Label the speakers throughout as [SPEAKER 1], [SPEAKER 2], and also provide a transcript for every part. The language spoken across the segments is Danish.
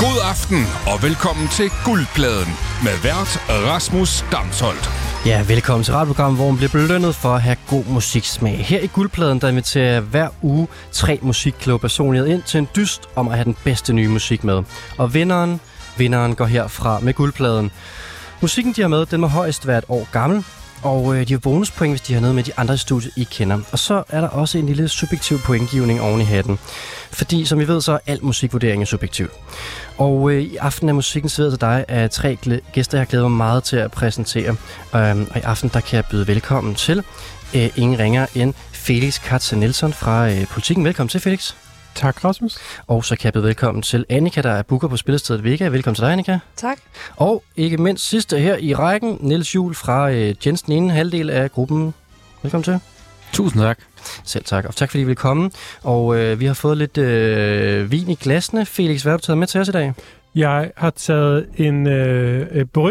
[SPEAKER 1] God aften og velkommen til Guldpladen med vært Rasmus Damsholdt.
[SPEAKER 2] Ja, velkommen til radioprogrammet, hvor man bliver belønnet for at have god musiksmag. Her i Guldpladen, der inviterer jeg hver uge tre musikkloge personligheder ind til en dyst om at have den bedste nye musik med. Og vinderen, vinderen går herfra med Guldpladen. Musikken, de har med, den må højst være et år gammel, og øh, de har bonuspoint, hvis de har noget med de andre i studiet, I kender. Og så er der også en lille subjektiv pointgivning oven i hatten. Fordi, som I ved, så er al musikvurdering er subjektiv. Og øh, i aften er musikken serveret til dig af tre glæ- gæster, jeg har glædet mig meget til at præsentere. Øhm, og i aften, der kan jeg byde velkommen til øh, ingen ringer end Felix Katze Nielsen fra øh, Politiken. Velkommen til, Felix.
[SPEAKER 3] Tak, Rasmus.
[SPEAKER 2] Og så kan jeg byde velkommen til Annika, der er booker på spillestedet Vega. Velkommen til dig, Annika.
[SPEAKER 4] Tak.
[SPEAKER 2] Og ikke mindst sidste her i rækken, Niels Jul fra øh, Jens, den ene halvdel af gruppen. Velkommen til.
[SPEAKER 3] Tusind tak.
[SPEAKER 2] Selv tak, og tak fordi I vil komme. Og øh, vi har fået lidt øh, vin i glasene. Felix, hvad har du taget med til os i dag?
[SPEAKER 3] Jeg har taget en øh, øh, bry,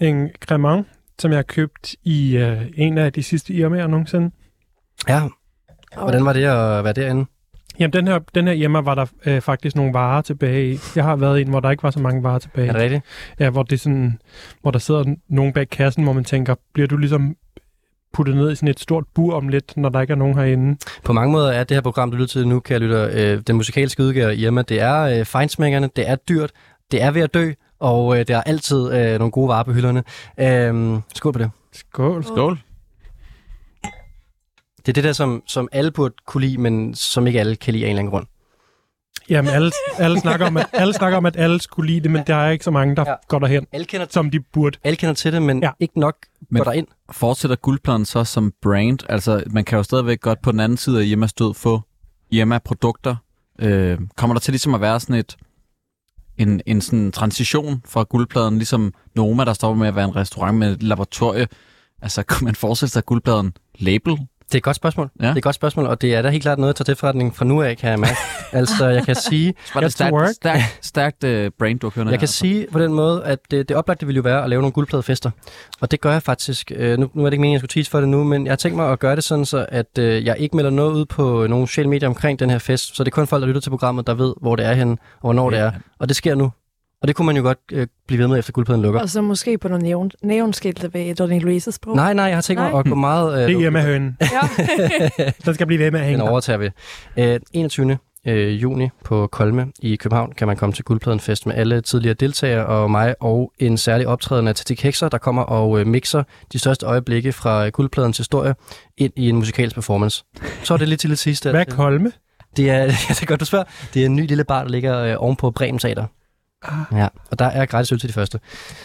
[SPEAKER 3] en cremant, som jeg har købt i øh, en af de sidste Irma'er nogensinde.
[SPEAKER 2] Ja, hvordan var det at være derinde?
[SPEAKER 3] Jamen, den her, den her Irma var der øh, faktisk nogle varer tilbage i. Jeg har været i en, hvor der ikke var så mange varer tilbage.
[SPEAKER 2] Er det rigtigt?
[SPEAKER 3] Ja, hvor, det er sådan, hvor der sidder n- nogen bag kassen, hvor man tænker, bliver du ligesom puttet ned i sådan et stort bur om lidt, når der ikke er nogen herinde.
[SPEAKER 2] På mange måder er det her program, du lytter til nu, kan lytter, øh, den musikalske udgave Irma, det er øh, fejnsmækkerne, det er dyrt, det er ved at dø, og øh, der er altid øh, nogle gode varer på hylderne. Øh, skål på det.
[SPEAKER 3] Skål.
[SPEAKER 4] Skål.
[SPEAKER 2] Det er det der, som, som alle burde kunne lide, men som ikke alle kan lide af en eller anden grund.
[SPEAKER 3] Jamen, alle, alle, snakker om, at, alle snakker om, at alle skulle lide det, men der er ikke så mange, der
[SPEAKER 2] Ja.
[SPEAKER 3] ja. går derhen,
[SPEAKER 2] Alle kender,
[SPEAKER 3] som de burde.
[SPEAKER 2] alle kender til det, men ja.
[SPEAKER 3] Ja.
[SPEAKER 2] ikke nok men...
[SPEAKER 5] Men-
[SPEAKER 2] går der ind.
[SPEAKER 5] Fortsætter guldpladen så som brand? Altså, man kan jo stadigvæk godt på den anden side af Irmas død få Irma-produkter. Øh, kommer der til ligesom at være sådan et, en, en sådan transition fra guldpladen, ligesom Noma, der stopper med at være en restaurant med et laboratorie? Altså, kunne man forestille sig guldpladen label?
[SPEAKER 2] Det er et godt spørgsmål.
[SPEAKER 5] Ja.
[SPEAKER 2] Det er et godt spørgsmål, og det er da helt klart noget, jeg tager til forretning fra nu af, kan jeg mærke. altså, jeg kan sige,
[SPEAKER 5] Så var det
[SPEAKER 3] Yes,
[SPEAKER 5] et stærkt,
[SPEAKER 3] work.
[SPEAKER 5] stærkt, stærkt uh, brand, du har kørende
[SPEAKER 2] jeg
[SPEAKER 5] her.
[SPEAKER 2] kan sige på den måde, at det, det oplagte ville jo være at lave nogle guldpladefester. Og det gør jeg faktisk. Øh, nu, nu er det ikke meningen, at jeg skulle tease for det nu, men jeg har tænkt mig at gøre det sådan, så at øh, jeg ikke melder noget ud på øh, nogle sociale medier omkring den her fest. Så det er kun folk, der lytter til programmet, der ved, hvor det er henne, og hvornår ja. det er. Og det sker nu. Og det kunne man jo godt øh, blive ved med, efter guldpladen lukker.
[SPEAKER 4] Og så måske på nogle nævn, nævnskilte ved Dronning Louise's bro.
[SPEAKER 2] Nej, nej, jeg har tænkt mig
[SPEAKER 4] Nej.
[SPEAKER 2] at gå meget... Øh,
[SPEAKER 3] Det er Irma-hønen.
[SPEAKER 4] Ja.
[SPEAKER 3] Den skal blive ved med at
[SPEAKER 2] Den
[SPEAKER 3] hænge.
[SPEAKER 2] overtager vi. Øh, 21. Øh, juni på Kolme i København kan man komme til Guldpladenfest med alle tidligere deltagere og mig og en særlig optræden af Tatik Hekser, der kommer og øh, mixer de største øjeblikke fra øh, Guldpladens historie ind i en musikalsk performance. Så er det lidt til det sidste.
[SPEAKER 3] Hvad er Kolme?
[SPEAKER 2] Det er, ja, det er godt, du spørger. Det er en ny lille bar, der ligger øh, ovenpå Bremen Teater. Ah. Ja, og der er gratis øl til de første.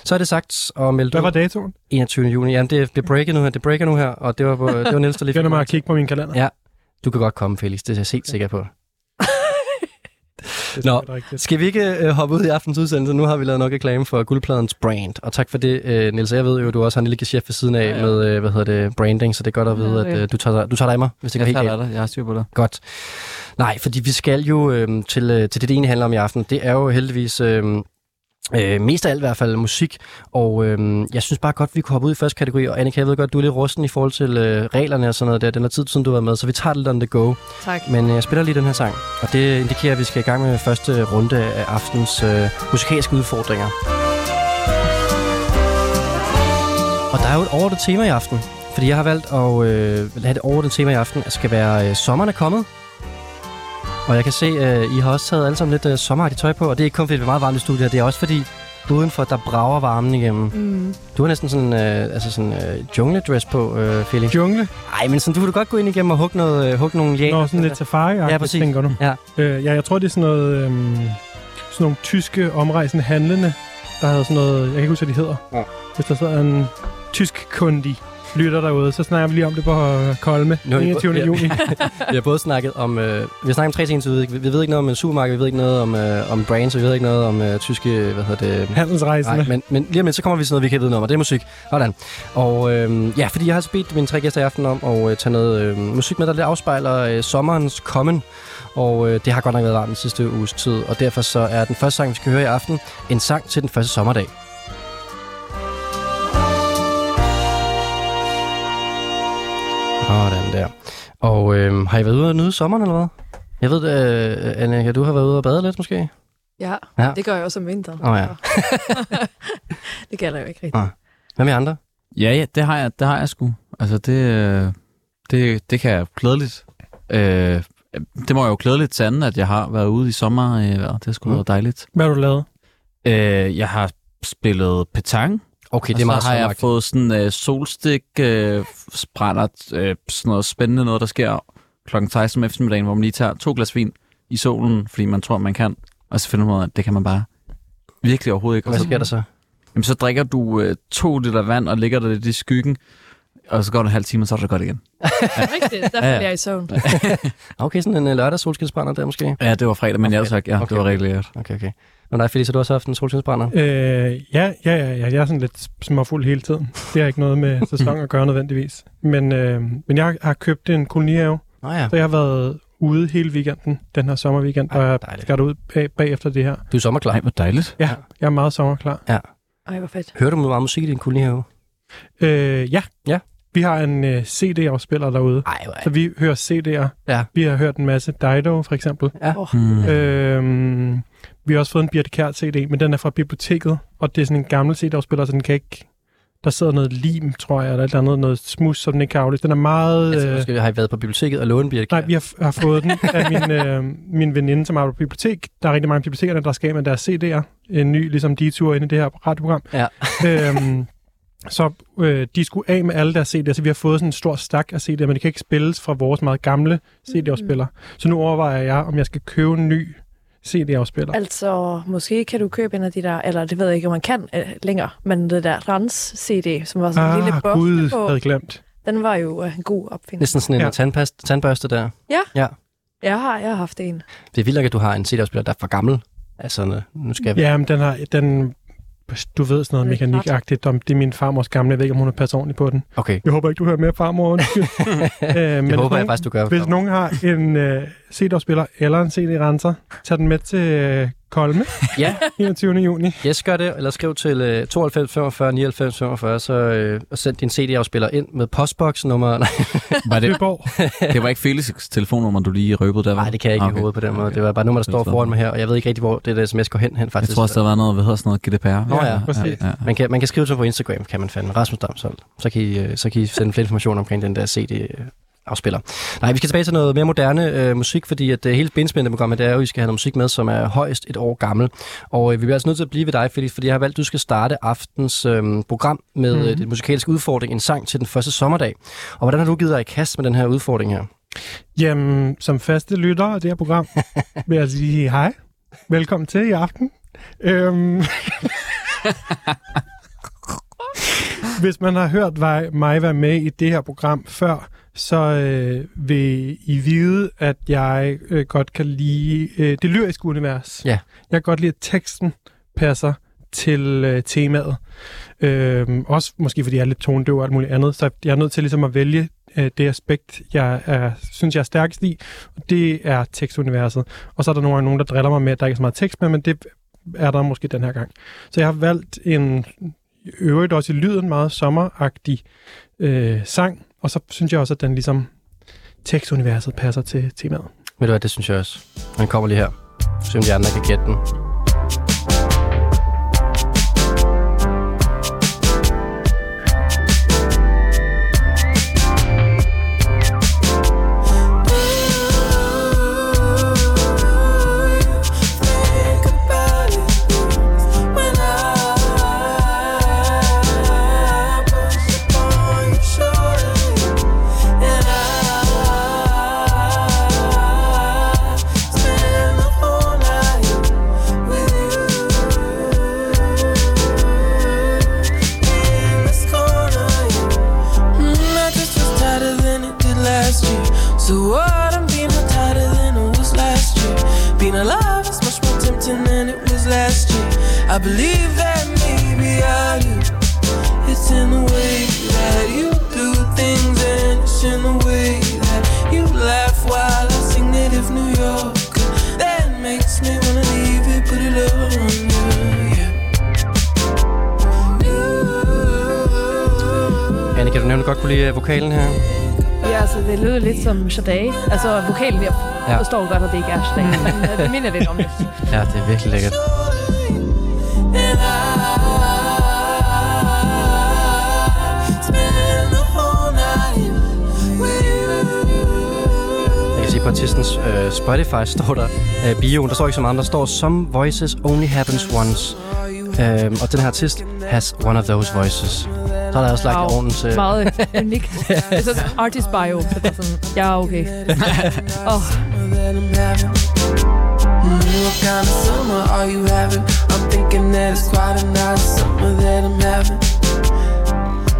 [SPEAKER 2] Så er det sagt og meldt
[SPEAKER 3] Hvad var
[SPEAKER 2] ud
[SPEAKER 3] datoen?
[SPEAKER 2] 21. juni. Jamen, det, det breaker nu her, det breaker nu her, og det var, på, det var Niels, der lige
[SPEAKER 3] Jeg begynder mig at kigge på min kalender.
[SPEAKER 2] Ja. Du kan godt komme, Felix. Det er jeg helt sikker på.
[SPEAKER 3] Det
[SPEAKER 2] Nå.
[SPEAKER 3] er rigtigt.
[SPEAKER 2] Skal vi ikke øh, hoppe ud i aftens udsendelse? Nu har vi lavet nok reklame for guldpladens brand. Og tak for det, øh, Niels. Jeg ved jo, at du også har en lille chef ved siden af ja,
[SPEAKER 5] Ja,
[SPEAKER 2] ja.
[SPEAKER 5] ja.
[SPEAKER 2] med, øh, hvad hedder det, branding, så det er godt at vide,
[SPEAKER 4] Ja,
[SPEAKER 2] at
[SPEAKER 4] det er
[SPEAKER 2] øh, du, tager, dig- du tager dig af mig, hvis det går
[SPEAKER 5] Jeg,
[SPEAKER 2] helt
[SPEAKER 5] tager
[SPEAKER 2] galt.
[SPEAKER 5] dig der. jeg har styr på dig.
[SPEAKER 2] Godt. Nej, fordi vi skal jo øh, til, øh, til det, det egentlig handler om i aften. Det er jo heldigvis... Øh, Øh, mest af alt i hvert fald musik, og øh, jeg synes bare godt, vi kunne hoppe ud i første kategori, og Annika, jeg ved godt, du er lidt rusten i forhold til øh, reglerne og sådan noget der, den er tid siden, du har været med, så vi tager det lidt on the go.
[SPEAKER 4] tak.
[SPEAKER 2] Men øh, jeg spiller lige den her sang, og det indikerer, at vi skal i gang med første runde af aftens øh, musikalske udfordringer. Og der er jo et overordnet tema i aften, fordi jeg har valgt at øh, have det overordnet tema i aften, at skal være øh, sommeren er kommet. Og jeg kan se, øh, I har også taget alle sammen lidt øh, sommeragtigt tøj på, og det er ikke kun fordi det er meget varmt i studiet, her, det er også fordi udenfor, der brager varmen igennem.
[SPEAKER 4] Mm.
[SPEAKER 2] Du har næsten sådan, øh, altså sådan øh, jungledress på, øh, Felix.
[SPEAKER 3] Jungle?
[SPEAKER 2] Nej, men sådan, du vil godt gå ind igennem og hugge, noget, øh, hugge nogle jæger.
[SPEAKER 3] Nå, sådan lidt safari
[SPEAKER 2] Ja, præcis.
[SPEAKER 3] tænker du.
[SPEAKER 2] Ja.
[SPEAKER 3] Øh, ja, jeg tror, det er sådan noget... Øhm, sådan nogle tyske omrejsende handlende, der havde sådan noget... Jeg kan ikke huske, hvad de hedder.
[SPEAKER 2] Ja.
[SPEAKER 3] Hvis der sidder en tysk kundi lytter derude, så snakker vi lige om det på øh, Kolme
[SPEAKER 2] Nå, I-
[SPEAKER 3] 21.
[SPEAKER 2] ja.
[SPEAKER 3] juni.
[SPEAKER 2] Vi har både snakket om, øh, vi har snakket om tre ting, så vi, ved ikke- vi ved ikke noget om en supermarked, vi ved ikke noget om, øh, om brands, og vi ved ikke noget om øh, tyske, hvad hedder det...
[SPEAKER 3] Handelsrejsende.
[SPEAKER 2] Nej, men, men lige om lidt, så kommer vi til noget, vi kan vide noget om, og det er musik. Hvordan? Og øh, ja, fordi jeg har altså bedt mine tre gæster i aften om at øh, tage noget øh, musik med, der lidt afspejler øh, sommerens kommen. Og øh, det har godt nok været varmt den sidste uges tid, og derfor så er den første sang, vi skal høre i aften, en sang til den første sommerdag. Sådan der. øhm, Og øh, har I været ude og nyde sommeren, eller hvad? Jeg ved, øh, Annika, du har været ude og bade lidt, måske?
[SPEAKER 4] Ja,
[SPEAKER 2] Ja.
[SPEAKER 4] ja, det gør jeg også om vinteren.
[SPEAKER 2] Åh, ja.
[SPEAKER 4] det gælder jo ikke rigtigt.
[SPEAKER 2] Nej. Hvad med andre?
[SPEAKER 5] Ja, ja, det har jeg, det har jeg sgu. Altså, det, øh, det, det kan jeg klædeligt. Øh, det må jeg jo klædeligt sande, at jeg har været ude i sommer. Øh, vejret. det har sgu
[SPEAKER 2] Mm.
[SPEAKER 5] mm. været dejligt.
[SPEAKER 3] Hvad har du lavet?
[SPEAKER 5] Øh, jeg har spillet petanque,
[SPEAKER 2] Okay,
[SPEAKER 3] Altså,
[SPEAKER 2] det er
[SPEAKER 5] og
[SPEAKER 2] meget
[SPEAKER 5] så har jeg
[SPEAKER 2] sommeragtigt.
[SPEAKER 5] fået sådan øh, solstik, øh, sprænder, øh, sådan noget spændende noget, der sker kl. 16 om eftermiddagen, hvor man lige tager to glas vin i solen, fordi man tror, man kan. Og så finder man ud af, at det kan man bare virkelig overhovedet ikke. Og
[SPEAKER 2] Hvad
[SPEAKER 5] så
[SPEAKER 2] sker der så?
[SPEAKER 5] Jamen, så drikker du øh, to liter vand og ligger der lidt i skyggen, og så går der en halv time, og så er det godt igen.
[SPEAKER 4] Rigtigt, der
[SPEAKER 5] Ja, ja.
[SPEAKER 4] falder jeg i søvn.
[SPEAKER 2] Okay, sådan en øh, lørdags solskinsbrænder der måske.
[SPEAKER 5] Ja, det var fredag, men jeg havde sagt, ja,
[SPEAKER 2] Okay.
[SPEAKER 5] det var rigtig lækkert.
[SPEAKER 2] Okay, okay. Men nej, Felice, du har også haft en solskinsbrænder.
[SPEAKER 3] Øh, ja, ja, ja, ja, jeg er sådan lidt småfuld hele tiden. Det har ikke noget med sæson at gøre nødvendigvis. Men, øh, men jeg har købt en kolonihave,
[SPEAKER 2] Nå ja,
[SPEAKER 3] så jeg har været ude hele weekenden, den her sommerweekend,
[SPEAKER 2] Ej,
[SPEAKER 3] og jeg
[SPEAKER 2] dejligt.
[SPEAKER 3] skal ud bag, bagefter det her.
[SPEAKER 2] du er sommerklar.
[SPEAKER 5] hvor dejligt.
[SPEAKER 3] Ja, jeg er meget sommerklar.
[SPEAKER 4] Ej, hvor fedt.
[SPEAKER 2] Hører du meget musik i din kolonihave?
[SPEAKER 3] Øh, ja.
[SPEAKER 2] Ja.
[SPEAKER 3] vi har en øh, CD-afspiller derude,
[SPEAKER 2] Nej, hvor
[SPEAKER 3] så vi hører CD'er.
[SPEAKER 2] Ja.
[SPEAKER 3] Vi har hørt en masse Dido, for eksempel.
[SPEAKER 5] Mm.
[SPEAKER 3] Øhm, vi har også fået en Birte Kjær CD, men den er fra biblioteket, og det er sådan en gammel CD-afspiller, så den kan ikke... Der sidder noget lim, tror jeg, eller et eller andet, noget smus, som den ikke kan aflyse. Den er meget...
[SPEAKER 2] Altså,
[SPEAKER 3] Øh,
[SPEAKER 2] måske har I været på biblioteket og lånt en birk.
[SPEAKER 3] nej, vi har, har fået den af min, øh, min veninde, som arbejder på bibliotek. Der er rigtig mange bibliotekerne, der skal af med deres CD'er. En ny, ligesom de tur inde i det her radioprogram.
[SPEAKER 2] Ja.
[SPEAKER 3] øhm, så øh, de skulle af med alle deres CD'er, så vi har fået sådan en stor stak af CD'er, men det kan ikke spilles fra vores meget gamle CD-afspiller.
[SPEAKER 4] Mm-hmm.
[SPEAKER 3] Så nu overvejer jeg, om jeg skal købe en ny CD-afspiller.
[SPEAKER 4] Altså, måske kan du købe en af de der, eller det ved jeg ikke, om man kan øh, længere, men det der Rans-CD, som var sådan en lille boks
[SPEAKER 3] Ah, Gud,
[SPEAKER 4] på,
[SPEAKER 3] jeg havde glemt.
[SPEAKER 4] den var jo øh, en god opfindelse.
[SPEAKER 2] Næsten sådan en
[SPEAKER 3] Ja.
[SPEAKER 2] ja. tandpast, tandbørste der.
[SPEAKER 4] Jeg har, jeg har haft en.
[SPEAKER 2] Det er vildt nok, at du har en CD-afspiller, der er for gammel. Altså, øh, nu skal vi...
[SPEAKER 3] Ja, men den har, den, du ved sådan noget
[SPEAKER 4] Det er ikke
[SPEAKER 3] mekanikagtigt, om det er min farmors gamle, jeg ved ikke, om hun har passet ordentligt på den.
[SPEAKER 2] Okay,
[SPEAKER 3] Jeg håber ikke, du hører med farmor. undskyld. øh,
[SPEAKER 2] det
[SPEAKER 3] men hvis
[SPEAKER 2] håber jeg
[SPEAKER 3] nogen-
[SPEAKER 2] faktisk, du gør.
[SPEAKER 3] Hvis nogen har en øh, CD-afspiller eller en CD-renser, tag den med til øh, Kolme
[SPEAKER 2] Ja,
[SPEAKER 3] 21. juni.
[SPEAKER 2] yes, gør det, eller skriv til øh, 92 45 99 45, så øh, og send din CD-afspiller ind med postboksnummer. Nej,
[SPEAKER 5] Var det,
[SPEAKER 3] Søborg.
[SPEAKER 5] det var ikke Felix' telefonnummer, du lige røbede der, var?
[SPEAKER 2] nej, det kan jeg ikke okay. i hovedet på den måde. Okay. Det var bare nummer, der
[SPEAKER 5] Det er
[SPEAKER 2] står foran mig her, og jeg ved ikke rigtig, hvor det der sms går hen, hen
[SPEAKER 5] Jeg
[SPEAKER 2] faktisk.
[SPEAKER 5] tror også, der var noget, hvad hedder sådan noget, GDPR.
[SPEAKER 2] Nå ja,
[SPEAKER 3] præcis.
[SPEAKER 5] ja.
[SPEAKER 2] man, kan, man kan skrive til mig på Instagram, kan man fandme. Rasmus Damsholdt. Så kan, I, øh, så kan I sende flere information omkring den der CD-afspiller. Nej, vi skal tilbage til noget mere moderne øh, musik, fordi at, øh, hele benspændende programmet, det er jo, at I skal have noget musik med, som er højst et år gammel. Og øh, vi bliver altså nødt til at blive ved dig, Felix, fordi jeg har valgt, at du skal starte aftens øh, program med mm-hmm. øh,
[SPEAKER 3] Mhm.
[SPEAKER 2] den musikalske udfordring, en sang til den første sommerdag. Og hvordan har du givet dig i kast med den her udfordring her?
[SPEAKER 3] Jamen, som faste lytter af det her program, vil jeg sige hej. Velkommen til i aften. Øhm... Hvis man har hørt vej- mig være med i det her program før, så øh, vil I vide, at jeg øh, godt kan lide øh, det lyriske univers.
[SPEAKER 2] Ja.
[SPEAKER 3] Jeg kan godt lide, at teksten passer til øh, temaet. Øh, også måske fordi jeg er lidt tonedøv og alt muligt andet, så jeg er nødt til ligesom at vælge øh, det aspekt, jeg er, synes, jeg er stærkest i, og det er tekstuniverset. Og så er der nogle gange nogen, der driller mig med, at der ikke er så meget tekst med, men det er der måske den her gang. Så jeg har valgt en i øvrigt også i lyden meget sommeragtig øh, sang, og så synes jeg også, at den ligesom tekstuniverset passer til temaet.
[SPEAKER 2] Ved du hvad, det synes jeg også. Den kommer lige her. Se om de andre kan gætte den.
[SPEAKER 6] Mm, So what? I'm being more tighter than I was last year. Being alive is much more tempting than it was last year. I believe that maybe I do. It's in the way that you do things, and it's in the way that you laugh while I sing Native New York. That makes me wanna leave it, put it all on you. Yeah.
[SPEAKER 2] Anne, kan du nævne, du godt kunne lide øh, vokalen her?
[SPEAKER 4] Ja, altså, det lyder lidt som Sade. Altså, vokalen er
[SPEAKER 2] Ja.
[SPEAKER 4] Jeg forstår godt, at det ikke er slag. Men øh, det minder lidt om det.
[SPEAKER 2] Ja, det er virkelig lækkert.
[SPEAKER 6] And I spend the whole night with
[SPEAKER 2] Jeg
[SPEAKER 6] you.
[SPEAKER 2] kan se på artistens øh, Spotify står der øh, bio. Der står ikke så meget, der står Some voices only happens once. Øhm, og den her artist has one of those voices. Så er der også lagt i øh,
[SPEAKER 4] Wow.
[SPEAKER 2] ovnen til...
[SPEAKER 4] Meget unikt. Det er sådan artist bio. Så det er sådan, ja, okay. Åh,
[SPEAKER 6] that I'm having. Mm, what kind of summer are you having? I'm thinking that it's quite a nice summer that I'm having.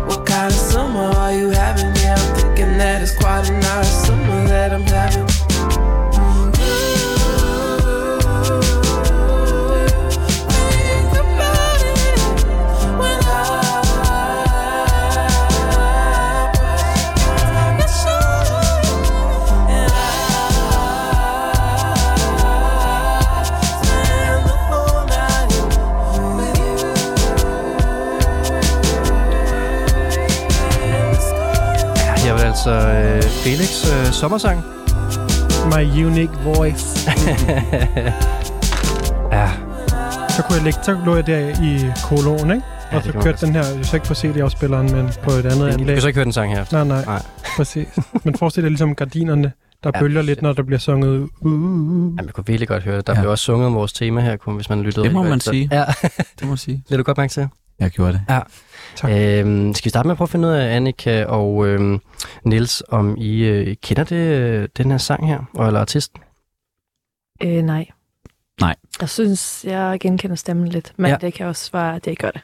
[SPEAKER 6] What kind of summer are you having? Yeah, I'm thinking that it's quite a nice summer that I'm having. Think about it when I brush your shoulder. And I spend the whole night with you.
[SPEAKER 2] Ja, Her var det altså øh, Felix øh, sommersang.
[SPEAKER 3] My unique voice.
[SPEAKER 2] Ja,
[SPEAKER 3] Så, kunne jeg lægge, så lå jeg der i kolon, ikke?
[SPEAKER 2] Ja,
[SPEAKER 3] Og
[SPEAKER 2] det
[SPEAKER 3] så
[SPEAKER 2] kan man
[SPEAKER 3] kørte den her, jeg så ikke på CD-afspilleren, men på et andet
[SPEAKER 2] du
[SPEAKER 3] anlæg.
[SPEAKER 2] kan så ikke høre den sang her.
[SPEAKER 3] Nej, nej,
[SPEAKER 2] Nej.
[SPEAKER 3] nej. præcis. Men forestil dig ligesom gardinerne, der
[SPEAKER 2] Ja,
[SPEAKER 3] bølger lidt,
[SPEAKER 2] shit.
[SPEAKER 3] når der bliver sunget. ud. Uh, uh, uh.
[SPEAKER 2] Jamen, jeg kunne virkelig godt høre det. Der ja.
[SPEAKER 5] Ja.
[SPEAKER 2] blev også sunget om vores tema her, kun, hvis man lyttede.
[SPEAKER 5] Det må
[SPEAKER 2] rigtig
[SPEAKER 5] man
[SPEAKER 2] godt. Så-
[SPEAKER 5] sige.
[SPEAKER 2] Ja,
[SPEAKER 5] Det må jeg sige.
[SPEAKER 2] det er du godt mærke til.
[SPEAKER 5] Jeg gjorde det.
[SPEAKER 3] Tak.
[SPEAKER 2] Øhm, skal vi starte med at prøve at finde ud af, Annika og øhm, Niels, om I øh, kender det, øh, den her sang her, og- eller artisten?
[SPEAKER 4] øh, nej.
[SPEAKER 5] Nej.
[SPEAKER 4] Jeg synes, jeg genkender stemmen lidt, men
[SPEAKER 2] Ja.
[SPEAKER 4] ja. det kan også være, at jeg ikke gør det.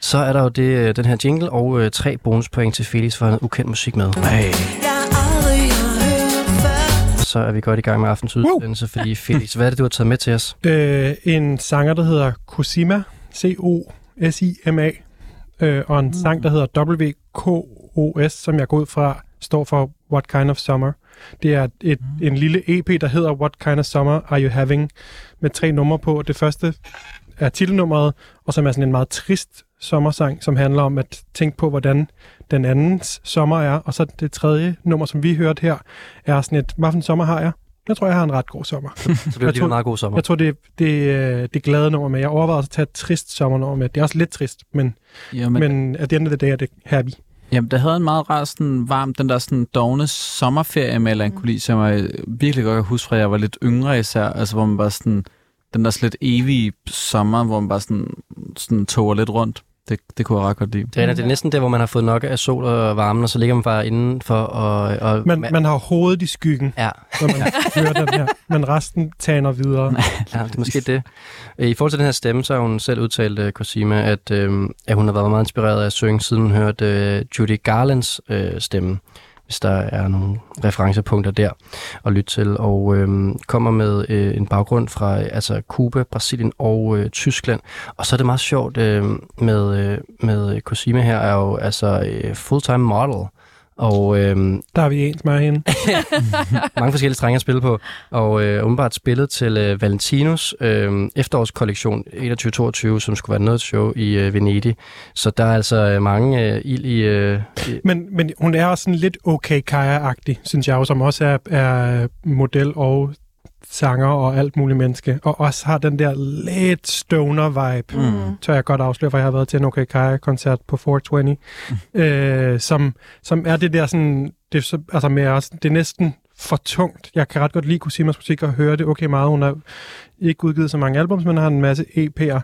[SPEAKER 2] Så er der jo det, øh, den her jingle og øh, tre bonuspoint til Felix for en ukendt musik med.
[SPEAKER 5] Ej.
[SPEAKER 6] Jeg har aldrig hørt før.
[SPEAKER 2] Så er vi godt i gang med aftens udsendelse, fordi Felix, hvad er det, du har taget med til os?
[SPEAKER 3] Øh, en sanger, der hedder Cosima, C-O-S-I-M-A, øh, og en mm. sang, der hedder W-K-O-S, som jeg går ud fra, står for What Kind of Summer. Det er et, mm. en lille EP, der hedder What Kind of Summer Are You Having, med tre numre på. Det første er titelnummeret, og som er sådan en meget trist sommersang, som handler om at tænke på, hvordan den andens sommer er. Og så det tredje nummer, som vi hørte her, er sådan et, hvad for en sommer har jeg? Jeg tror, jeg har en ret god sommer.
[SPEAKER 2] Så bliver det lige en meget god sommer.
[SPEAKER 3] Jeg tror, det, det, øh, det glade nummer med. Jeg overvejede også at tage et trist sommernummer med. Det er også lidt trist, men,
[SPEAKER 5] Jamen,
[SPEAKER 3] men,
[SPEAKER 5] Men...
[SPEAKER 3] men at the end of the day er det happy.
[SPEAKER 5] jamen, der havde en meget rar, sådan varm, den der sådan dogne sommerferie melankoli, som jeg virkelig godt kan huske fra, jeg var lidt yngre især, altså hvor man bare sådan, den der slet evige sommer, hvor man bare sådan, sådan toger lidt rundt. Det, det kunne jeg ret godt lide.
[SPEAKER 2] Det er, det er næsten der, hvor man har fået nok af sol og varmen, og så ligger man bare indenfor og... og
[SPEAKER 3] Man, man har hovedet i skyggen,
[SPEAKER 2] Ja,
[SPEAKER 3] når man hører den her, men resten taner videre.
[SPEAKER 2] ja, det er måske det. I forhold til den her stemme, så har hun selv udtalt, uh, Cosima, at, øh, at hun har været meget inspireret af at synge, siden hun hørte øh, Judy Garlands øh, stemme, hvis der er nogle referencepunkter der at lytte til, og øh, kommer med øh, en baggrund fra øh, altså Cuba, Brasilien og øh, Tyskland. Og så er det meget sjovt øh, med, øh, med Cosima her, er jo altså øh, full-time model, og øh,
[SPEAKER 3] Der er vi ens med hende.
[SPEAKER 2] mange forskellige strenge at spille på, og øh, umiddelbart spillet til øh, Valentinos øh, efterårskollektion 21-22, som skulle være noget show i øh, Venedig. Så der er altså øh, mange øh, ild i... Øh, i
[SPEAKER 3] Men, men hun er også sådan lidt okay Kaja-agtig, synes jeg jo, som også er, er model og sanger og alt muligt menneske. Og også har den der lidt stoner-vibe.
[SPEAKER 5] Mm.
[SPEAKER 3] tør jeg godt afsløre, for jeg har været til en OK Kaja-koncert på 420, øh, som, som er det der sådan, det, er så- altså med, også- det er næsten for tungt. Jeg kan ret godt lide Cosimas musik og høre det okay meget. Hun har ikke udgivet så mange albums, men har en masse EP'er.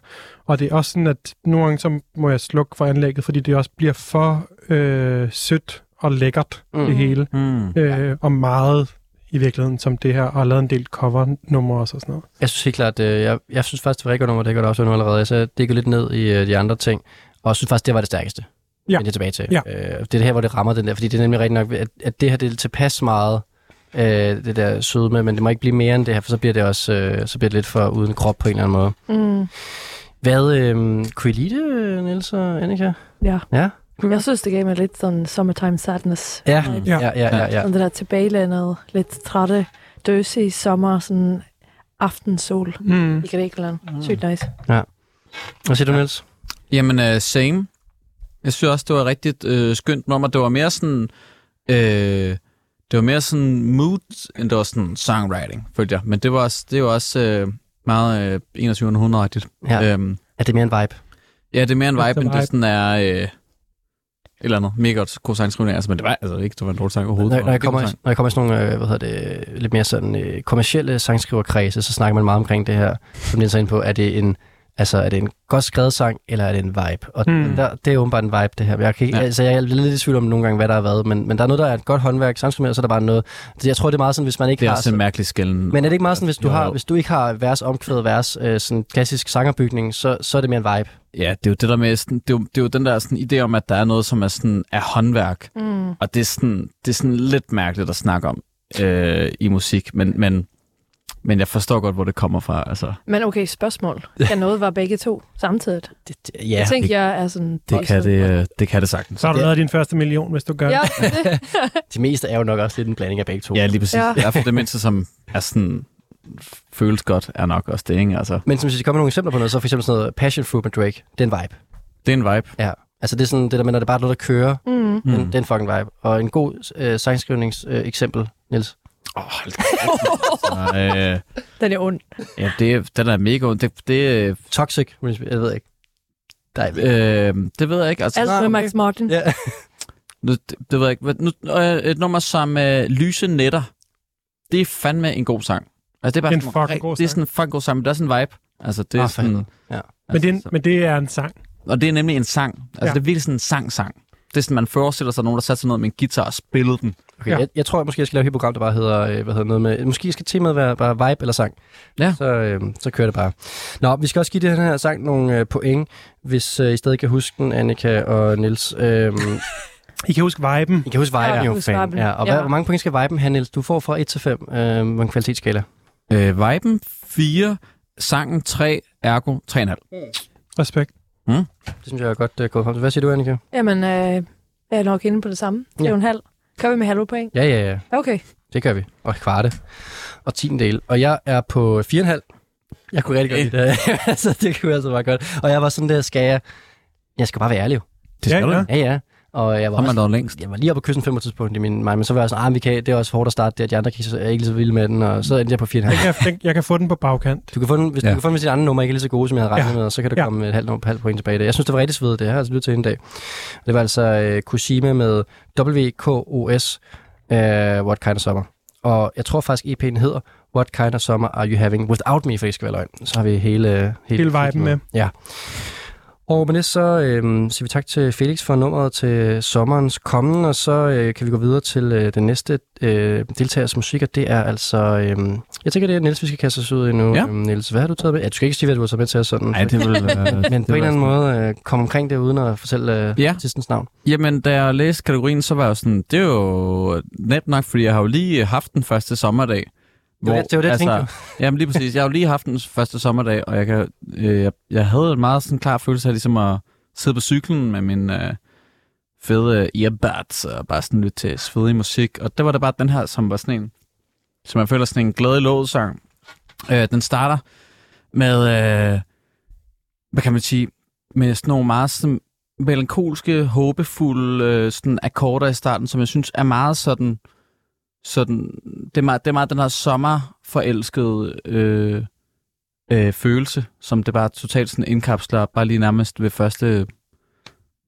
[SPEAKER 3] Og det er også sådan, at nogle gange så må jeg slukke for anlægget, fordi det også bliver for øh, sødt og lækkert, mm. det hele.
[SPEAKER 5] Mm.
[SPEAKER 3] Øh, og meget i virkeligheden som det her, og har lavet en del cover-numre også og sådan noget.
[SPEAKER 2] Jeg synes helt klart, øh, jeg, jeg synes faktisk, det var rigtig godt nummer, det gør du også nu allerede. Så det gik lidt ned i øh, de andre ting, og jeg synes faktisk, det var det stærkeste.
[SPEAKER 3] Ja.
[SPEAKER 2] Men det er tilbage til.
[SPEAKER 3] Ja.
[SPEAKER 2] Øh, det er det her, hvor det rammer den der, fordi det er nemlig rigtig nok, at, at det her det er tilpas meget øh, det der søde med, men det må ikke blive mere end det her, for så bliver det også øh, så bliver det lidt for uden krop på en eller anden måde.
[SPEAKER 4] Mm.
[SPEAKER 2] Hvad, øh, kunne I lide det, Niels og Annika?
[SPEAKER 4] Ja.
[SPEAKER 2] Ja?
[SPEAKER 4] Jeg synes, det gav mig lidt sådan summertime sadness.
[SPEAKER 2] Ja,
[SPEAKER 4] Mm.
[SPEAKER 2] ja, ja, ja. ja.
[SPEAKER 4] Sådan det der tilbagelændede, lidt trætte, døse i sommer, sådan aftensol
[SPEAKER 5] Mhm.
[SPEAKER 3] Mm.
[SPEAKER 4] i Grækenland. Sygt nice.
[SPEAKER 2] Hvad siger du, Niels?
[SPEAKER 5] Jamen, uh, same. Jeg synes også, det var et rigtig øh, skønt nummer. Det var mere sådan... Øh, Det var mere sådan mood, end det var sådan songwriting, følte jeg. Men det var også, det var også øh, meget øh, 2100-agtigt.
[SPEAKER 2] Ja.
[SPEAKER 5] Øhm,
[SPEAKER 2] Er det mere en vibe?
[SPEAKER 5] ja, det er mere en
[SPEAKER 3] Efter
[SPEAKER 5] vibe, end det
[SPEAKER 3] vibe.
[SPEAKER 5] sådan er... Øh, et eller andet. Mega godt, god sangskrivning. Altså, men det var altså ikke, det var en dårlig sang overhovedet.
[SPEAKER 2] Når, når, jeg
[SPEAKER 5] Det var en
[SPEAKER 2] kommer,
[SPEAKER 5] god sang.
[SPEAKER 2] når jeg kommer i sådan nogle øh, hvad hedder det, øh, lidt mere sådan, øh, kommersielle sangskriverkredse, så snakker man meget omkring det her, som Niels er inde på. Er det en, altså, er det en godt skrevet sang, eller er det en vibe? Og
[SPEAKER 3] Hmm.
[SPEAKER 2] hmm. der, det er åbenbart en vibe, det her. Jeg, kan ikke,
[SPEAKER 5] Ja.
[SPEAKER 2] ja. altså, jeg er lidt i tvivl om nogle gange, hvad der har været, men, men der er noget, der er et godt håndværk, samtidig med, så er der bare noget. altså, Jeg tror, det er meget sådan, hvis man ikke
[SPEAKER 5] Det er
[SPEAKER 2] har...
[SPEAKER 5] også en mærkelig skælden.
[SPEAKER 2] Men er det ikke meget sådan, hvis du,
[SPEAKER 5] Jo,
[SPEAKER 2] har,
[SPEAKER 5] jo.
[SPEAKER 2] hvis du ikke har vers, omkvædet vers, øh, sådan klassisk sangerbygning, så, så er det mere en vibe.
[SPEAKER 5] Ja, det er jo det der med, sådan, det, er jo, det er jo den der sådan, idé om, at der er noget, som er, sådan, er håndværk.
[SPEAKER 4] Mm.
[SPEAKER 5] Og det er, sådan, det er sådan lidt mærkeligt at snakke om øh, i musik, men, men, men jeg forstår godt, hvor det kommer fra. Altså.
[SPEAKER 4] Men okay, spørgsmål. Kan noget var begge to samtidig?
[SPEAKER 2] Det, det,
[SPEAKER 4] Ja,
[SPEAKER 2] ja,
[SPEAKER 4] jeg tænkte,
[SPEAKER 5] det-
[SPEAKER 4] jeg er sådan...
[SPEAKER 5] Det, kan det, øh, det kan det sagtens.
[SPEAKER 3] Så har du
[SPEAKER 2] Det-
[SPEAKER 3] lavet din første million, hvis du gør
[SPEAKER 4] Ja,
[SPEAKER 3] det.
[SPEAKER 2] det meste er jo nok også lidt en blanding af begge to.
[SPEAKER 5] Ja, lige præcis. Ja.
[SPEAKER 4] Ja.
[SPEAKER 5] Det er for det mindste, som er sådan, føles godt, er nok også det. Ikke? Altså,
[SPEAKER 2] Men som hvis vi kommer med nogle eksempler på noget, så for eksempel sådan noget Passion Fruit med Drake, det er en vibe.
[SPEAKER 5] det er en vibe.
[SPEAKER 2] Ja. Altså det er sådan det der med, når det bare er noget, der kører, mm.
[SPEAKER 4] mm.
[SPEAKER 2] den, det er en fucking vibe. Og en god øh, sangskrivningseksempel, øh, eksempel, Niels.
[SPEAKER 5] Åh, hold da kæft, altså, øh,
[SPEAKER 4] Den er ond.
[SPEAKER 5] ja, det, den er mega ond. det, det, øh,
[SPEAKER 2] Toxic, hvis- jeg ved ikke. Nej, øh,
[SPEAKER 5] øh, det ved jeg ikke. Altså,
[SPEAKER 4] Alt
[SPEAKER 2] okay.
[SPEAKER 4] med Max Martin.
[SPEAKER 2] ja.
[SPEAKER 5] Nu, det, det ved jeg ikke. Hvad- Nu, øh, et nummer som øh, Lyse Netter, det er fandme en god sang. Altså, det er bare
[SPEAKER 3] En
[SPEAKER 5] sådan
[SPEAKER 3] fucking
[SPEAKER 5] rigt-
[SPEAKER 3] god
[SPEAKER 5] Det er
[SPEAKER 3] sang.
[SPEAKER 5] sådan en fucking god sang, men det er sådan en vibe. Altså, det er
[SPEAKER 2] Ah, for
[SPEAKER 5] sådan,
[SPEAKER 2] helvede. Ja.
[SPEAKER 5] altså,
[SPEAKER 3] Men det, er, en-
[SPEAKER 5] så-
[SPEAKER 3] men det er en sang.
[SPEAKER 5] og det er nemlig en sang. Altså,
[SPEAKER 3] Ja.
[SPEAKER 5] det er virkelig sådan en sang-sang. Det er sådan, man forestiller sig nogen, der satte sig ned med en guitar og spillede den.
[SPEAKER 2] Okay,
[SPEAKER 3] Ja.
[SPEAKER 2] ja. jeg, jeg, tror jeg måske, jeg skal lave et helt program, der bare hedder, øh, hvad hedder noget med, måske skal temaet være bare vibe eller sang.
[SPEAKER 5] Ja.
[SPEAKER 2] Så, øh, så kører det bare. Nå, vi skal også give den her sang nogle øh, point, hvis øh, I stadig kan huske den, Annika og Niels. Øh,
[SPEAKER 3] I kan huske viben.
[SPEAKER 2] I kan huske viben
[SPEAKER 4] Ja,
[SPEAKER 2] jo,
[SPEAKER 4] husk
[SPEAKER 2] fan.
[SPEAKER 4] viben.
[SPEAKER 2] Ja, og hvad,
[SPEAKER 4] Ja.
[SPEAKER 2] hvor mange point skal viben have, Niels? Du får fra 1 til 5 øh, på en kvalitetsskala.
[SPEAKER 5] Øh, viben 4, sangen 3, ergo 3,5.
[SPEAKER 3] Respekt.
[SPEAKER 2] Det synes jeg er godt øh, gået frem til. Hvad siger du, Annika?
[SPEAKER 4] Jamen, øh, jeg er nok inde på det samme. Det er jo en halv. Kører vi med halve point?
[SPEAKER 2] Ja, ja, ja.
[SPEAKER 4] Okay.
[SPEAKER 2] Det gør vi. Og kvarte. Og tiendel. Og jeg er på 4,5. Jeg kunne rigtig godt lide det. altså, det kunne jeg altså bare godt. Og jeg var sådan der, skal jeg... Jeg skal bare være ærlig jo.
[SPEAKER 5] Det
[SPEAKER 3] Ja,
[SPEAKER 5] skal
[SPEAKER 3] ja.
[SPEAKER 5] du.
[SPEAKER 2] Ja, ja. Og jeg var,
[SPEAKER 5] Har man
[SPEAKER 2] også,
[SPEAKER 5] lavet længst?
[SPEAKER 2] jeg var lige oppe på kysten 5 på et tidspunkt i min mig, men så var jeg sådan, ah, vi kan, det er også hårdt at starte det, at de andre kan, er ikke lige så vilde med den, og så endte jeg på 4,5.
[SPEAKER 3] Jeg kan, den, jeg kan få den på bagkant.
[SPEAKER 2] Du kan få den, hvis ja.
[SPEAKER 5] Ja.
[SPEAKER 2] du kan få den, hvis dit andet nummer ikke er lige så gode, som jeg havde regnet ja.
[SPEAKER 3] Ja.
[SPEAKER 2] med, og så kan du ja.
[SPEAKER 3] Ja.
[SPEAKER 2] komme med et halvt nummer på halvt point tilbage i det. Jeg synes, det var rigtig svedigt, det her, altså lyttet til en dag. Det var altså uh, Kushima med WKOS, uh, What Kind of Summer. Og jeg tror faktisk, EP'en hedder What Kind of Summer Are You Having Without Me, for det skal være løgn. Så har vi hele... Hele,
[SPEAKER 3] Hele viben med.
[SPEAKER 2] Ja. Og med det så øh, siger vi tak til Felix for nummeret til sommerens kommen, og så øh, kan vi gå videre til øh, den næste øh, deltagers musik, og det er altså... Øh, jeg tænker, det er Niels, vi skal kaste os ud i nu.
[SPEAKER 5] Ja.
[SPEAKER 2] Øh, Niels, hvad har du taget med? Ja, du skal ikke sige, hvad du har taget med til os sådan.
[SPEAKER 5] Nej, det vil være...
[SPEAKER 2] men på en eller anden måde øh, kom omkring det, uden at fortælle øh,
[SPEAKER 5] Ja.
[SPEAKER 2] ja. artistens navn.
[SPEAKER 5] Jamen, da jeg læste kategorien, så var jeg jo sådan, det er jo nemt nok, fordi jeg har jo lige haft den første sommerdag. altså,
[SPEAKER 2] var det- det var det, jeg tænkte
[SPEAKER 5] Jamen lige præcis, jeg har jo lige haft den første sommerdag, og jeg, kan, øh, jeg, jeg havde en meget sådan klar følelse af ligesom at sidde på cyklen med min øh, fede earbuds og bare sådan lytte til svedig musik. Og der var der bare den her, som var sådan en, som jeg føler sådan en glædelig lådsang. Øh, den starter med, øh, hvad kan man sige, med sådan nogle meget sådan melankolske, håbefulde øh, sådan akkorder i starten, som jeg synes er meget sådan... sådan det, er meget, det er meget den her sommerforelskede øh, øh, følelse, som det bare totalt sådan indkapsler, bare lige nærmest ved første,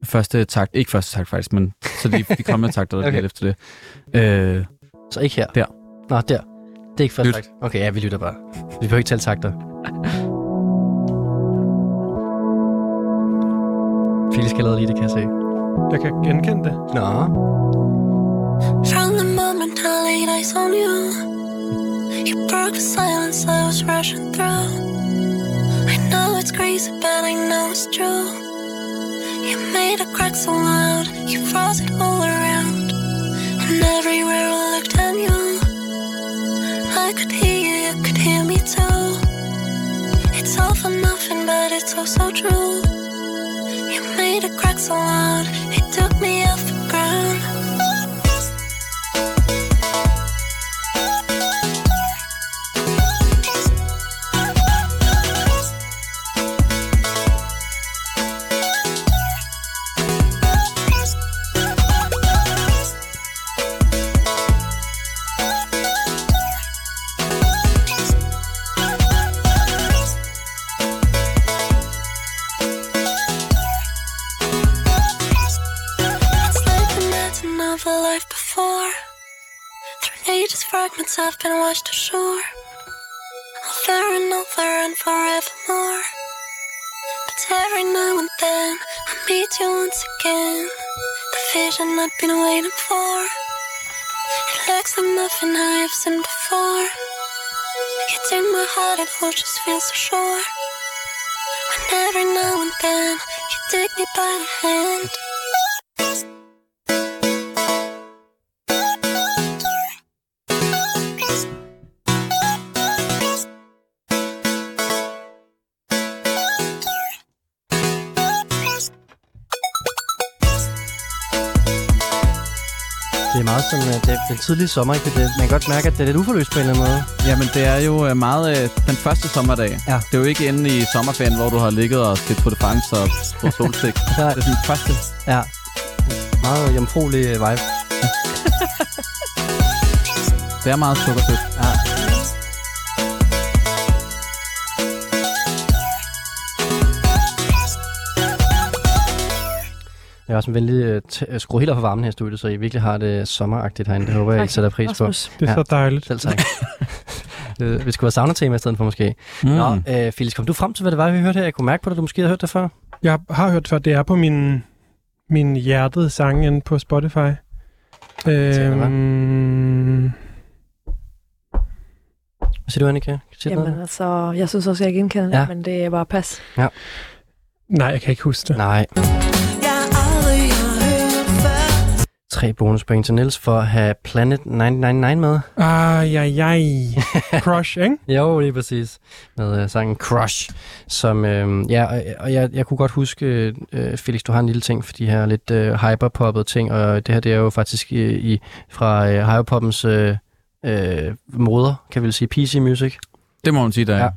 [SPEAKER 5] første takt. Ikke første takt faktisk, men så de, de kommende takter, der okay.
[SPEAKER 2] Okay.
[SPEAKER 5] bliver efter det. Øh,
[SPEAKER 2] Så ikke her.
[SPEAKER 5] Der.
[SPEAKER 2] Nå, der. Det er ikke først
[SPEAKER 5] Lyt.
[SPEAKER 2] takt. Okay, ja, vi lytter bare. Vi behøver ikke tælle takter. Felix kan allerede lige det, kan jeg se.
[SPEAKER 3] Jeg kan genkende det.
[SPEAKER 2] Nå.
[SPEAKER 7] From the moment I laid eyes on you, you broke the silence I was rushing through. I know it's crazy, but I know it's true. You made a crack so loud, you froze it all around. And everywhere I looked at you, I could hear you, you could hear me too. It's all for nothing, but it's so, so true. You made a crack so loud, it took me off the ground. fragments have been washed ashore. Over and over and forevermore. But every now and then, I meet you once again. The vision I've been waiting for. It looks like nothing I have seen before. It's in my heart, it all just feels so sure. When every now and then, you take me by the hand.
[SPEAKER 2] Det er meget sådan, øh, det er den tidlige sommer, ikke? Det, det, man kan godt mærke, at det er lidt uforløst på en eller anden måde.
[SPEAKER 5] Jamen, det er jo øh, meget øh, den første sommerdag.
[SPEAKER 2] Ja.
[SPEAKER 5] Det er jo ikke inde i sommerferien, hvor du har ligget og set på det fangs og på solsigt.
[SPEAKER 2] Nej.
[SPEAKER 5] det er den første.
[SPEAKER 2] Ja. Meget jomfruelig øh, vibe.
[SPEAKER 5] Det er meget sukkersødt.
[SPEAKER 2] Ja. Jeg har også en venlig øh, t- øh, skrue helt op for varmen her i studiet, så I virkelig har det sommeragtigt herinde. Det håber jeg, I
[SPEAKER 4] Tak,
[SPEAKER 2] sætter pris på.
[SPEAKER 4] Rasmus.
[SPEAKER 3] Det er
[SPEAKER 2] Ja.
[SPEAKER 3] ja. så dejligt.
[SPEAKER 2] Selv tak. Øh, vi skulle have sauna-tema i stedet for måske.
[SPEAKER 5] Mm.
[SPEAKER 2] Mm. Nå, øh, Felix, kom du frem til, hvad det var, vi hørte her? Jeg kunne mærke på dig, du måske havde hørt det før.
[SPEAKER 3] Jeg har hørt før, det er på min, min hjertede sang inde på Spotify.
[SPEAKER 2] Tjener, hva'?
[SPEAKER 3] Øhm,
[SPEAKER 2] Hvad siger du, Annika? Kan du sige noget?
[SPEAKER 4] Jamen altså, jeg synes også, jeg genkender det,
[SPEAKER 2] Ja.
[SPEAKER 4] men det er bare pas.
[SPEAKER 3] nej, jeg kan ikke huske
[SPEAKER 4] øh.
[SPEAKER 3] det.
[SPEAKER 2] Nej. Tre bonuspoint til Niels for at have Planet 999 med.
[SPEAKER 3] Ah, ja, ja. Crush, ikke?
[SPEAKER 2] Jo, lige præcis. Med øh, sangen Crush. Som, øh, ja, og, og jeg, jeg kunne godt huske, øh, Felix, du har en lille ting for de her lidt øh, hyperpoppede ting, og det her det er jo faktisk i, i fra øh, hyperpoppens øh, øh, moder, kan vi vel sige, PC Music.
[SPEAKER 5] Det må man sige, der er.
[SPEAKER 2] Ja.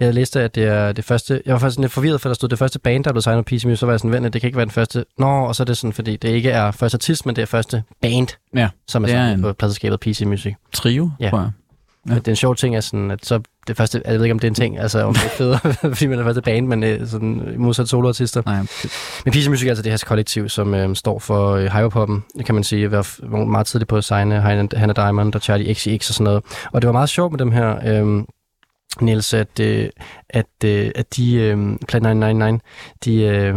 [SPEAKER 2] Jeg læste, at det er det første... Jeg var faktisk sådan lidt forvirret, for der stod det første band, der blev signet på PC Music, så var jeg sådan, vent, det kan ikke være den første... Nå, og så er det sådan, fordi det ikke er første artist, men det er første band,
[SPEAKER 5] Ja,
[SPEAKER 2] som er
[SPEAKER 5] det er
[SPEAKER 2] signet
[SPEAKER 5] en-
[SPEAKER 2] på pladselskabet PC Music.
[SPEAKER 5] Trio,
[SPEAKER 2] Ja.
[SPEAKER 5] ja. tror jeg.
[SPEAKER 2] Ja. Men den sjove ting er sådan, at så det første, jeg ved ikke om det er en ting, altså om det er federe, fordi man er første band, men øh, sådan modsat soloartister.
[SPEAKER 5] Nej,
[SPEAKER 2] Men PC Music er altså det her kollektiv, som øh, står for øh, hyperpoppen, kan man sige, var f- var meget tidligt på at signe Hannah Hannah Diamond og Charlie XCX og sådan noget. Og det var meget sjovt med dem her, øh, Niels, at, øh, at, øh, at de, øh, Planet 999, de, øh,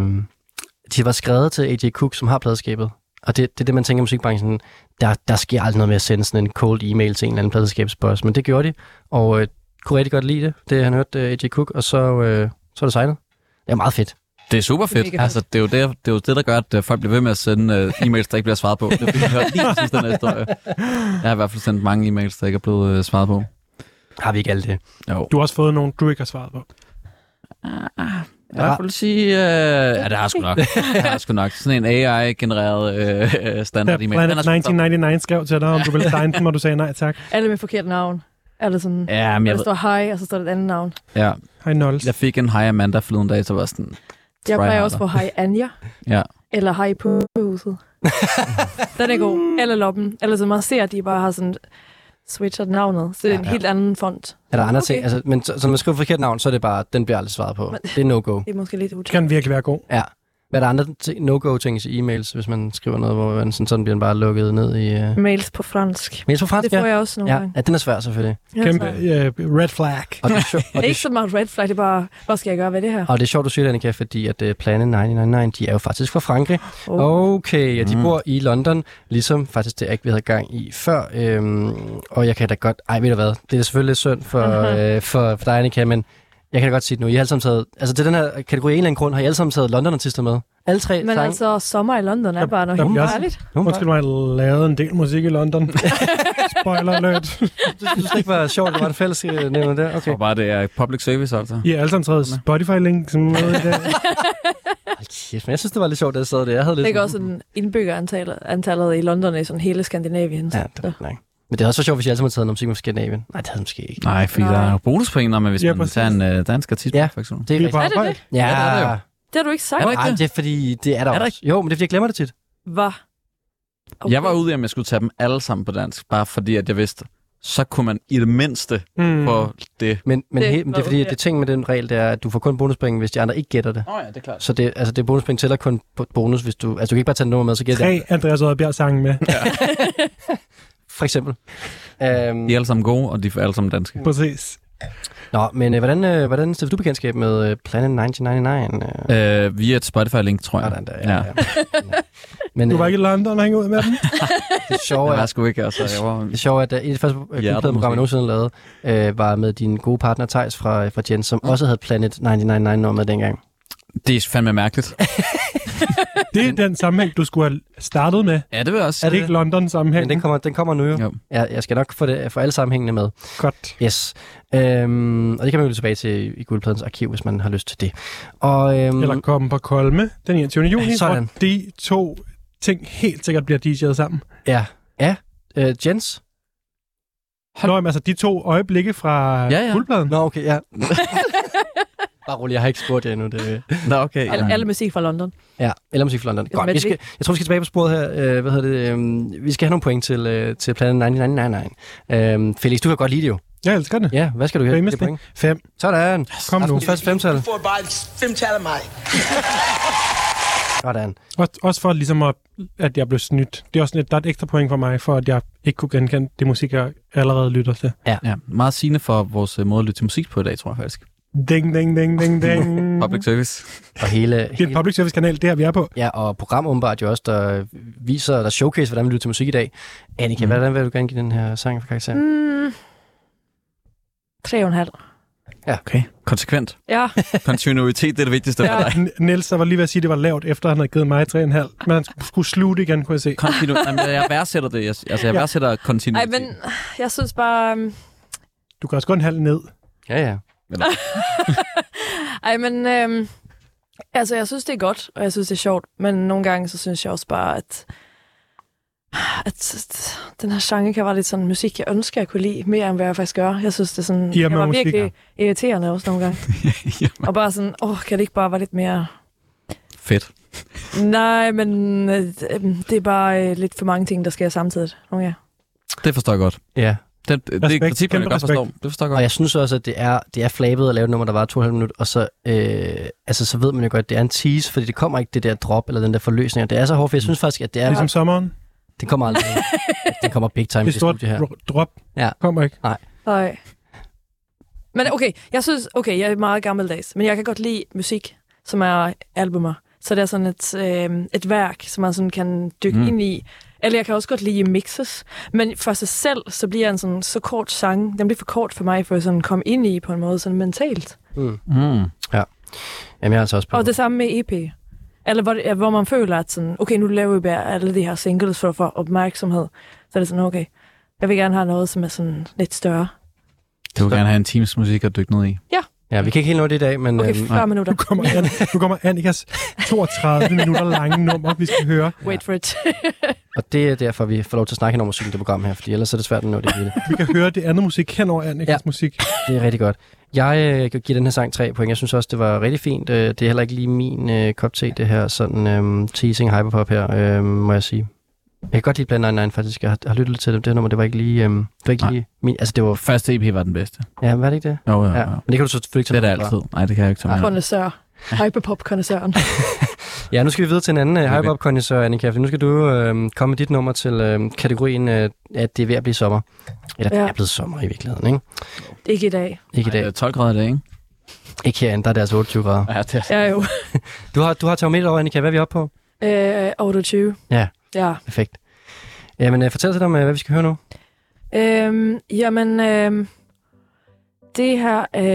[SPEAKER 2] de var skrevet til AJ Cook, som har pladeskabet. Og det, det er det, man tænker i musikbranchen. Der, der sker aldrig noget med at sende sådan en cold e-mail til en eller anden pladeskabsboss, men det gjorde de, og øh, kunne rigtig godt lide det, det han hørte øh, AJ Cook, og så, øh, så er det signet. Det er meget fedt.
[SPEAKER 5] Det er super fedt.
[SPEAKER 4] mega fedt.
[SPEAKER 5] altså, det er, jo det, det er jo det, der gør, at øh, folk bliver ved med at sende øh, e-mails, der ikke bliver svaret på. Det er, fordi, jeg har hørt lige præcis den her historie. Jeg har i hvert fald sendt mange e-mails, der ikke er blevet øh, svaret på.
[SPEAKER 2] Har vi ikke alt det?
[SPEAKER 5] Jo.
[SPEAKER 3] Du har også fået nogen, du ikke har svaret på.
[SPEAKER 5] Jeg vil sige, øh, ja, det har jeg sgu nok. Det har jeg sgu nok. Sådan en AI-genereret øh, øh,
[SPEAKER 3] Da
[SPEAKER 5] standard e-mail.
[SPEAKER 3] Planet
[SPEAKER 5] Den er sgu top.
[SPEAKER 3] 1999 skrev til dig, om du ville tegne den, og du sagde nej tak.
[SPEAKER 4] Alle med forkert navn. Alle sådan, ja,
[SPEAKER 5] Ja, men jeg,
[SPEAKER 4] der står hej, og så står der et andet navn.
[SPEAKER 5] ja,
[SPEAKER 3] Hej, Nolls.
[SPEAKER 5] jeg fik en hej Amanda forleden dag, så var jeg sådan... try
[SPEAKER 4] Jeg plejer også på
[SPEAKER 5] harder.
[SPEAKER 4] hej Anja.
[SPEAKER 5] Ja.
[SPEAKER 4] Eller hej på huset. Den er god. Eller loppen. Eller så man ser, at de bare har sådan switchet navnet. Så det er en
[SPEAKER 2] Ja.
[SPEAKER 4] helt anden font.
[SPEAKER 2] Er der andre okay.
[SPEAKER 4] Okay.
[SPEAKER 2] ting? Altså, men så, så når man skriver forkert navn, så er det bare, den bliver aldrig svaret på.
[SPEAKER 4] Men-
[SPEAKER 2] Det er no-go.
[SPEAKER 4] Det er måske lidt utrygt.
[SPEAKER 3] Kan den virkelig være god?
[SPEAKER 2] Ja. Hvad er der andre ti- no-go ting i e-mails, hvis man skriver noget, hvor man sådan, sådan bliver den bare lukket ned i... Uh...
[SPEAKER 4] Mails på fransk.
[SPEAKER 2] Mails på fransk,
[SPEAKER 4] Mm. Det får
[SPEAKER 2] ja.
[SPEAKER 4] jeg også nogle
[SPEAKER 2] Ja.
[SPEAKER 4] gange.
[SPEAKER 2] ja, den er svær selvfølgelig.
[SPEAKER 4] Ja,
[SPEAKER 3] Kæmpe
[SPEAKER 4] så-
[SPEAKER 3] øh, red flag.
[SPEAKER 2] Og det, er sjovt, og,
[SPEAKER 4] Det
[SPEAKER 2] det,
[SPEAKER 4] er ikke
[SPEAKER 2] er-
[SPEAKER 4] så meget red flag, det er bare, hvad skal jeg gøre ved det her?
[SPEAKER 2] og det er sjovt, du siger det, Annika, fordi at uh, Planet 999, de er jo faktisk fra Frankrig.
[SPEAKER 4] Oh.
[SPEAKER 2] Okay, ja, de
[SPEAKER 5] Mm.
[SPEAKER 2] bor i London, ligesom faktisk det ikke vi havde gang i før. Øhm, og jeg kan da godt... Ej, ved du hvad? Det er selvfølgelig lidt synd for,
[SPEAKER 4] Mhm.
[SPEAKER 2] øh, for, for dig, Annika, men jeg kan da godt sige det nu. I har alle sammen taget... Altså til den her kategori af en eller anden grund, har I alle sammen taget London-artister med. Alle tre
[SPEAKER 4] Men
[SPEAKER 2] sange.
[SPEAKER 4] altså, sommer i London er
[SPEAKER 3] Der-
[SPEAKER 4] bare noget
[SPEAKER 3] der
[SPEAKER 4] helt
[SPEAKER 3] bliver også-
[SPEAKER 4] dejligt.
[SPEAKER 2] Nogle
[SPEAKER 3] Undskyld mig, jeg lavede en del musik i London. Spoiler alert.
[SPEAKER 2] Du synes det ikke var sjovt, at det var en fælles øh, nævner der?
[SPEAKER 5] Okay.
[SPEAKER 2] Okay.
[SPEAKER 5] Og bare det er public service, altså.
[SPEAKER 3] I har alle sammen taget Spotify-link som noget i dag.
[SPEAKER 2] Hold kæft, men jeg synes, det var lidt sjovt, at jeg sad der. Jeg havde lidt
[SPEAKER 4] Det er
[SPEAKER 2] sådan-
[SPEAKER 4] også sådan indbyggerantallet antallet i London i sådan hele Skandinavien.
[SPEAKER 2] Ja, det var nej. Men det er også for sjovt, hvis jeg altid havde taget noget musik fra Skandinavien. Nej, det havde jeg måske ikke.
[SPEAKER 5] Nej, fordi
[SPEAKER 4] Nej.
[SPEAKER 5] der er jo bonuspoint, når man, hvis
[SPEAKER 3] Ja,
[SPEAKER 5] man
[SPEAKER 3] præcis.
[SPEAKER 5] tager en øh, dansk artist,
[SPEAKER 2] Ja.
[SPEAKER 5] for eksempel.
[SPEAKER 2] Det er
[SPEAKER 3] Vi er
[SPEAKER 2] rigtigt.
[SPEAKER 3] på
[SPEAKER 4] Er det
[SPEAKER 3] arbejde.
[SPEAKER 2] Ja,
[SPEAKER 5] Ja, det er det jo.
[SPEAKER 4] Det har du ikke sagt.
[SPEAKER 5] Er der ikke
[SPEAKER 2] Ej,
[SPEAKER 5] det?
[SPEAKER 2] det er fordi, det er der,
[SPEAKER 5] Er der
[SPEAKER 2] også. Jo, men det er fordi, jeg glemmer det tit.
[SPEAKER 4] Hvad?
[SPEAKER 5] Okay. Jeg var ude i, om jeg skulle tage dem alle sammen på dansk, bare fordi, at jeg vidste, så kunne man i det mindste
[SPEAKER 3] Mm.
[SPEAKER 5] få mm. det.
[SPEAKER 2] Men, men
[SPEAKER 4] Det
[SPEAKER 2] det, he,
[SPEAKER 4] er
[SPEAKER 2] men det er
[SPEAKER 4] noget,
[SPEAKER 2] fordi, at
[SPEAKER 4] ja.
[SPEAKER 2] det ting med den regel, det er, at du får kun bonuspoint, hvis de andre ikke gætter det.
[SPEAKER 5] Åh oh, ja, det er klart.
[SPEAKER 2] Så det, altså det bonuspoint tæller kun på bonus, hvis du... Altså du kan ikke bare tage et nummer med, så gælder
[SPEAKER 3] Tre
[SPEAKER 2] det.
[SPEAKER 3] Andreas Oddbjerg sange med.
[SPEAKER 2] for eksempel. Øhm,
[SPEAKER 5] De er alle sammen gode, og de er alle sammen danske.
[SPEAKER 3] Præcis.
[SPEAKER 2] Nå, men øh, hvordan, øh, hvordan stifter du bekendtskab med øh, Planet 1999? Øh,
[SPEAKER 5] Øh, via et Spotify-link, tror jeg.
[SPEAKER 2] sådan der, ja, ja.
[SPEAKER 5] Øh, ja.
[SPEAKER 2] ja. Men
[SPEAKER 3] Du
[SPEAKER 2] øh,
[SPEAKER 3] var ikke i London og hænge ud med dem?
[SPEAKER 2] det sjove
[SPEAKER 5] Jeg
[SPEAKER 2] er,
[SPEAKER 5] var sgu ikke, altså. Jeg var...
[SPEAKER 2] det sjove er, at øh, et af de første øh,
[SPEAKER 5] Hjertet
[SPEAKER 2] guldpladeprogram, jeg
[SPEAKER 5] måske.
[SPEAKER 2] nogensinde lavede, øh, var med din gode partner Tejs fra, øh, fra Jens,
[SPEAKER 5] Mm.
[SPEAKER 2] som også havde Planet 1999-nummeret dengang.
[SPEAKER 5] Det er fandme mærkeligt.
[SPEAKER 3] Det er den sammenhæng, du skulle have startet med.
[SPEAKER 5] Ja, det vil jeg også
[SPEAKER 3] Er det
[SPEAKER 5] sige.
[SPEAKER 3] ikke London-sammenhæng?
[SPEAKER 2] Men den kommer, den kommer nu jo.
[SPEAKER 5] Jo.
[SPEAKER 2] Jeg, jeg skal nok få, det, få alle sammenhængene med.
[SPEAKER 3] Godt.
[SPEAKER 2] Yes. Øhm, og det kan man jo tilbage til i guldpladens arkiv, hvis man har lyst til det. Og, øhm,
[SPEAKER 3] Eller komme på Kolme den 21. juni,
[SPEAKER 2] Sådan.
[SPEAKER 3] hvor de to ting helt sikkert bliver DJ'et sammen.
[SPEAKER 2] Ja. Ja. Øh, Jens?
[SPEAKER 3] Nå, jamen, altså de to øjeblikke fra
[SPEAKER 5] Ja, ja.
[SPEAKER 3] guldpladen.
[SPEAKER 2] Nå, okay, ja. Bare rolig, jeg har ikke spurgt jer endnu. Det...
[SPEAKER 5] Nå, okay.
[SPEAKER 4] Al, alle musik fra London.
[SPEAKER 2] Ja, eller musik fra London.
[SPEAKER 4] er
[SPEAKER 2] Godt, vi
[SPEAKER 4] Mads
[SPEAKER 2] skal, jeg tror, vi skal tilbage på sporet her. Øh, hvad hedder det? Øhm, vi skal have nogle point til, øh, til planen 1999. Øhm, Felix, du kan godt lide det jo.
[SPEAKER 3] Jeg elsker det.
[SPEAKER 2] Ja, hvad skal du have?
[SPEAKER 3] Famous
[SPEAKER 2] Det point.
[SPEAKER 3] Fem.
[SPEAKER 2] Sådan.
[SPEAKER 3] Kom nu.
[SPEAKER 2] Aftens første femtal.
[SPEAKER 8] får bare et femtal af mig.
[SPEAKER 2] Sådan.
[SPEAKER 3] Også, også for ligesom at, at jeg blev snydt. Det er også sådan et, der er et ekstra point for mig, for at jeg ikke kunne genkende det musik, jeg allerede lytter til.
[SPEAKER 5] Ja, meget sigende for vores øh, måde at lytte til musik på i dag, tror jeg faktisk.
[SPEAKER 3] Ding, ding, ding, ding, ding.
[SPEAKER 5] Public service.
[SPEAKER 2] Og hele,
[SPEAKER 3] det er en
[SPEAKER 2] hele
[SPEAKER 3] public service kanal, det her vi er på.
[SPEAKER 2] ja, og program åbenbart jo også, der viser, der showcase, hvordan vi lytter til musik i dag. Annika,
[SPEAKER 4] Mhm.
[SPEAKER 2] mm. hvordan vil du gerne give den her sang for karakter? Mm.
[SPEAKER 4] Mm. Tre og en halv.
[SPEAKER 5] Okay. Konsekvent.
[SPEAKER 4] Ja,
[SPEAKER 5] Kontinuitet, det er det vigtigste for
[SPEAKER 4] Ja.
[SPEAKER 5] dig.
[SPEAKER 3] N- Niels, der var lige ved at sige, at det var lavt, efter han havde givet mig 3,5. Men han sk- skulle slutte igen, kunne jeg se.
[SPEAKER 5] Kontinu- Jamen, jeg værdsætter det. Jeg, altså, jeg
[SPEAKER 3] Ja.
[SPEAKER 5] værdsætter
[SPEAKER 4] Ej,
[SPEAKER 5] kontinuitet.
[SPEAKER 4] men jeg synes bare... øhm,
[SPEAKER 3] Du kan også gå en halv ned.
[SPEAKER 2] Ja, ja.
[SPEAKER 4] Ej, men... Øhm, altså, jeg synes, det er godt, og jeg synes, det er sjovt. Men nogle gange, så synes jeg også bare, at... At den her genre kan være lidt sådan musik, jeg ønsker, jeg kunne lide mere, end hvad jeg faktisk gør. Jeg synes, det er sådan...
[SPEAKER 3] Irma
[SPEAKER 4] jeg var
[SPEAKER 3] musik,
[SPEAKER 4] virkelig irriterende også nogle gange. og bare sådan, åh, kan det ikke bare være lidt mere...
[SPEAKER 5] Fedt.
[SPEAKER 4] Nej, men øh, øhm, det er bare øh, lidt for mange ting, der sker samtidig. Nogle gange.
[SPEAKER 5] Det forstår jeg godt.
[SPEAKER 2] Ja,
[SPEAKER 5] Den, det er et
[SPEAKER 3] Respekt.
[SPEAKER 5] princip, jeg
[SPEAKER 3] Kæmpe
[SPEAKER 5] godt
[SPEAKER 3] respekt.
[SPEAKER 5] forstår. Det forstår jeg
[SPEAKER 2] og
[SPEAKER 5] godt.
[SPEAKER 2] jeg synes også, at det er, det er flabet at lave et nummer, der var 2,5 minutter, og så, øh, altså, så ved man jo godt, at det er en tease, fordi det kommer ikke det der drop eller den der forløsning, og det er så hårdt, for jeg synes faktisk, at det er...
[SPEAKER 3] Ligesom sommeren.
[SPEAKER 2] Den kommer aldrig. den kommer big time.
[SPEAKER 3] Det
[SPEAKER 2] Det,
[SPEAKER 3] er stort
[SPEAKER 2] studie her.
[SPEAKER 3] dro- drop.
[SPEAKER 2] Ja.
[SPEAKER 3] Kommer ikke.
[SPEAKER 4] Nej. Men okay, jeg synes, okay, jeg er meget gammeldags, men jeg kan godt lide musik, som er albumer. Så det er sådan et, øh, et værk, som man sådan kan dykke
[SPEAKER 5] Mm.
[SPEAKER 4] mm. ind i. Eller jeg kan også godt lide mixes, men for sig selv, så bliver en sådan så kort sang, den bliver for kort for mig, for at sådan komme ind i på en måde sådan mentalt.
[SPEAKER 5] Mm.
[SPEAKER 2] Jamen, jeg er altså også på.
[SPEAKER 4] Og det samme med EP. Eller hvor, det- hvor man føler, at sådan, okay, nu laver vi bare alle de her singles for at få opmærksomhed. Så er det sådan, okay, jeg vil gerne have noget, som er sådan lidt større.
[SPEAKER 5] Du vil gerne have en times musik at dykke ned i.
[SPEAKER 2] Ja, vi kan ikke helt nå det i dag, men...
[SPEAKER 4] Okay,
[SPEAKER 2] øhm,
[SPEAKER 4] 40 minutter.
[SPEAKER 3] Nu kommer, An- nu kommer Annikas 32 minutter lange nummer, vi skal høre.
[SPEAKER 4] Wait for it.
[SPEAKER 2] og det er derfor, vi får lov til at snakke hen over musik i det program her, fordi ellers er det svært at nå det hele.
[SPEAKER 3] Vi kan høre det andet musik hen over Annikas
[SPEAKER 2] Ja.
[SPEAKER 3] ja. musik.
[SPEAKER 2] Det er rigtig godt. Jeg øh, giver den her sang tre point. Jeg synes også, det var rigtig fint. Øh, det er heller ikke lige min øh, kop te, det her sådan øh, teasing hyperpop her, øh, må jeg sige. Jeg kan godt lide Plan 99 faktisk. Jeg har, har lyttet lidt til dem. Det her nummer, det var ikke lige... Øh, det var ikke
[SPEAKER 5] Nej.
[SPEAKER 2] lige min, altså, det var...
[SPEAKER 5] Første EP var den bedste.
[SPEAKER 2] Ja, var det ikke det?
[SPEAKER 5] Jo, jo,
[SPEAKER 2] Ja,
[SPEAKER 5] jo.
[SPEAKER 2] men det kan du selvfølgelig ikke
[SPEAKER 5] Det er det
[SPEAKER 2] noget fra.
[SPEAKER 5] altid. Nej, det kan jeg ikke tage med.
[SPEAKER 4] Kondensør. Hyperpop-kondensøren.
[SPEAKER 2] Ja, nu skal vi videre til en anden uh,
[SPEAKER 5] Okay.
[SPEAKER 2] hype-up-kondensør, Annika, for nu skal du øh, komme med dit nummer til øh, kategorien, øh, at det er ved at blive sommer. Eller ja.
[SPEAKER 4] Ja.
[SPEAKER 2] det er blevet sommer i virkeligheden, ikke?
[SPEAKER 4] Ikke i dag.
[SPEAKER 2] Ikke i
[SPEAKER 5] Ej,
[SPEAKER 2] dag.
[SPEAKER 5] det er 12 grader i dag, ikke?
[SPEAKER 2] Ikke herinde, der er det altså 28 grader.
[SPEAKER 5] Ja, det er
[SPEAKER 4] Jeg er jo
[SPEAKER 2] Du har, du har termometer over, Annika. Hvad er vi oppe på?
[SPEAKER 4] øh, 28.
[SPEAKER 2] Ja.
[SPEAKER 4] Ja.
[SPEAKER 2] Perfekt. Jamen, øh, fortæl os lidt om, øh, hvad vi skal høre nu.
[SPEAKER 4] Øhm, jamen, øhm, det her... Øh,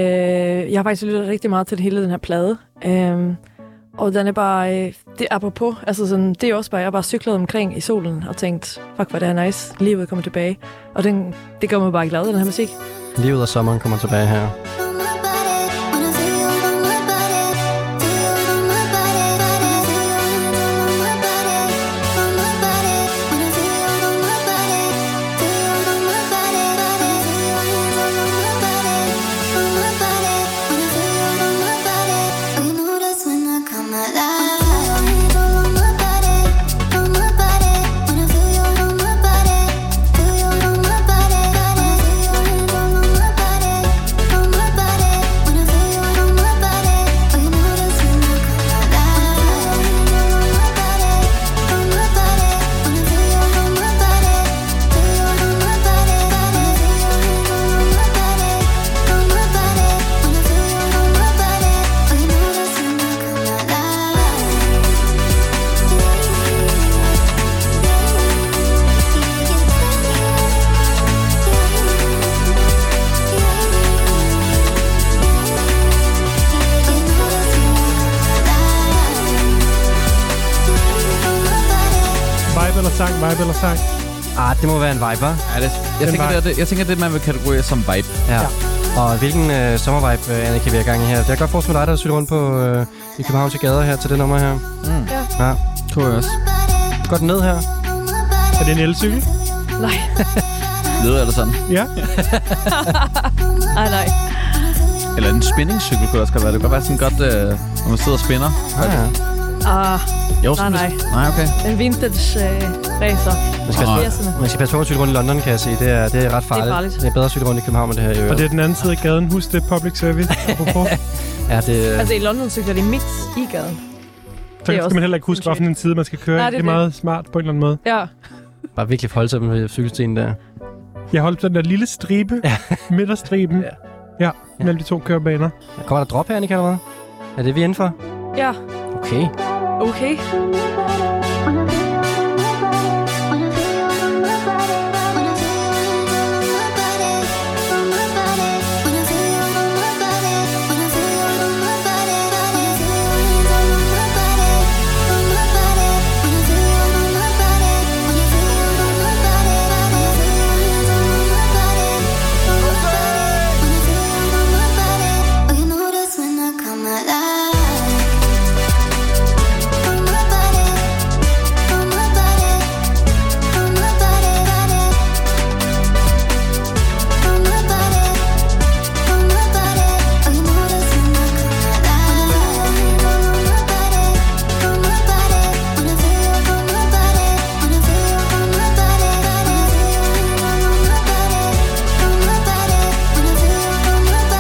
[SPEAKER 4] jeg har faktisk lyttet rigtig meget til hele den her plade. Øhm, og den er bare... Øh, det er apropos. Altså sådan, det er også bare... Jeg har bare cyklet omkring i solen og tænkt, fuck, hvor det er nice. Livet kommer tilbage. Og den, det gør mig bare glad, den her musik.
[SPEAKER 2] Livet og sommeren kommer tilbage her.
[SPEAKER 7] Body,
[SPEAKER 3] sang, vibe eller sang?
[SPEAKER 2] Ah, det må være en vibe, hva'?
[SPEAKER 5] Ja, det, jeg,
[SPEAKER 3] Den
[SPEAKER 5] tænker,
[SPEAKER 3] vibe.
[SPEAKER 5] det, er det, jeg tænker, det er det, man vil kategorisere som vibe.
[SPEAKER 2] Ja. ja. Og hvilken øh, sommervibe, øh, Annika, vi er i gang i her? Jeg kan godt forestille mig dig, der cykler rundt på øh, i København til gader her til det nummer her.
[SPEAKER 5] Mm.
[SPEAKER 4] Ja.
[SPEAKER 2] Ja.
[SPEAKER 5] Tror jeg også.
[SPEAKER 2] Godt ned her.
[SPEAKER 3] Er det en elcykel?
[SPEAKER 4] Nej,
[SPEAKER 5] Leder eller sådan.
[SPEAKER 3] Ja.
[SPEAKER 4] nej, nej.
[SPEAKER 5] Eller en spændingscykel kunne det også godt være. Det kunne godt være sådan godt, øh, når man sidder og spænder.
[SPEAKER 2] Ah, ja.
[SPEAKER 4] Ah,
[SPEAKER 5] Jo,
[SPEAKER 4] nej, nej.
[SPEAKER 5] Nej, okay.
[SPEAKER 4] En vintage øh, racer.
[SPEAKER 2] Man skal,
[SPEAKER 5] Ah.
[SPEAKER 2] passe,
[SPEAKER 4] 80'erne.
[SPEAKER 2] man skal passe på at cykle rundt i London, kan jeg se. Det er, det er ret farligt.
[SPEAKER 4] farligt.
[SPEAKER 2] Det er bedre at cykle rundt i København end det her i
[SPEAKER 3] Og
[SPEAKER 2] øvrigt.
[SPEAKER 3] det er den anden side af gaden. Husk det, er public service. Apropos.
[SPEAKER 2] Ja, det, øh,
[SPEAKER 4] Altså i London cykler de midt i gaden.
[SPEAKER 3] Så
[SPEAKER 4] Det er
[SPEAKER 3] skal
[SPEAKER 4] også
[SPEAKER 3] man heller ikke huske,
[SPEAKER 4] en
[SPEAKER 3] hvilken en side man skal køre.
[SPEAKER 4] Nej,
[SPEAKER 3] Nej,
[SPEAKER 4] det er
[SPEAKER 3] det, det er
[SPEAKER 4] det.
[SPEAKER 3] meget smart på en eller anden måde.
[SPEAKER 4] Ja,
[SPEAKER 2] Bare virkelig forholde sig med cykelstenen der.
[SPEAKER 3] Jeg holdt den der lille stribe,
[SPEAKER 2] Ja.
[SPEAKER 3] midterstriben,
[SPEAKER 2] Ja.
[SPEAKER 3] ja. Ja, mellem de to kørebaner.
[SPEAKER 2] Kommer der drop her, Annika, eller hvad? Er det vi er inden for?
[SPEAKER 4] ja,
[SPEAKER 2] Okay.
[SPEAKER 4] okay.
[SPEAKER 7] Come alive. On my body, on my body, on my body, body. On my body, on my body. Oh, you know this when I come alive. On my body, on my body. Wanna feel you on my body, wanna feel you on my body, body. On my body, on my body. Wanna feel you on my body. Oh, you know this when I come alive. On my body, on my body. Wanna feel you on my body, wanna feel you on my body, body.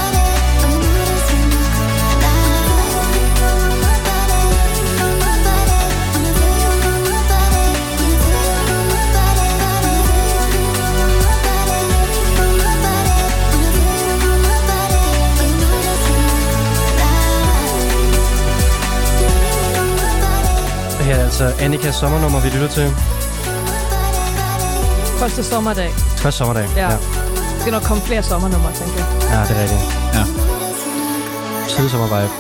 [SPEAKER 2] Det her er altså Annikas sommernummer, vi lytter til.
[SPEAKER 4] Første sommerdag.
[SPEAKER 2] Første sommerdag.
[SPEAKER 4] Ja.
[SPEAKER 2] ja.
[SPEAKER 4] Der skal nok komme flere sommernumre, tænker jeg.
[SPEAKER 2] Ja, det er rigtigt.
[SPEAKER 5] Ja.
[SPEAKER 2] Tidesommervibe.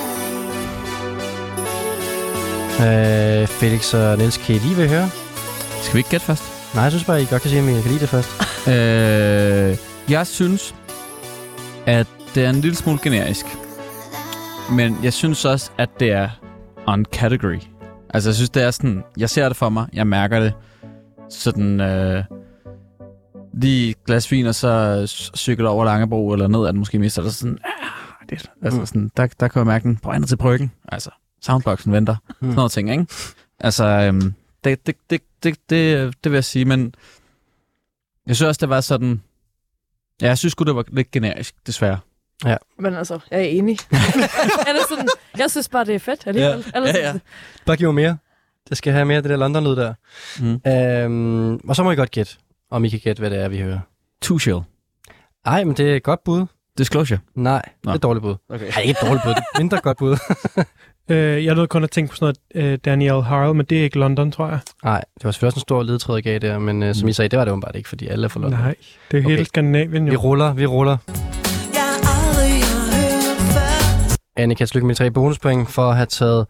[SPEAKER 2] Øh, Felix og Niels, kan I lige vil høre?
[SPEAKER 5] Skal vi ikke gætte først?
[SPEAKER 2] Nej, jeg synes bare, I godt kan sige, at jeg kan lide det først.
[SPEAKER 5] Øh, jeg synes, at det er en lille smule generisk. Men jeg synes også, at det er on category. Altså, jeg synes, det er sådan... Jeg ser det for mig. Jeg mærker det. Sådan... Øh, lige et glas vin, og så s- cykle over Langebro, eller ned, at måske mest, eller sådan... ah, Det, altså,
[SPEAKER 2] Mm.
[SPEAKER 5] sådan, der, der kan jeg mærke den. Prøv andet til bryggen. Altså, soundboxen venter. Mm. Sådan noget ting, ikke? Altså, øhm, det, det, det, det, det, det vil jeg sige, men jeg synes også, det var sådan... Ja, jeg synes sgu, det var lidt generisk, desværre.
[SPEAKER 4] Men altså, jeg er enig. Eller sådan, jeg synes bare, det er fedt alligevel.
[SPEAKER 5] Ja.
[SPEAKER 4] Eller
[SPEAKER 5] Ja,
[SPEAKER 4] sådan,
[SPEAKER 2] Bare giv mig mere. Det skal have mere af det der London-lyd der.
[SPEAKER 5] Mm.
[SPEAKER 2] Øhm, og så må I godt gætte, om I kan gætte, hvad det er, vi hører.
[SPEAKER 5] Two Shell.
[SPEAKER 2] Ej, men det er et godt bud.
[SPEAKER 5] Disclosure.
[SPEAKER 2] Nej, det er et dårligt bud.
[SPEAKER 5] Okay.
[SPEAKER 2] Nej, ikke et dårligt bud. Det er et mindre godt bud.
[SPEAKER 3] Øh, jeg nåede kun at tænke på sådan noget øh, Daniel Harl, men det er ikke London, tror jeg.
[SPEAKER 2] Nej, det var selvfølgelig også en stor ledtråd, jeg gav der, men øh, som I sagde, det var det åbenbart ikke, fordi alle er for London.
[SPEAKER 3] Nej, det er
[SPEAKER 2] Okay.
[SPEAKER 3] hele Skandinavien
[SPEAKER 2] Vi
[SPEAKER 3] jo.
[SPEAKER 2] ruller, vi ruller. Annika, tillykke med de tre bonuspoint for at have taget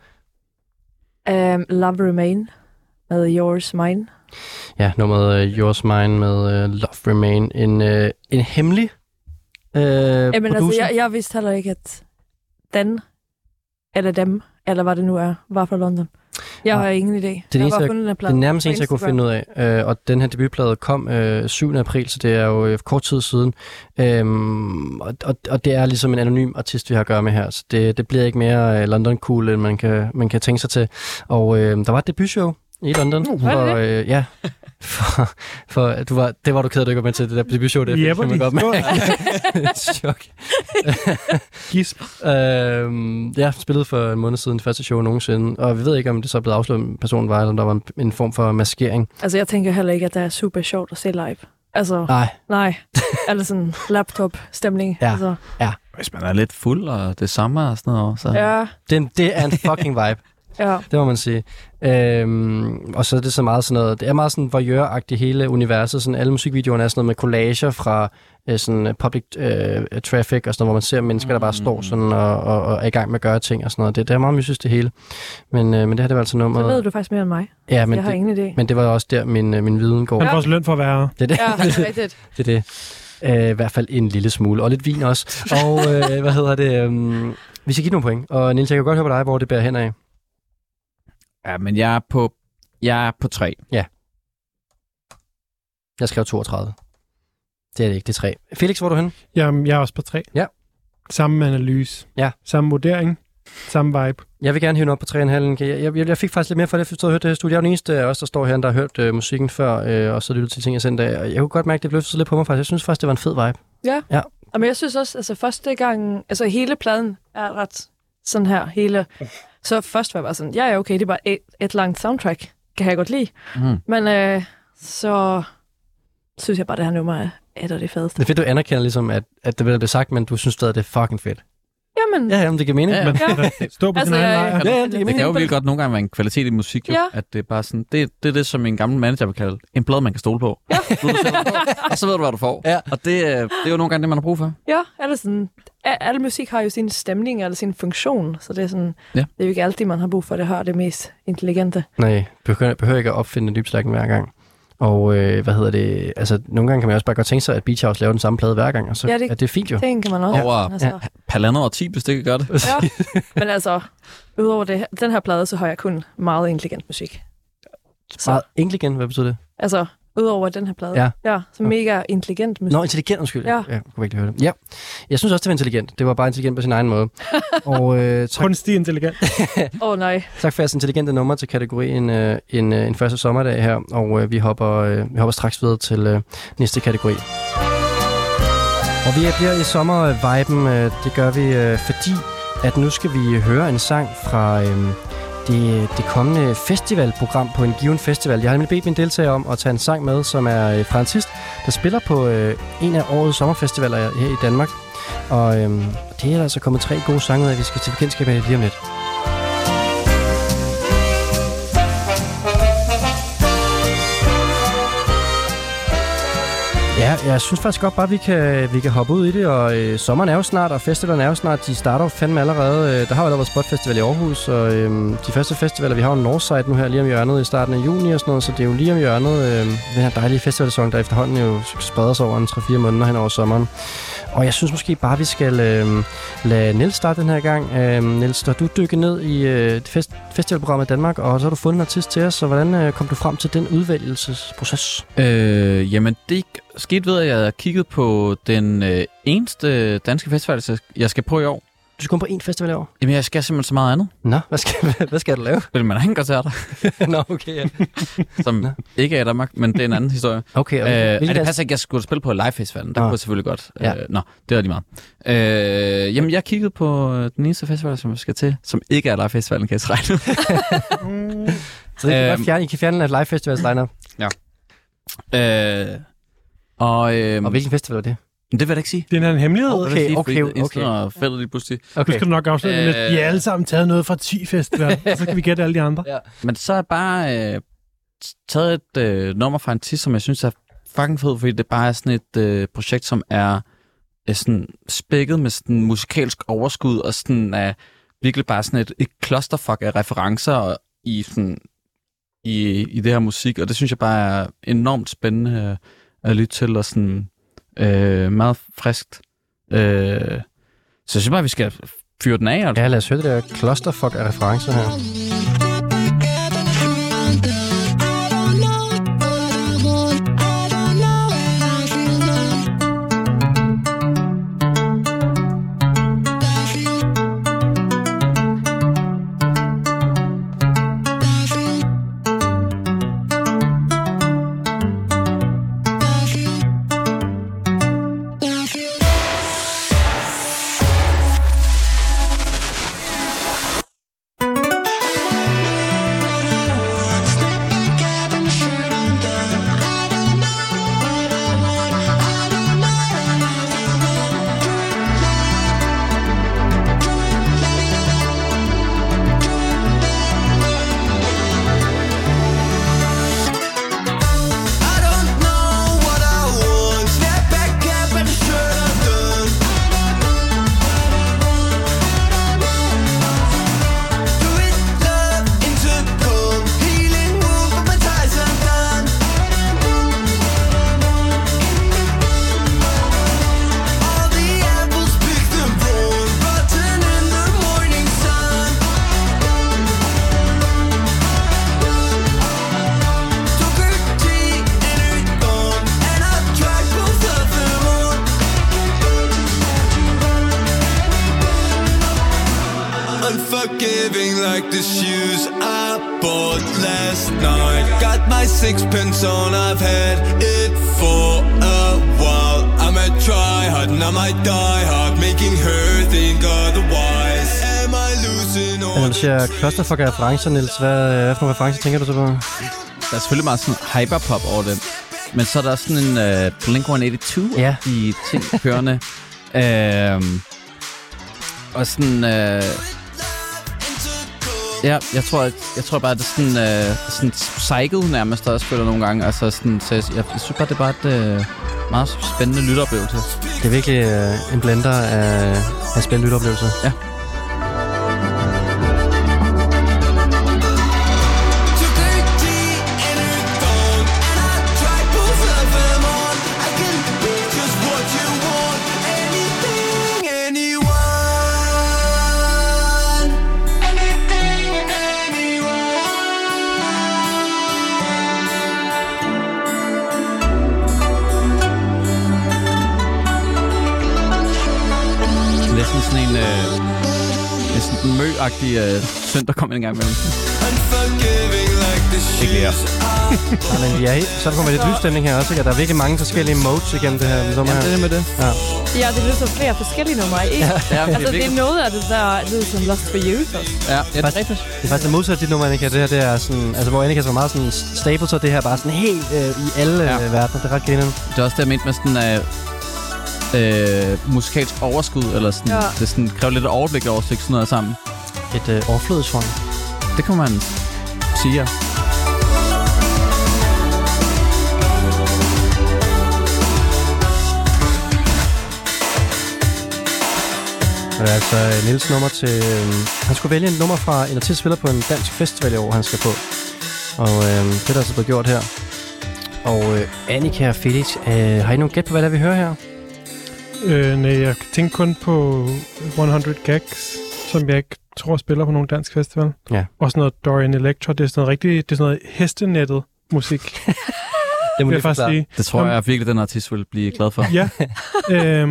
[SPEAKER 4] Um, Love Remain med Yours Mine.
[SPEAKER 2] ja, nummeret uh, Yours Mine med uh, Love Remain. En, uh, en hemmelig uh,
[SPEAKER 4] Jamen
[SPEAKER 2] producer.
[SPEAKER 4] altså, jeg, jeg vidste heller ikke, at den, eller dem, eller hvad det nu er, var fra London. Jeg
[SPEAKER 2] Nej.
[SPEAKER 4] har ingen idé.
[SPEAKER 2] eneste,
[SPEAKER 4] jeg har bare
[SPEAKER 2] jeg-
[SPEAKER 4] fundet den her
[SPEAKER 2] Det er
[SPEAKER 4] plade.
[SPEAKER 2] nærmest
[SPEAKER 4] på
[SPEAKER 2] eneste, jeg kunne
[SPEAKER 4] Instagram.
[SPEAKER 2] finde ud af. Øh, og den her debutplade kom øh, 7. april, så det er jo øh, kort tid siden. Øhm, og, og, og det er ligesom en anonym artist, vi har at gøre med her. Så det, det bliver ikke mere øh, London Cool, end man kan, man kan tænke sig til. Og øh, der var et debutshow i London. Uh,
[SPEAKER 4] var det
[SPEAKER 2] og, øh, ja. For, for, du var, det var du ked af, at du ikke var med til det der debutshow. Det
[SPEAKER 3] Jepper,
[SPEAKER 2] kan man
[SPEAKER 3] de
[SPEAKER 2] godt mærke. Chok.
[SPEAKER 3] Gisp.
[SPEAKER 2] Øhm, jeg spillede for en måned siden det første show nogensinde, og vi ved ikke, om det så er blevet afsløret, om personen var, eller om der var en, en form for maskering.
[SPEAKER 4] Altså, jeg tænker heller ikke, at det er super sjovt at se live. Altså,
[SPEAKER 2] Nej,
[SPEAKER 4] nej. Eller sådan laptop-stemning.
[SPEAKER 2] Ja.
[SPEAKER 4] Altså,
[SPEAKER 5] Hvis man er lidt fuld, og det samme og sådan noget, så...
[SPEAKER 4] ja,
[SPEAKER 2] Den, det er en fucking vibe,
[SPEAKER 4] ja.
[SPEAKER 2] det må man sige. Øhm, og så er det så meget sådan noget, det er meget sådan voyeur-agtigt hele universet, sådan alle musikvideoerne er sådan noget med collager fra øh, sådan øh, public øh, traffic og sådan noget, hvor man ser mennesker, der bare
[SPEAKER 4] Mm.
[SPEAKER 2] står sådan og, og, og er i gang med at gøre ting og sådan noget. Det, det er meget mystisk det hele. Men, øh, men det her, det var altså
[SPEAKER 4] Så
[SPEAKER 2] nummeret...
[SPEAKER 4] ved du faktisk mere end mig.
[SPEAKER 2] ja,
[SPEAKER 4] Men
[SPEAKER 2] men
[SPEAKER 4] jeg har
[SPEAKER 2] det,
[SPEAKER 4] ingen idé.
[SPEAKER 2] men det var også der, min, øh, min viden går.
[SPEAKER 3] Han får også løn for at være her.
[SPEAKER 2] Det er det.
[SPEAKER 4] Ja, det er rigtigt.
[SPEAKER 2] Det er det. Øh, I hvert fald en lille smule. Og lidt vin også. Og øh, hvad hedder det? øhm, vi skal give nogle point. Og Nils, jeg kan godt høre på dig, hvor det bærer hen af.
[SPEAKER 5] Ja, men jeg er på, jeg er på tre.
[SPEAKER 2] Jeg skrev 32. Det er det ikke, det er 3. Felix, hvor er du henne?
[SPEAKER 3] Jamen, jeg er også på tre.
[SPEAKER 2] Ja.
[SPEAKER 3] Samme analyse.
[SPEAKER 2] Ja. Samme
[SPEAKER 3] vurdering. Samme vibe.
[SPEAKER 2] Jeg vil gerne hive den op på 3,5. Jeg, jeg, jeg fik faktisk lidt mere for det, jeg synes, jeg har hørt det her studie. Jeg er den eneste af os, der står her, der har hørt øh, musikken før, øh, og så lyttet til ting, jeg sendte af. Og Jeg kunne godt mærke, det blev løftet lidt på mig faktisk. Jeg synes faktisk, det var en fed vibe.
[SPEAKER 4] Og men jeg synes også, altså første gang, altså hele pladen er ret sådan her, hele. Så først var jeg bare sådan, ja, ja, okay, det er bare et, et langt soundtrack, kan jeg godt lide.
[SPEAKER 5] Mm.
[SPEAKER 4] Men øh, så synes jeg bare, det her nummer er et af det fedeste.
[SPEAKER 2] Det er fedt, du anerkender ligesom, at, at det blev sagt, men du synes stadig, det er fucking fedt.
[SPEAKER 4] Jamen,
[SPEAKER 2] Ja, jamen, det giver mening.
[SPEAKER 5] Ja, ja.
[SPEAKER 2] Men,
[SPEAKER 3] Stå på altså, sin
[SPEAKER 4] altså,
[SPEAKER 3] egen
[SPEAKER 4] jeg-
[SPEAKER 3] lejr.
[SPEAKER 2] ja, ja, det giver
[SPEAKER 5] Det kan
[SPEAKER 2] mening.
[SPEAKER 5] jo virkelig godt nogle gange være en kvalitet i musik, jo,
[SPEAKER 4] Ja.
[SPEAKER 5] at det er bare sådan, det, det er det, som en gammel manager vil kalde en blad, man kan stole på. Ja. og så ved du, hvad du får.
[SPEAKER 2] Ja.
[SPEAKER 5] Og det, øh, det er jo nogle gange det, man har brug for.
[SPEAKER 4] ja, er det sådan, al, al musik har jo sin stemning eller sin funktion, så det er sådan,
[SPEAKER 5] Ja.
[SPEAKER 4] det er jo ikke altid, man har brug for det her, det mest intelligente.
[SPEAKER 2] Nej, behøver, behøver ikke at opfinde dybslakken hver gang. Og øh, hvad hedder det? Altså, nogle gange kan man også bare godt tænke sig, at Beach House laver den samme plade hver gang, og så ja,
[SPEAKER 4] Ja,
[SPEAKER 2] det,
[SPEAKER 4] det-
[SPEAKER 2] er det fint jo.
[SPEAKER 4] Det kan man også.
[SPEAKER 5] Over-
[SPEAKER 4] altså.
[SPEAKER 2] ja.
[SPEAKER 5] Halvandet og ti, hvis det kan gøre det.
[SPEAKER 4] Ja. Men altså, udover det, her- den her plade, så har jeg kun meget intelligent musik.
[SPEAKER 2] Så. Meget intelligent, hvad betyder det?
[SPEAKER 4] Altså, udover den her plade.
[SPEAKER 2] Ja.
[SPEAKER 4] ja så mega intelligent musik.
[SPEAKER 2] Nå, intelligent, undskyld.
[SPEAKER 4] Ja.
[SPEAKER 2] Ja. Jeg kunne ikke lige høre det. Ja, jeg synes også, det var intelligent. Det var bare intelligent på sin egen måde. og øh, tak,
[SPEAKER 3] Kunstig intelligent.
[SPEAKER 4] Åh oh, nej.
[SPEAKER 2] tak for jeres intelligente nummer til kategorien øh, en, øh, en første sommerdag her, og øh, vi, hopper, øh, vi hopper straks videre til øh, næste kategori. Og vi bliver i sommerviben, øh, det gør vi, øh, fordi at nu skal vi høre en sang fra øh, det, det kommende festivalprogram på en given festival. Jeg har nemlig bedt mine deltagere om at tage en sang med, som er øh, fra en sidst, der spiller på øh, en af årets sommerfestivaler her i Danmark. Og øh, det er der altså kommet tre gode sange ud af, vi skal til bekendtskab med lige om lidt. Ja, jeg synes faktisk godt bare, at vi kan, vi kan hoppe ud i det, og øh, sommeren er jo snart, og festivalen er jo snart. De starter jo fandme allerede. Øh, der har jo allerede været Spotfestival i Aarhus, og øh, de første festivaler, vi har jo Northside nu her lige om hjørnet i starten af juni og sådan noget, så det er jo lige om hjørnet, øh, den her dejlige festivalsæson, der efterhånden jo spreder sig over en 3-4 måneder hen over sommeren. Og jeg synes måske bare, vi skal øh, lade Niels starte den her gang. Øh, Niels, når du dykker ned i øh, fest- festivalprogrammet i Danmark, og så har du fundet en artist til os, så hvordan øh, kom du frem til den udvælgelsesproces?
[SPEAKER 5] Øh, jamen, det skete ved, at jeg kiggede på den øh, eneste danske festival, jeg skal på i år.
[SPEAKER 2] Du skal kun på én festival i år.
[SPEAKER 5] Jamen, jeg skal simpelthen så meget andet.
[SPEAKER 2] Nå, hvad skal, hvad skal du lave?
[SPEAKER 5] Vil man have en koncerter,
[SPEAKER 2] Nå, okay. Ja.
[SPEAKER 5] som
[SPEAKER 2] Nå.
[SPEAKER 5] ikke er i Danmark, men det er en anden historie.
[SPEAKER 2] Okay,
[SPEAKER 5] Øh,
[SPEAKER 2] okay.
[SPEAKER 5] ej,
[SPEAKER 2] Hvilken
[SPEAKER 5] det
[SPEAKER 2] dans-
[SPEAKER 5] passer ikke, jeg skulle spille på live festivalen. Det
[SPEAKER 2] Nå.
[SPEAKER 5] kunne jeg selvfølgelig godt.
[SPEAKER 2] Ja.
[SPEAKER 5] Øh, nå, det var lige meget. Øh, jamen, jeg kiggede på øh, den eneste festival, som jeg skal til, som ikke er live festivalen, kan jeg så regne. ud.
[SPEAKER 2] Så det kan
[SPEAKER 5] Øhm.
[SPEAKER 2] godt fjerne, I kan fjerne et live festivals lineup.
[SPEAKER 5] øh, og, øh,
[SPEAKER 2] Og
[SPEAKER 5] og
[SPEAKER 2] hvilken festival var det?
[SPEAKER 5] det vil jeg da ikke sige.
[SPEAKER 3] Det er en hemmelighed.
[SPEAKER 5] Det vil jeg
[SPEAKER 2] Okay,
[SPEAKER 5] ikke
[SPEAKER 2] okay,
[SPEAKER 5] sige, fordi det er
[SPEAKER 2] okay.
[SPEAKER 5] Insta Og fældet lige pludselig.
[SPEAKER 3] Nu skal du nok afsløre øh... lidt.
[SPEAKER 5] Øh.
[SPEAKER 3] Vi har alle sammen taget noget fra 10 festivaler, og så kan vi gætte alle de andre.
[SPEAKER 5] Men så er jeg bare øh, taget et øh, nummer fra en tis, som jeg synes er fucking fed, fordi det bare er sådan et øh, projekt, som er øh, sådan spækket med sådan musikalsk overskud, og sådan er virkelig bare sådan et, et clusterfuck af referencer og, i, sådan, i, i det her musik, og det synes jeg bare er enormt spændende øh, at lytte til, og sådan øh, meget friskt. Øh, så jeg synes bare, vi skal fyre den af, altså.
[SPEAKER 2] Ja, lad os høre det der clusterfuck af referencer her.
[SPEAKER 5] Mm.
[SPEAKER 9] unforgiving like the shoes I bought last night. Got my sixpence on, I've had it for a while. I'm a tryhard and I might die hard, making her think otherwise. Am I losing all
[SPEAKER 2] Men når du
[SPEAKER 9] the
[SPEAKER 2] siger clusterfuck-referencer, Niels, hvad, øh, hvad for nogle referencer tænker du så på?
[SPEAKER 5] Der er selvfølgelig meget sådan hyperpop over det. Men så er der også sådan en uh, Blink-182
[SPEAKER 2] Ja.
[SPEAKER 5] i ting kørende. øhm, og sådan... Øh, ja, jeg tror, jeg, jeg tror bare, at det er sådan, øh, sådan cycle nærmest, der også spiller nogle gange. Altså sådan, så jeg, jeg synes bare, det er bare et øh, meget spændende lytteoplevelse.
[SPEAKER 2] Det er virkelig øh, en blender af, af spændende lytteoplevelser.
[SPEAKER 5] Ja. Næsten sådan en... Øh, næsten en mø-agtig øh, søndag kom en gang imellem.
[SPEAKER 9] Unforgiving like the
[SPEAKER 5] Ikke det her.
[SPEAKER 9] shoes
[SPEAKER 2] Ja, men ja, så kommer lidt lysstemning her også, ikke? Og der er virkelig mange forskellige modes igennem det her. Som
[SPEAKER 5] Jamen,
[SPEAKER 2] her.
[SPEAKER 5] det er det med det.
[SPEAKER 2] Ja.
[SPEAKER 4] Ja, det lyder som flere forskellige numre i en.
[SPEAKER 5] Ja,
[SPEAKER 4] Altså, det er noget af det, der lyder som Lost for You. så.
[SPEAKER 5] Ja, ja, det er
[SPEAKER 2] Faktisk-
[SPEAKER 5] rigtigt.
[SPEAKER 2] Det er faktisk det modsatte af dit nummer, Annika. Det her, det er sådan... Altså, hvor Annika var meget sådan stable, så er det her bare sådan helt øh, i alle
[SPEAKER 5] Ja.
[SPEAKER 2] ja. øh, verdener. Det er ret grinerende.
[SPEAKER 5] Det er også det, jeg mente med sådan øh, øh, musikalsk overskud, eller sådan, ja.
[SPEAKER 4] Ja.
[SPEAKER 5] det sådan, kræver lidt overblik over at stykke sådan noget sammen.
[SPEAKER 2] Et øh, overflødesfond.
[SPEAKER 5] Det kan man sige, ja.
[SPEAKER 2] Det er altså øh, Niels nummer til... Øh, han skulle vælge et nummer fra en artist, spiller på en dansk festival i år, han skal på. Og øh, det er der altså blevet gjort her. Og øh, Annika og Felix, øh, har I nogen gæt på, hvad det er, vi hører her?
[SPEAKER 3] Øh, nej, jeg tænker kun på 100 Gags, som jeg ikke tror spiller på nogen dansk festival.
[SPEAKER 2] Ja.
[SPEAKER 3] Og sådan noget Dorian Electra, det er sådan noget rigtig, det er sådan noget hestenettet musik,
[SPEAKER 2] Det
[SPEAKER 3] vil jeg faktisk sige.
[SPEAKER 5] Det tror
[SPEAKER 3] Jamen-
[SPEAKER 5] jeg virkelig, den artist vil blive glad for.
[SPEAKER 3] Ja, øhm,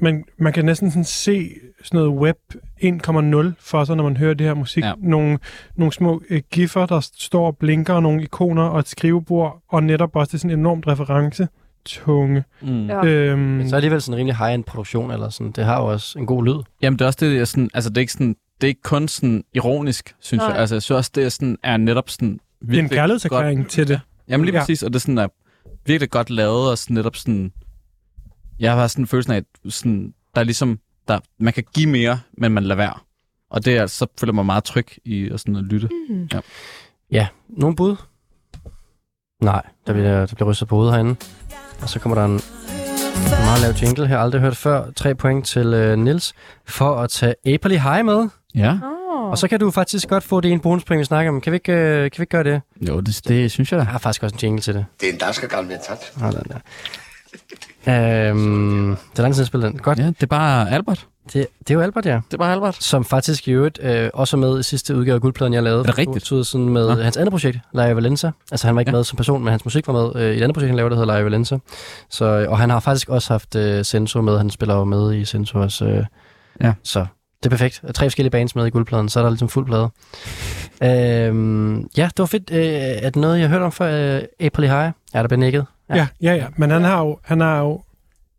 [SPEAKER 3] men man kan næsten sådan se sådan noget web 1.0 for sig, når man hører det her musik.
[SPEAKER 5] Ja.
[SPEAKER 3] Ja. Nogle, nogle små øh, giffer, der står og blinker, og nogle ikoner og et skrivebord, og netop også det er sådan en enormt reference. Tunge.
[SPEAKER 5] Mm.
[SPEAKER 4] Ja.
[SPEAKER 3] Øhm,
[SPEAKER 2] Men så er det alligevel sådan en rimelig high-end produktion, eller sådan. Det har jo også en god lyd.
[SPEAKER 5] Jamen, det er også det, jeg sådan, altså det er ikke sådan, det er ikke kun sådan ironisk, synes
[SPEAKER 4] Nej.
[SPEAKER 5] jeg. Altså, jeg synes også, det er sådan, er netop sådan
[SPEAKER 3] det er en
[SPEAKER 5] virkelig godt.
[SPEAKER 3] kærlighedserklæring til det.
[SPEAKER 5] Jamen, lige
[SPEAKER 3] Ja.
[SPEAKER 5] præcis, og det er sådan er virkelig godt lavet, og sådan netop sådan, jeg har sådan en følelse af, at sådan, der er ligesom, der, man kan give mere, men man lader være. Og det er, altså- så føler man meget tryg i at, sådan at lytte.
[SPEAKER 4] Mm.
[SPEAKER 2] Nogen bud? Nej, der bliver, der bliver rystet på hovedet herinde. Og så kommer der en meget lav jingle her, aldrig hørt før. Tre point til øh, Nils for at tage April High med.
[SPEAKER 5] Ja.
[SPEAKER 4] Oh.
[SPEAKER 2] Og så kan du faktisk godt få det ene bonuspoint, vi snakker om. Kan vi ikke, øh, kan vi ikke gøre det?
[SPEAKER 5] Jo, det, det synes jeg da.
[SPEAKER 2] Jeg har faktisk også en jingle til det.
[SPEAKER 10] Den danske gamle bliver tabt.
[SPEAKER 2] Nå, den der. Øhm, det er lang tid, jeg spillede den. Godt.
[SPEAKER 5] Ja, det er bare Albert.
[SPEAKER 2] Det, det er jo Albert, ja.
[SPEAKER 5] Det er bare Albert.
[SPEAKER 2] Som faktisk i øvrigt øh, også er med i sidste udgave af Guldpladen, jeg lavede.
[SPEAKER 5] det
[SPEAKER 2] for to
[SPEAKER 5] rigtigt?
[SPEAKER 2] uger siden med
[SPEAKER 5] Nå.
[SPEAKER 2] hans andet projekt, Laia Valenza. Altså han var ikke
[SPEAKER 5] Ja.
[SPEAKER 2] ja. med som person, men hans musik var med øh, i et andet projekt, han lavede, der hedder Laia Valenza. Så, øh, og han har faktisk også haft øh, Senso med. Han spiller jo med i Senso også. Øh,
[SPEAKER 5] Ja.
[SPEAKER 2] Så det er perfekt. Tre forskellige bands med i Guldpladen, så er der ligesom fuld plade. øhm, ja, det var fedt. Øh, er det noget, jeg har hørt om før? Øh, April High? Ja, der bliver nikket. Ja.
[SPEAKER 3] Ja, ja, ja. Men han har jo, han har jo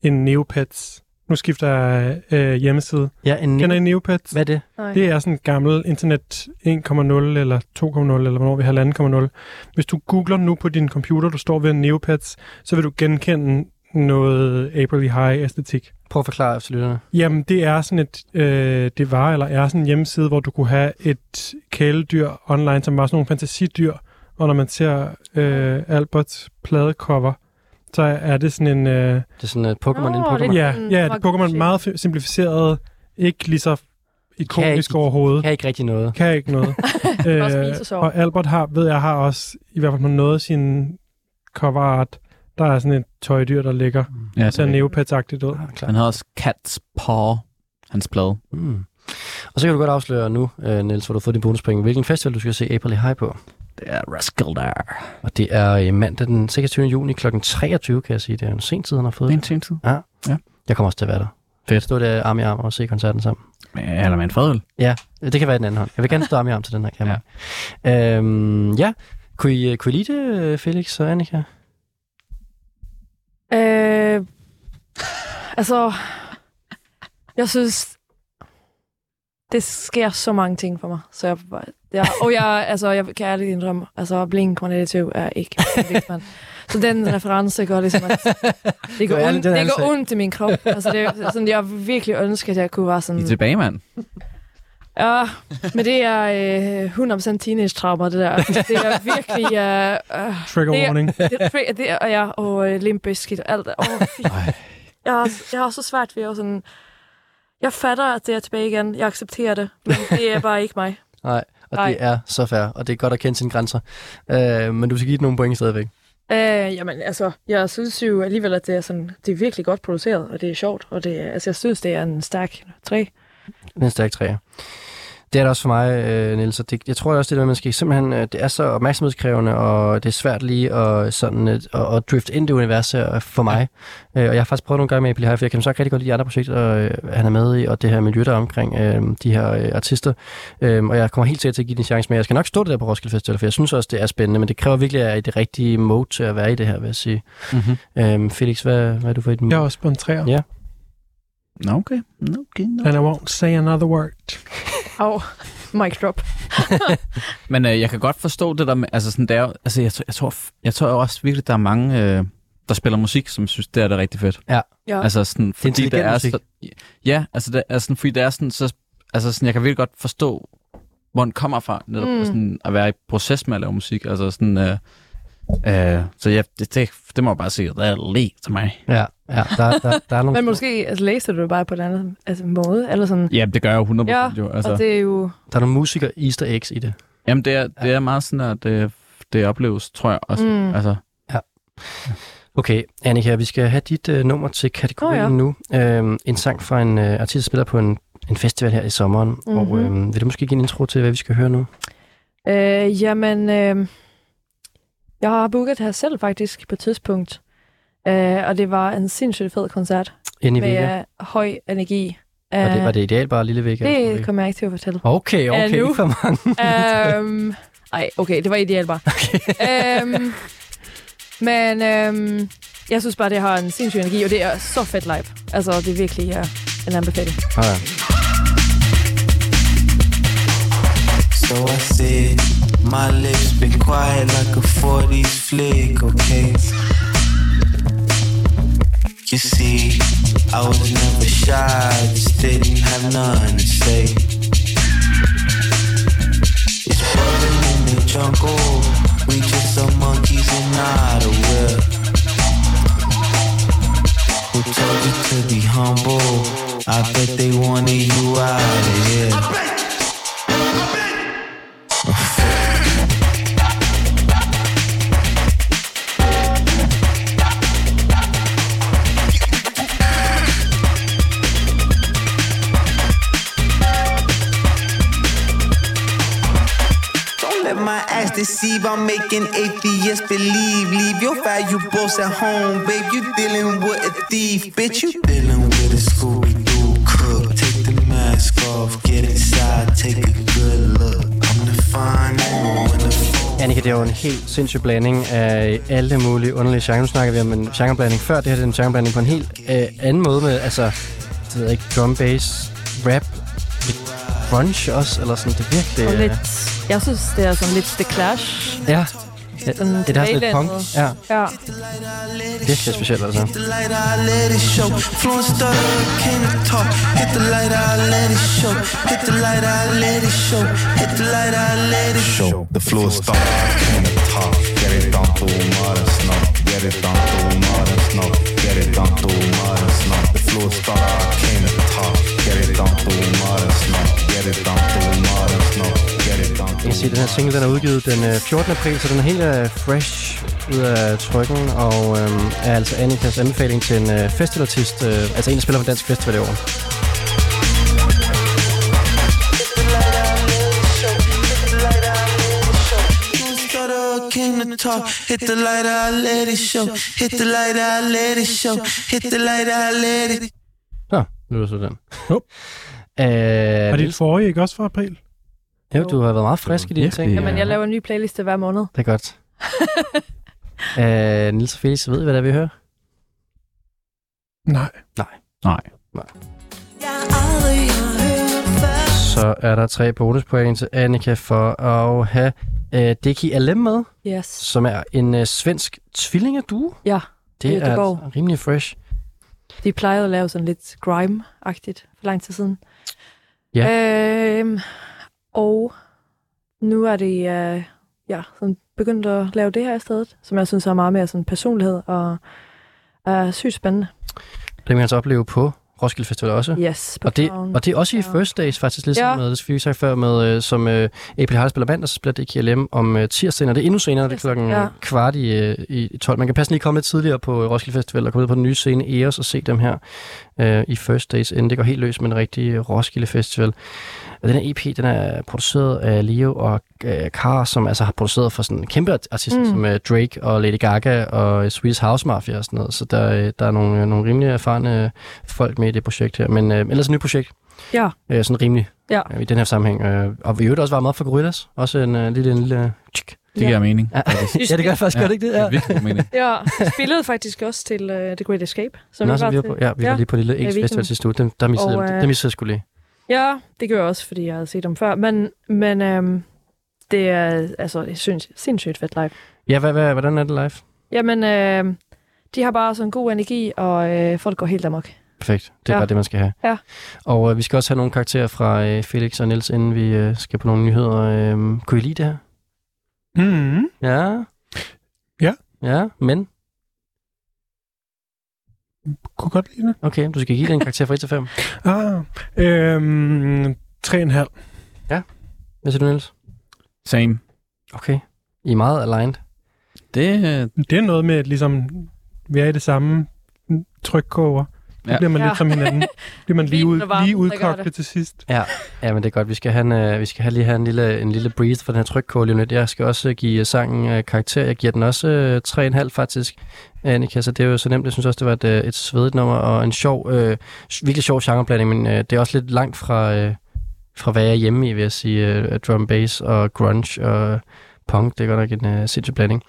[SPEAKER 3] en Neopets. Nu skifter jeg øh, hjemmeside.
[SPEAKER 2] Ja, en
[SPEAKER 3] Kender I
[SPEAKER 2] nik-
[SPEAKER 3] Neopets?
[SPEAKER 2] Hvad er det?
[SPEAKER 3] Det er sådan en gammel internet 1.0 eller 2.0, eller hvornår vi har 1.0. Hvis du googler nu på din computer, du står ved en Neopets, så vil du genkende noget April High æstetik.
[SPEAKER 2] Prøv at forklare efter lytterne.
[SPEAKER 3] Jamen, det er sådan et, øh, det var eller er sådan en hjemmeside, hvor du kunne have et kæledyr online, som var sådan nogle fantasidyr, og når man ser øh, Alberts pladecover, så er det sådan en, øh,
[SPEAKER 2] Det er sådan uh, Pokémon
[SPEAKER 4] Nå,
[SPEAKER 2] inden
[SPEAKER 4] det er
[SPEAKER 2] Pokémon.
[SPEAKER 4] Pokémon.
[SPEAKER 3] ja,
[SPEAKER 4] Mm,
[SPEAKER 3] ja, det er
[SPEAKER 4] meget
[SPEAKER 3] Pokémon
[SPEAKER 4] shit.
[SPEAKER 3] meget fi- simplificeret, ikke lige så ikonisk
[SPEAKER 2] ikke-
[SPEAKER 3] overhovedet
[SPEAKER 2] Kan ikke rigtig noget.
[SPEAKER 3] kan ikke noget. Øh,
[SPEAKER 4] Bare spise og sove.
[SPEAKER 3] og Albert har, ved jeg, har også i hvert fald på noget af sin cover art, der er sådan et tøjdyr, der ligger.
[SPEAKER 5] Ja,
[SPEAKER 3] Det
[SPEAKER 2] Mm.
[SPEAKER 3] ser neopetsagtigt ud.
[SPEAKER 2] Ah, klar.
[SPEAKER 5] Han havde også Cat's Paw, hans plade.
[SPEAKER 2] Mm. Og så kan du godt afsløre nu, øh, Niels, hvor du har fået din bonuspoint, hvilken festival du skal se April High på.
[SPEAKER 5] Det er Rascal der.
[SPEAKER 2] Og det er øh, mandag den 26. juni kl. 23, kan jeg sige. Det er en sen tid, han har fået.
[SPEAKER 5] Det er en
[SPEAKER 2] det.
[SPEAKER 5] sen tid.
[SPEAKER 2] Jeg kommer også til at være der.
[SPEAKER 5] Fedt.
[SPEAKER 2] Stå der arm i arm og se koncerten sammen. Øh,
[SPEAKER 5] Eller med en fadøl.
[SPEAKER 2] Det kan være i den anden hånd. Jeg vil gerne stå arm i arm til den her, kan jeg ja. Øhm, ja. Kunne I, øh, kunne I lide det, Felix og Annika?
[SPEAKER 4] Øh, altså, jeg synes, det sker så mange ting for mig. Så jeg, jeg, og jeg, altså, jeg kan ærligt indrømme, altså Blink 182 er ikke man. Så den reference gør ligesom, at det
[SPEAKER 2] Du er
[SPEAKER 4] går,
[SPEAKER 2] ærlig,
[SPEAKER 4] ondt,
[SPEAKER 2] den er
[SPEAKER 4] det
[SPEAKER 2] altså-
[SPEAKER 4] går ondt i min krop. Altså, det, er sådan, jeg virkelig ønsker, at jeg kunne være sådan...
[SPEAKER 5] I er tilbage, mand.
[SPEAKER 4] Ja, men det er øh, 100% teenage-traumer, det der. Det er virkelig... Øh, øh,
[SPEAKER 3] Trigger
[SPEAKER 4] Det er-
[SPEAKER 3] warning.
[SPEAKER 4] det, er tre- det er, og jeg, og øh, Limp Bizkit og alt det. Åh, fy. jeg, har, jeg har så svært ved at sådan... Jeg fatter, at det er tilbage igen. Jeg accepterer det, men det er bare ikke mig.
[SPEAKER 2] Nej, og Nej.
[SPEAKER 4] Nej.
[SPEAKER 2] det er så fair, og det er godt at kende sine grænser. Øh, men du skal give det nogle point stadigvæk.
[SPEAKER 4] Øh, jamen, altså, jeg synes jo alligevel, at det er, sådan, det er virkelig godt produceret, og det er sjovt, og det er, altså, jeg synes, det er en stærk træ.
[SPEAKER 2] Det er en stærk træer. Det er det også for mig, øh, Niels. og Det, jeg tror også, det er, at man skal simpelthen... Øh, det er så opmærksomhedskrævende, og det er svært lige at, sådan, øh, at, at drifte ind i det univers her øh, for mig. Ja. Øh, og jeg har faktisk prøvet nogle gange med Abel High, for jeg kan så rigtig godt lide de andre projekter, øh, han er med i, og det her miljø, der er omkring øh, de her øh, artister. Øh, og jeg kommer helt sikkert til at give den en chance, men jeg skal nok stå det der på Roskilde Festival, for jeg synes også, det er spændende, men det kræver virkelig, at jeg er i det rigtige mode til at være i det her, vil jeg sige.
[SPEAKER 5] Mm-hmm.
[SPEAKER 2] Øh, Felix, hvad, hvad er du for et...
[SPEAKER 3] Jeg er også på en træer.
[SPEAKER 2] Ja.
[SPEAKER 5] Nå, okay. Nå, okay. Nå.
[SPEAKER 3] And I won't say another word.
[SPEAKER 4] Au, mic drop.
[SPEAKER 5] Men øh, jeg kan godt forstå det der med, altså sådan der, altså jeg, tror- jeg, tror, jeg tror også virkelig, der er mange, øh, der spiller musik, som synes, det er det rigtig fedt.
[SPEAKER 4] Ja. Altså,
[SPEAKER 5] Altså sådan, fordi det
[SPEAKER 2] intelligent
[SPEAKER 5] er,
[SPEAKER 2] musik.
[SPEAKER 5] så, ja, altså det er sådan, fordi det er sådan, så, altså sådan, jeg kan virkelig godt forstå, hvor den kommer fra, netop
[SPEAKER 4] Mm.
[SPEAKER 5] mm. sådan, at være i proces med at lave musik, altså sådan, øh, øh, så ja, det, det, det må jeg bare sige, det er lige til mig.
[SPEAKER 2] Ja, ja der, der, der er nogle...
[SPEAKER 4] men måske altså, læser du det bare på en anden altså, måde, eller sådan.
[SPEAKER 5] Ja, det gør jeg jo 100% ja, jo.
[SPEAKER 4] Altså. Og
[SPEAKER 5] Altså, det...
[SPEAKER 4] det er jo...
[SPEAKER 2] Der er nogle musikere easter eggs i det.
[SPEAKER 5] Jamen, det er, det er meget sådan, at det, det opleves, tror jeg også.
[SPEAKER 4] Mm.
[SPEAKER 5] Mm. Altså,
[SPEAKER 2] Okay, Annika, vi skal have dit øh, nummer til kategorien oh, ja. nu. Øhm, en sang fra en øh, artist, der spiller på en, en festival her i sommeren. Mm-hmm. Og
[SPEAKER 4] Mhm.
[SPEAKER 2] øhm, vil du måske give en intro til, hvad vi skal høre nu?
[SPEAKER 4] Øh, jamen, øh, jeg har booket her selv faktisk på et tidspunkt, øh, og det var en sindssygt fed koncert
[SPEAKER 2] Inde i Vega.
[SPEAKER 4] med øh, høj energi. Øh,
[SPEAKER 2] Var det, var det idealt bare lille Vega? eller sådan
[SPEAKER 4] det
[SPEAKER 2] noget?
[SPEAKER 4] kommer jeg ikke til at fortælle.
[SPEAKER 2] Okay, okay,
[SPEAKER 4] Ja, nu.
[SPEAKER 2] ikke for mange.
[SPEAKER 4] øhm, ej, okay, det var ideelt bare. Okay. øhm, men øhm, jeg synes bare, det har en sindssyg energi, og det er så fedt live. Altså, det er virkelig ja, en anbefaling.
[SPEAKER 2] Ah,
[SPEAKER 9] So I said, my lips been quiet like a 40s flick, okay? You see, I was never shy, I just didn't have none to say. It's burning in the jungle, we just some monkeys and not aware. Who told you to be humble? I bet they wanted you out of here. Don't let my ass deceive. I'm making atheists believe. Leave your valuables at home, babe. You dealing with a thief, bitch. You dealing with a Scooby Doo crook. Take the mask off, get inside, take a good look. I'm the fine animal in the
[SPEAKER 2] Annika, det er jo en helt sindssyg blanding af alle mulige underlige genrer. Nu snakker vi om en genreblanding før. Det her det er en genreblanding på en helt øh, anden måde med, altså, det ved jeg ikke, drum, bass, rap, lidt grunge også, eller sådan, det er virkelig...
[SPEAKER 4] Og
[SPEAKER 2] øh,
[SPEAKER 4] lidt, jeg synes, det er sådan lidt The Clash.
[SPEAKER 2] Ja. Ja,
[SPEAKER 4] Sådan
[SPEAKER 2] det er da også lidt punk.
[SPEAKER 4] tilbagelænet.
[SPEAKER 2] Ja,
[SPEAKER 4] Ja.
[SPEAKER 2] virkelig specielt altså.
[SPEAKER 9] Hit the light, I let it show. Fluent stutter, can't talk. Hit the light, I let it show. Hit the light, I let it show. Hit the light, I let it show. The floor star, can't talk. Get it down to mother snow. Get it down to mother snow. Get it down to mother snow. The floor star, can't talk. Get it down to mother snow. Get it down to mother snow. Get it down
[SPEAKER 2] Jeg kan sige, at den her single den er udgivet den øh, 14. april, så den er helt øh, fresh ud af trykken, og øhm, er altså Annikas anbefaling til en øh, festivalartist, øh, altså en, der spiller på en dansk festival i år.
[SPEAKER 9] Stutter came to talk. Hit the light, I let it show. Hit the light, I let it show. Hit the light, I let it.
[SPEAKER 2] Så, Nu er det så den.
[SPEAKER 3] Jo.
[SPEAKER 2] Æh,
[SPEAKER 3] Var det et forrige, ikke også for april?
[SPEAKER 2] jo, du har været meget frisk i dine
[SPEAKER 5] Virkelig,
[SPEAKER 2] ting.
[SPEAKER 5] ja.
[SPEAKER 4] Jamen, jeg laver en ny playliste hver måned.
[SPEAKER 2] Det er godt. Æh, Nils og Felix, ved I, hvad det er, vi hører?
[SPEAKER 3] Nej.
[SPEAKER 5] Nej.
[SPEAKER 2] Så er der tre bonuspoint til Annika for at have øh, Dickie Alem med,
[SPEAKER 4] Yes.
[SPEAKER 2] som er en øh, svensk tvillingeduo.
[SPEAKER 4] Ja,
[SPEAKER 2] det,
[SPEAKER 4] det
[SPEAKER 2] det er
[SPEAKER 4] går.
[SPEAKER 2] rimelig fresh.
[SPEAKER 4] De plejede at lave sådan lidt grime-agtigt for lang tid siden.
[SPEAKER 2] Ja.
[SPEAKER 4] Øhm, og nu er det øh, ja, sådan begyndt at lave det her i stedet, som jeg synes er meget mere sådan personlighed og er sygt spændende.
[SPEAKER 2] Det kan man altså opleve på Roskilde Festival også.
[SPEAKER 4] Yes, på
[SPEAKER 2] Og det,
[SPEAKER 4] Crown.
[SPEAKER 2] og det er også i
[SPEAKER 4] Ja.
[SPEAKER 2] First Days faktisk, ligesom
[SPEAKER 4] Ja.
[SPEAKER 2] ja. med, det vi sagde før, med, øh, som øh, April Harald spiller mandag, så spiller det KLM om øh, tirsdagen, og det er endnu senere, det er klokken
[SPEAKER 4] Ja.
[SPEAKER 2] ja. kvart i, øh, i 12. Man kan passe lige komme lidt tidligere på øh, Roskilde Festival og komme ud på den nye scene Eos og se dem her øh, i First Days, inden det går helt løs med den rigtige øh, Roskilde Festival. Og den her EP, den er produceret af Leo og øh, Kar, som altså har produceret for sådan kæmpe art- artister
[SPEAKER 4] Mm.
[SPEAKER 2] mm. som øh, Drake og Lady Gaga og øh, Swedish House Mafia og sådan noget. Så der, øh, der er nogle, øh, nogle rimelig erfarne øh, folk med i det projekt her. Men øh, ellers et nyt projekt
[SPEAKER 4] Ja,
[SPEAKER 2] øh, sådan rimelig
[SPEAKER 4] Ja.
[SPEAKER 2] øh, i den her sammenhæng. Øh, og vi øvrigt også var meget for gorillas. Også en øh, lille, en lille tsk.
[SPEAKER 5] Det giver mening.
[SPEAKER 2] Ja, ja, det gør faktisk
[SPEAKER 5] Ja.
[SPEAKER 2] ja. godt, ikke det?
[SPEAKER 5] Det
[SPEAKER 2] Ja.
[SPEAKER 5] er virkelig god mening.
[SPEAKER 4] ja. De spillede faktisk også til uh, The Great Escape, som
[SPEAKER 2] Nå,
[SPEAKER 4] vi
[SPEAKER 2] så
[SPEAKER 4] var
[SPEAKER 2] vi var
[SPEAKER 4] til.
[SPEAKER 2] på, ja, vi var
[SPEAKER 4] Ja.
[SPEAKER 2] lige på lille X
[SPEAKER 4] Ja, weekenden.
[SPEAKER 2] Festival sidste uge. Dem, der missede,
[SPEAKER 4] Og,
[SPEAKER 2] og,
[SPEAKER 4] øh,
[SPEAKER 2] øh... dem missede jeg skulle lige.
[SPEAKER 4] Ja, det gjorde jeg også, fordi jeg havde set dem før. Men, men øhm, det er altså, det synes, sindssygt fedt live.
[SPEAKER 2] Ja, hvad, hvad, hvordan er det live?
[SPEAKER 4] Jamen, øhm, de har bare sådan god energi, og øh, folk går helt amok.
[SPEAKER 2] Perfekt. Det er
[SPEAKER 4] Ja.
[SPEAKER 2] ja. bare det, man skal have.
[SPEAKER 4] Ja.
[SPEAKER 2] Og øh, vi skal også have nogle karakterer fra øh, Felix og Niels, inden vi øh, skal på nogle nyheder. Øh, kunne I lide det her?
[SPEAKER 3] Mm-hmm.
[SPEAKER 2] Ja.
[SPEAKER 3] Ja.
[SPEAKER 2] Ja, men
[SPEAKER 3] Kunne godt lide det.
[SPEAKER 2] okay, du skal give den karakter fra 1 til 5.
[SPEAKER 3] Ah, øhm, tre og en halv.
[SPEAKER 2] Hvad siger du, Niels?
[SPEAKER 5] Same.
[SPEAKER 2] Okay. I er meget aligned.
[SPEAKER 5] Det, øh,
[SPEAKER 3] Det er noget med, at ligesom, vi er i det samme trykkoger. Så
[SPEAKER 5] Ja.
[SPEAKER 3] ja. bliver man
[SPEAKER 4] Ja.
[SPEAKER 3] ja. lidt som hinanden. Bliver man lige,
[SPEAKER 4] Vinen
[SPEAKER 3] ud,
[SPEAKER 4] og varmen,
[SPEAKER 3] lige
[SPEAKER 4] der gør
[SPEAKER 3] udkogt
[SPEAKER 4] det.
[SPEAKER 3] til sidst.
[SPEAKER 2] Ja, men det er godt. Vi skal, have en, øh, vi skal have lige have en lille, en lille breathe for den her trykkål lige om lidt. Jeg skal også øh, give sangen øh, karakter. Jeg giver den også øh, 3,5 faktisk, Annika, så det er jo så nemt. Jeg synes også, det var et, øh, et svedigt nummer og en sjov, øh, virkelig sjov genreblanding, men øh, det er også lidt langt fra, øh, fra hvad jeg er hjemme i, vil jeg sige. Øh, drum, bass og grunge og punk, det er godt nok en øh, sindssyg blanding.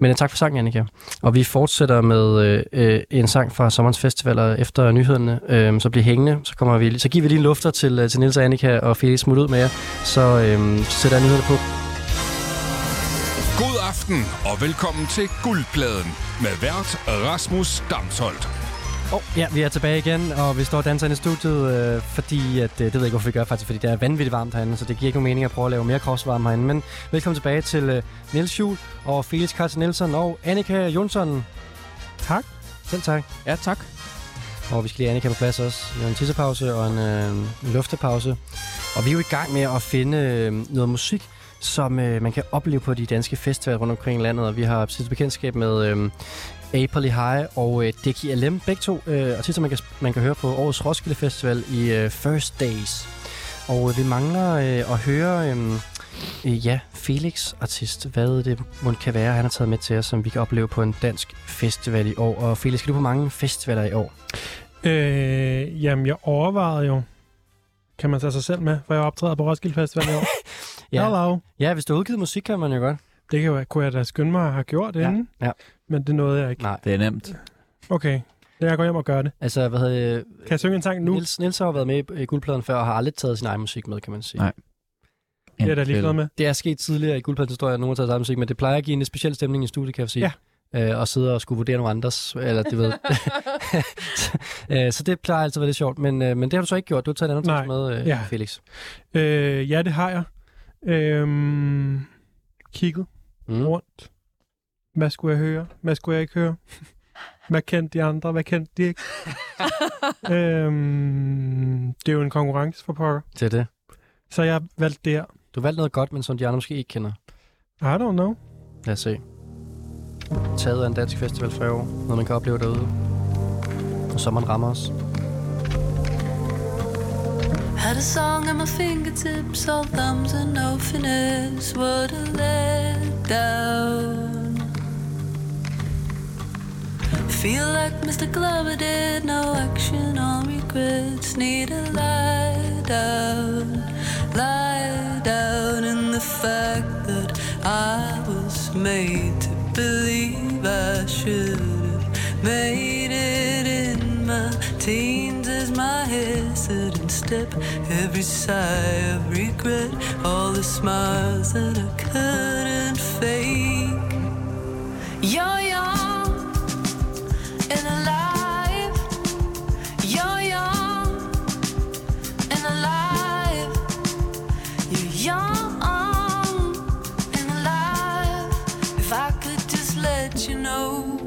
[SPEAKER 2] Men øh, tak for sangen, Annika. Og vi fortsætter med øh, øh, en sang fra sommerens festivaler efter nyhederne. Øh, så bliv hængende, så, kommer vi, lige- så giver vi lige en lufter til, øh, til Nils og Annika og Felix smut ud med jer. Så øh, sætter jeg nyhederne på.
[SPEAKER 1] God aften og velkommen til Guldpladen med vært Rasmus Damsholdt.
[SPEAKER 2] Oh, ja, vi er tilbage igen, og vi står og danser inde i studiet, øh, fordi, at, øh, det ved jeg ikke, hvorfor vi gør faktisk, fordi det er vanvittigt varmt herinde, så det giver ikke nogen mening at prøve at lave mere kropsvarme herinde. Men velkommen tilbage til øh, Niels Juhl og Felix Carlsen Nielsen og Annika Jonsson.
[SPEAKER 3] Tak.
[SPEAKER 2] Selv tak.
[SPEAKER 5] ja, tak.
[SPEAKER 2] Og vi skal lige have Annika på plads også. Vi har en tissepause og en, øh, en luftepause. Og vi er jo i gang med at finde øh, noget musik, som øh, man kan opleve på de danske festivaler rundt omkring i landet. Og vi har siddet bekendtskab med øh, April High og øh, Dickie LM. Begge to øh, artister, man kan, man kan høre på årets Roskilde Festival i øh, First Days. Og øh, vi mangler øh, at høre... Øh, øh, ja, Felix artist. Hvad det mon kan være, han har taget med til os, som vi kan opleve på en dansk festival i år. Og Felix, skal du på mange festivaler i år?
[SPEAKER 3] Øh, jamen, jeg overvejede jo, kan man tage sig selv med, for jeg optræder på Roskilde Festival i år.
[SPEAKER 2] Ja.
[SPEAKER 3] Hello.
[SPEAKER 2] Ja, hvis du har udgivet musik, kan man jo godt.
[SPEAKER 3] Det kan jo, kunne jeg da skynde mig at have gjort
[SPEAKER 2] Ja,
[SPEAKER 3] inden.
[SPEAKER 2] ja.
[SPEAKER 3] Men det nåede jeg ikke.
[SPEAKER 2] Nej.
[SPEAKER 5] Det er nemt.
[SPEAKER 3] Okay, jeg går hjem og gør det.
[SPEAKER 2] Altså, hvad hedder
[SPEAKER 3] Kan jeg synge en sang nu?
[SPEAKER 2] nu? Niels, Niels har jo været med i- i Guldpladen før, og har aldrig taget sin egen musik med, kan man sige.
[SPEAKER 5] Nej.
[SPEAKER 3] det er jeg da ligeglad med.
[SPEAKER 2] Det er sket tidligere i Guldpladens historie, at nogen har taget sin egen musik, men det plejer at give en lidt speciel stemning i studiet, kan jeg sige. Ja. Øh, og sidde og skulle vurdere nogle andres, eller det ved. øh, så det plejer altid at være lidt sjovt, men, øh, men det har du så ikke gjort. Du har taget et andet
[SPEAKER 3] Nej.
[SPEAKER 2] tekst med, øh,
[SPEAKER 3] Ja.
[SPEAKER 2] Felix.
[SPEAKER 3] Øh, ja, det har jeg. Øhm, kigget
[SPEAKER 2] Mm.
[SPEAKER 3] rundt. Hvad skulle jeg høre? Hvad skulle jeg ikke høre? Hvad kendte de andre? Hvad kendte de ikke? øhm, det er jo en konkurrence for pokker.
[SPEAKER 2] Det er det.
[SPEAKER 3] Så jeg valgte det her.
[SPEAKER 2] Du valgte noget godt, men som de andre måske ikke kender.
[SPEAKER 3] I don't know.
[SPEAKER 2] Lad os se. Taget af en dansk festival for i år. Noget, man kan opleve derude. Og sommeren rammer os.
[SPEAKER 7] Had a song at my fingertips, all thumbs and no finesse. Would have let down. Feel like Mr. Glover did no action or regrets. Need a lie down, lie down in the fact that I was made to believe I should have made it in my teens as my hesitant step. Every sigh of regret, all the smiles that I couldn't fake. You're young and alive. You're young and alive. You're young and alive. If I could just let you know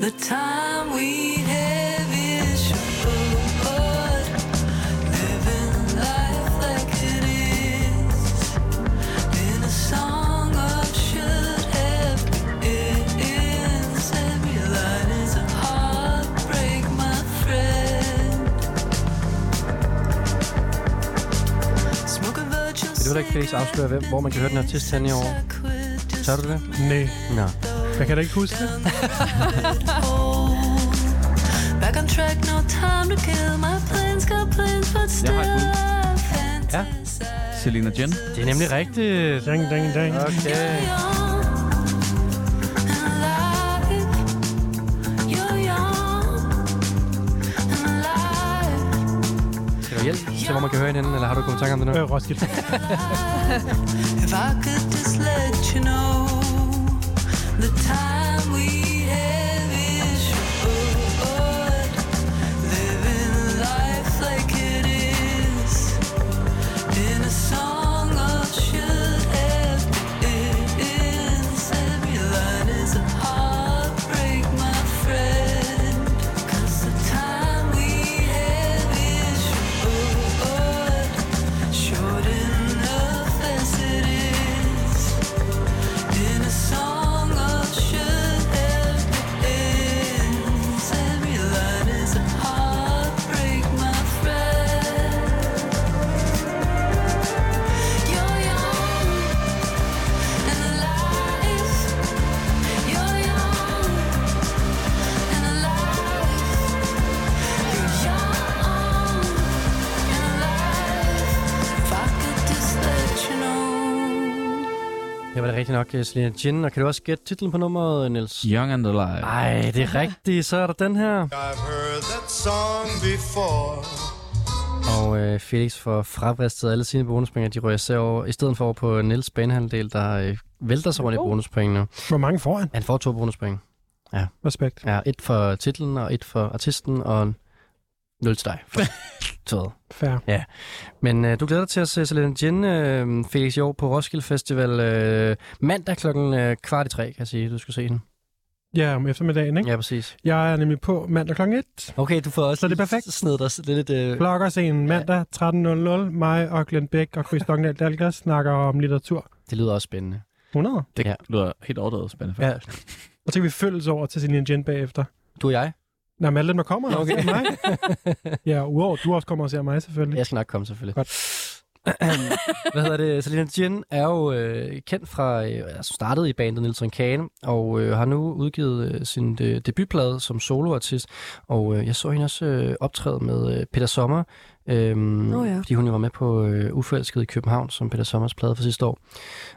[SPEAKER 7] the time we have is short. Living life like it is in a song of should have it is. Every line is a heartbreak, my friend. Smoking virtual
[SPEAKER 2] Det var da ikke Felix afsløre, hvem, hvor man kan høre den artist hen i år. Tør du det?
[SPEAKER 3] Nej,
[SPEAKER 2] Nå.
[SPEAKER 3] jeg kan da ikke huske det.
[SPEAKER 7] Back on track, no time to kill. My plans got plans, but still
[SPEAKER 5] har et bud.
[SPEAKER 7] I
[SPEAKER 2] Ja.
[SPEAKER 7] fantasize.
[SPEAKER 5] Selena Jen.
[SPEAKER 2] Det er nemlig rigtigt.
[SPEAKER 3] Dang, dang, dang.
[SPEAKER 2] Okay.
[SPEAKER 7] You're young and alive. You're young and alive.
[SPEAKER 2] Skal du hjælpe til, hvor man kan høre hinanden, eller har du kommet tanker om det nu?
[SPEAKER 3] Øh, Roskilde.
[SPEAKER 7] If I could just let you know the time we have is short. Living life like it is in a song of should have it is. Every line is a heartbreak, my friend. 'Cause the time we have is short. Short enough as it is In a song of should have ends Every line is a heartbreak, my friend You're young and alive You're young and alive You're young if I could just let you know
[SPEAKER 2] Her var det rigtig nok øh, Selena Jin, og kan du også gætte titlen på nummeret, Niels?
[SPEAKER 5] Young and Alive.
[SPEAKER 3] Ah.
[SPEAKER 2] Ej, det er rigtigt. Så er der den her.
[SPEAKER 9] I've heard that song before.
[SPEAKER 2] Og øh, Felix får fravristet alle sine bonuspoint, og de rører sig over, i stedet for over på Niels banehandel, der øh, vælter sig rundt i bonuspoint nu.
[SPEAKER 3] Hvor mange får han?
[SPEAKER 2] Han får to bonuspoint.
[SPEAKER 3] Respekt.
[SPEAKER 2] Ja, et for titlen, og et for artisten, og nul til dig. For tøjet.
[SPEAKER 3] Fair.
[SPEAKER 2] Men øh, du glæder dig til at se Selena Jin, øh, Felix, i år på Roskilde Festival øh, mandag klokken øh, kvart i tre, kan jeg sige. Du skal se den.
[SPEAKER 3] Ja, om eftermiddagen, ikke?
[SPEAKER 2] Ja, præcis.
[SPEAKER 3] Jeg er nemlig på mandag kl. 1.
[SPEAKER 2] Okay, du får også
[SPEAKER 3] Så det er perfekt.
[SPEAKER 2] snedet dig det er lidt... Øh,
[SPEAKER 3] Bloggerscenen mandag 13.00. Mig og Glenn Bæk og Chris Dogndal Dalgas snakker om litteratur.
[SPEAKER 2] det lyder også spændende.
[SPEAKER 3] 100.
[SPEAKER 5] Det
[SPEAKER 2] Ja.
[SPEAKER 5] lyder helt overdrevet spændende.
[SPEAKER 3] Ja. Og så kan vi følges over til Celine Jen bagefter.
[SPEAKER 2] Du og jeg?
[SPEAKER 3] Nej, men alle dem, der kommer
[SPEAKER 2] Ja,
[SPEAKER 3] okay.
[SPEAKER 2] okay.
[SPEAKER 3] og ser mig. Ja, udover du også kommer og ser mig selvfølgelig.
[SPEAKER 2] Jeg skal nok komme, selvfølgelig.
[SPEAKER 3] Godt.
[SPEAKER 2] Hvad hedder det? Selina Jin er jo øh, kendt fra, øh, altså startede i bandet Nielsen Kane, og øh, har nu udgivet øh, sin øh, debutplade som soloartist. Og øh, jeg så hende også øh, optræde med øh, Peter Sommer, øhm,
[SPEAKER 4] Nå ja.
[SPEAKER 2] fordi hun jo var med på øh, Uforelsket i København, som Peter Sommers plade for sidste år.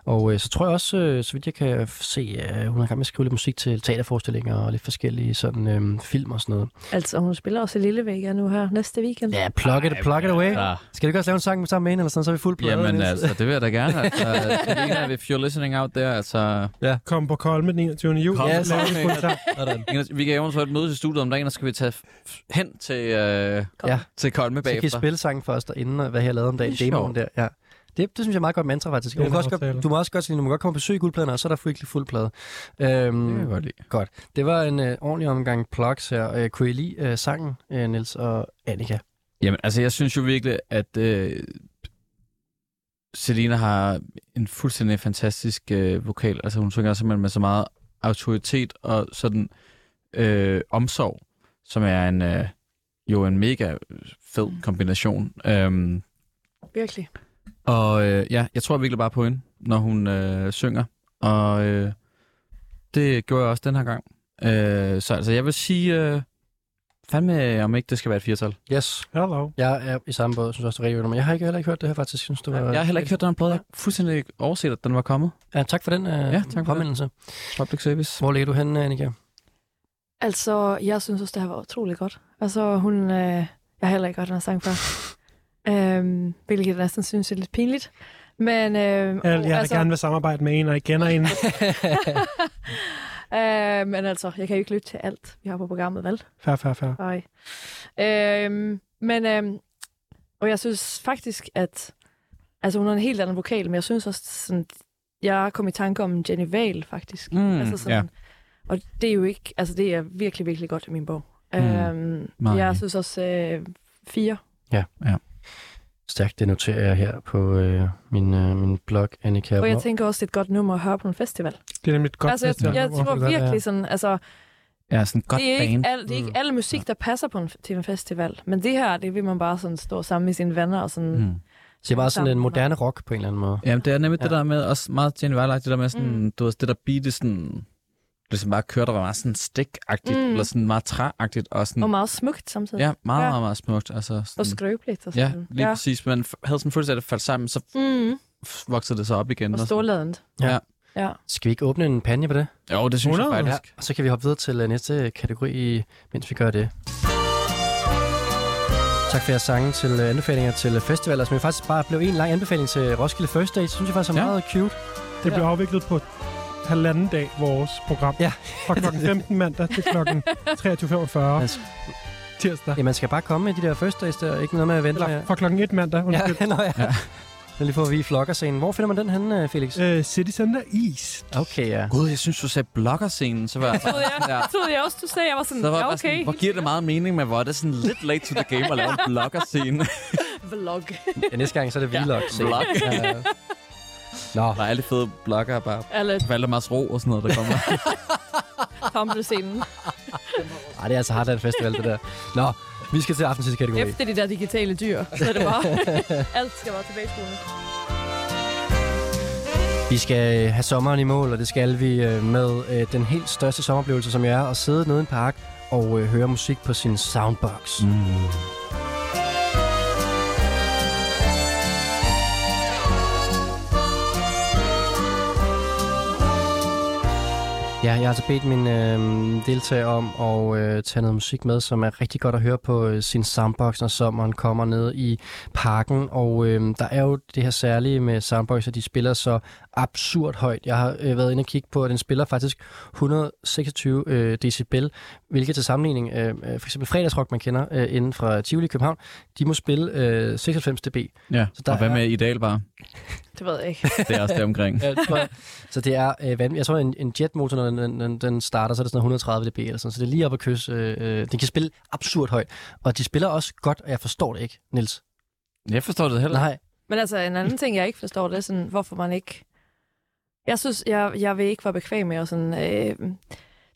[SPEAKER 2] Og øh, så tror jeg også, øh, så vidt jeg kan f- se, at øh, hun er i gang med at skrive lidt musik til teaterforestillinger og lidt forskellige sådan, øh, film og sådan noget.
[SPEAKER 4] Altså, hun spiller også i Lillevægger nu her næste weekend.
[SPEAKER 2] Ja, plug it, plug it away.
[SPEAKER 5] Ja.
[SPEAKER 2] Skal du ikke også lave en sang sammen med en, eller sådan, så er vi fuld plade?
[SPEAKER 5] Jamen
[SPEAKER 2] Niels?
[SPEAKER 5] altså, det vil jeg da gerne. Altså, Selena, if you're listening out there, altså...
[SPEAKER 3] Kom på Kolme den 21. juli.
[SPEAKER 5] Kom
[SPEAKER 3] Lad
[SPEAKER 5] på
[SPEAKER 3] os
[SPEAKER 5] Kolme.
[SPEAKER 3] lave en koncert.
[SPEAKER 5] Jonas, Vi kan eventuelt mødes i studiet om dagen, og så skal vi tage f- hen til, øh,
[SPEAKER 2] Ja.
[SPEAKER 5] til Kolme
[SPEAKER 2] Så kan I
[SPEAKER 5] bagefter.
[SPEAKER 2] spille sangen for os derinde, og hvad jeg lavede om dagen.
[SPEAKER 5] Det er
[SPEAKER 2] Demoen der, ja. Det, det synes jeg er et meget godt mantra, faktisk.
[SPEAKER 3] Det er
[SPEAKER 2] Du, kan
[SPEAKER 3] en
[SPEAKER 2] også
[SPEAKER 3] aftale.
[SPEAKER 2] godt, du må også godt, sige, du må godt komme og besøge guldpladen, og så er der frygtelig fuld plade. Øhm,
[SPEAKER 5] Det kan jeg godt lide.
[SPEAKER 2] godt. Det var en øh, ordentlig omgang plugs her. Øh, kunne I lide øh, sangen, øh, Niels og Annika?
[SPEAKER 5] Jamen, altså, jeg synes jo virkelig, at øh, Selina har en fuldstændig fantastisk øh, vokal. Altså, hun synger simpelthen med så meget autoritet og sådan øh, omsorg, som er en, øh, jo en mega fed kombination. Øhm,
[SPEAKER 4] Virkelig.
[SPEAKER 5] og øh, ja, jeg tror virkelig bare på hende, når hun øh, synger. Og øh, det gjorde jeg også den her gang. Øh, så altså, jeg vil sige, øh, fandme om ikke det skal være et firtal.
[SPEAKER 2] Yes.
[SPEAKER 3] Hello.
[SPEAKER 2] Jeg er i samme båd, synes også, det er rigtig godt, men jeg har ikke heller ikke hørt det her faktisk. Synes, det var...
[SPEAKER 5] Jeg har heller ikke hørt den her plade. Jeg har fuldstændig overset, at den var kommet.
[SPEAKER 2] Ja, tak for den uh, ja,
[SPEAKER 5] Ja, tak for
[SPEAKER 2] tak
[SPEAKER 5] den.
[SPEAKER 2] påmindelse. For
[SPEAKER 5] Public service.
[SPEAKER 2] Hvor ligger du henne, Annika?
[SPEAKER 4] Altså, jeg synes også, det her var utrolig godt. Altså, hun... Øh, jeg har heller ikke hørt den her sang før. øhm, hvilket jeg næsten synes er lidt pinligt. Men... Øh,
[SPEAKER 3] Jeg, jeg altså... gerne vil samarbejde med en, og jeg kender en.
[SPEAKER 4] øh, men altså, jeg kan jo ikke lytte til alt, vi har på programmet, vel?
[SPEAKER 3] Fair, fair, fair.
[SPEAKER 4] Nej. Øhm, men, øhm, og jeg synes faktisk, at altså, hun har en helt anden vokal, men jeg synes også, sådan, jeg kom i tanke om Jenny Vail, faktisk.
[SPEAKER 5] Mm,
[SPEAKER 4] altså sådan, Og det er jo ikke, altså det er virkelig, virkelig godt i min bog. Mm, øhm,
[SPEAKER 5] meget
[SPEAKER 4] jeg
[SPEAKER 5] enig.
[SPEAKER 4] synes også øh, fire.
[SPEAKER 2] Stærkt, det noterer jeg her på øh, min, øh, min blog, Annika.
[SPEAKER 4] Og jeg
[SPEAKER 2] Hvor-
[SPEAKER 4] tænker også, det er et godt nummer at høre på en festival.
[SPEAKER 3] Det er nemlig et godt
[SPEAKER 4] altså, jeg,
[SPEAKER 3] festival.
[SPEAKER 4] jeg tror
[SPEAKER 2] det godt være.
[SPEAKER 4] virkelig sådan, altså,
[SPEAKER 5] Ja, sådan et godt
[SPEAKER 4] det, er
[SPEAKER 5] band.
[SPEAKER 4] ikke al, det er ikke alle musik, der passer på en, til en festival. Men det her, det vil man bare sådan stå sammen med sine venner og sådan...
[SPEAKER 5] Mm.
[SPEAKER 2] det er bare sådan en
[SPEAKER 4] sammen.
[SPEAKER 2] moderne rock på en eller anden måde.
[SPEAKER 5] Jamen, det er nemlig ja. det
[SPEAKER 2] Ja.
[SPEAKER 5] der med, også meget Jenny Weiler, det der med sådan, mm. du ved, det der beat, det sådan, det som bare kører, der var meget sådan stik-agtigt,
[SPEAKER 4] Mm.
[SPEAKER 5] mm. eller sådan meget træagtigt, og sådan,
[SPEAKER 4] Og meget smukt samtidig.
[SPEAKER 5] Mm. ja, meget,
[SPEAKER 4] Ja.
[SPEAKER 5] meget, meget smukt, altså
[SPEAKER 4] Og
[SPEAKER 5] sådan,
[SPEAKER 4] skrøbeligt og
[SPEAKER 5] ja,
[SPEAKER 4] sådan.
[SPEAKER 5] lige ja. præcis, men f- havde sådan en følelse af, at det faldt sammen, så
[SPEAKER 4] Mm,
[SPEAKER 5] f- voksede det så op igen.
[SPEAKER 4] og
[SPEAKER 5] sådan.
[SPEAKER 4] storladent.
[SPEAKER 5] Ja.
[SPEAKER 4] ja.
[SPEAKER 2] Skal vi ikke åbne en panje på det?
[SPEAKER 5] Jo, det synes jeg
[SPEAKER 2] Ja,
[SPEAKER 5] faktisk.
[SPEAKER 2] og så kan vi hoppe videre til øh, næste kategori, mens vi gør det. Tak for jeres sange til øh, anbefalinger til øh, festivaler, som jo faktisk bare blev en lang anbefaling til Roskilde First Date. Synes jeg faktisk er
[SPEAKER 5] Ja.
[SPEAKER 2] meget cute.
[SPEAKER 3] Det blev afviklet på halvanden dag, vores program.
[SPEAKER 2] Ja.
[SPEAKER 3] Fra klokken 15 mandag til klokken 23.45 tirsdag.
[SPEAKER 2] Ja, man skal bare komme med de der First Dates der, ikke noget med at vente med.
[SPEAKER 3] Eller fra klokken 1 mandag. undskyld.
[SPEAKER 2] Ja, nå ja. ja. Lige for at vi flokker scenen. Hvor finder man den henne, øh, Felix?
[SPEAKER 3] Øh, City Center East.
[SPEAKER 2] Okay, ja.
[SPEAKER 5] Gud, jeg synes, du sagde bloggerscenen, så var jeg sådan, ja.
[SPEAKER 4] Jeg troede jeg også, du sagde, jeg var sådan,
[SPEAKER 5] Så var jeg
[SPEAKER 4] ja,
[SPEAKER 5] bare
[SPEAKER 4] okay.
[SPEAKER 5] sådan, hvor giver det meget mening, men hvor er det sådan lidt late to the game at lave en bloggerscene?
[SPEAKER 4] Vlog.
[SPEAKER 2] ja. Næste gang, så er det vlog.
[SPEAKER 5] vlog.
[SPEAKER 2] ja. Nå,
[SPEAKER 5] Der er alle fede bloggere, bare
[SPEAKER 4] Eller
[SPEAKER 5] Valdemars Ro og sådan noget, der kommer.
[SPEAKER 4] Tumblr-scenen.
[SPEAKER 2] Ej, det er altså Hardland Festival, det der. Nå, vi skal til aftens sidste kategori.
[SPEAKER 4] Efter de der digitale dyr, så er det bare... alt skal bare tilbage i skolen.
[SPEAKER 2] Vi skal øh, have sommeren i mål, og det skal vi øh, med øh, den helt største sommeroplevelse, som jeg er, at sidde nede i en park og øh, høre musik på sin soundbox. Mm. Ja, jeg har altså bedt min øh, deltager om at øh, tage noget musik med, som er rigtig godt at høre på øh, sin soundbox, når sommeren kommer ned i parken. Og øh, der er jo det her særlige med soundbox, at de spiller så absurd højt. Jeg har øh, været inde og kigge på, at den spiller faktisk 126 øh, decibel, hvilket til sammenligning, øh, øh, for eksempel fredagsrock, man kender øh, inden fra Tivoli i København, de må spille øh, 96 dB.
[SPEAKER 5] Ja,
[SPEAKER 2] Så der
[SPEAKER 5] og hvad
[SPEAKER 2] er-
[SPEAKER 5] med Ideal bare?
[SPEAKER 4] Det ved jeg ikke.
[SPEAKER 5] Det er også det omkring.
[SPEAKER 2] Ja, det tror jeg. så det er, øh, vanv- jeg tror, en, en jetmotor, når den- den, den, den starter, så er det sådan noget 130 dB eller sådan, så det er lige op at kysse. Øh, øh, den kan spille absurd højt, og de spiller også godt, og jeg forstår det ikke, Nils.
[SPEAKER 5] Jeg forstår det heller.
[SPEAKER 2] Nej,
[SPEAKER 4] Men altså, en anden ting, jeg ikke forstår, det er sådan, hvorfor man ikke... Jeg synes, jeg, jeg vil ikke være bekvem med at sådan, øh,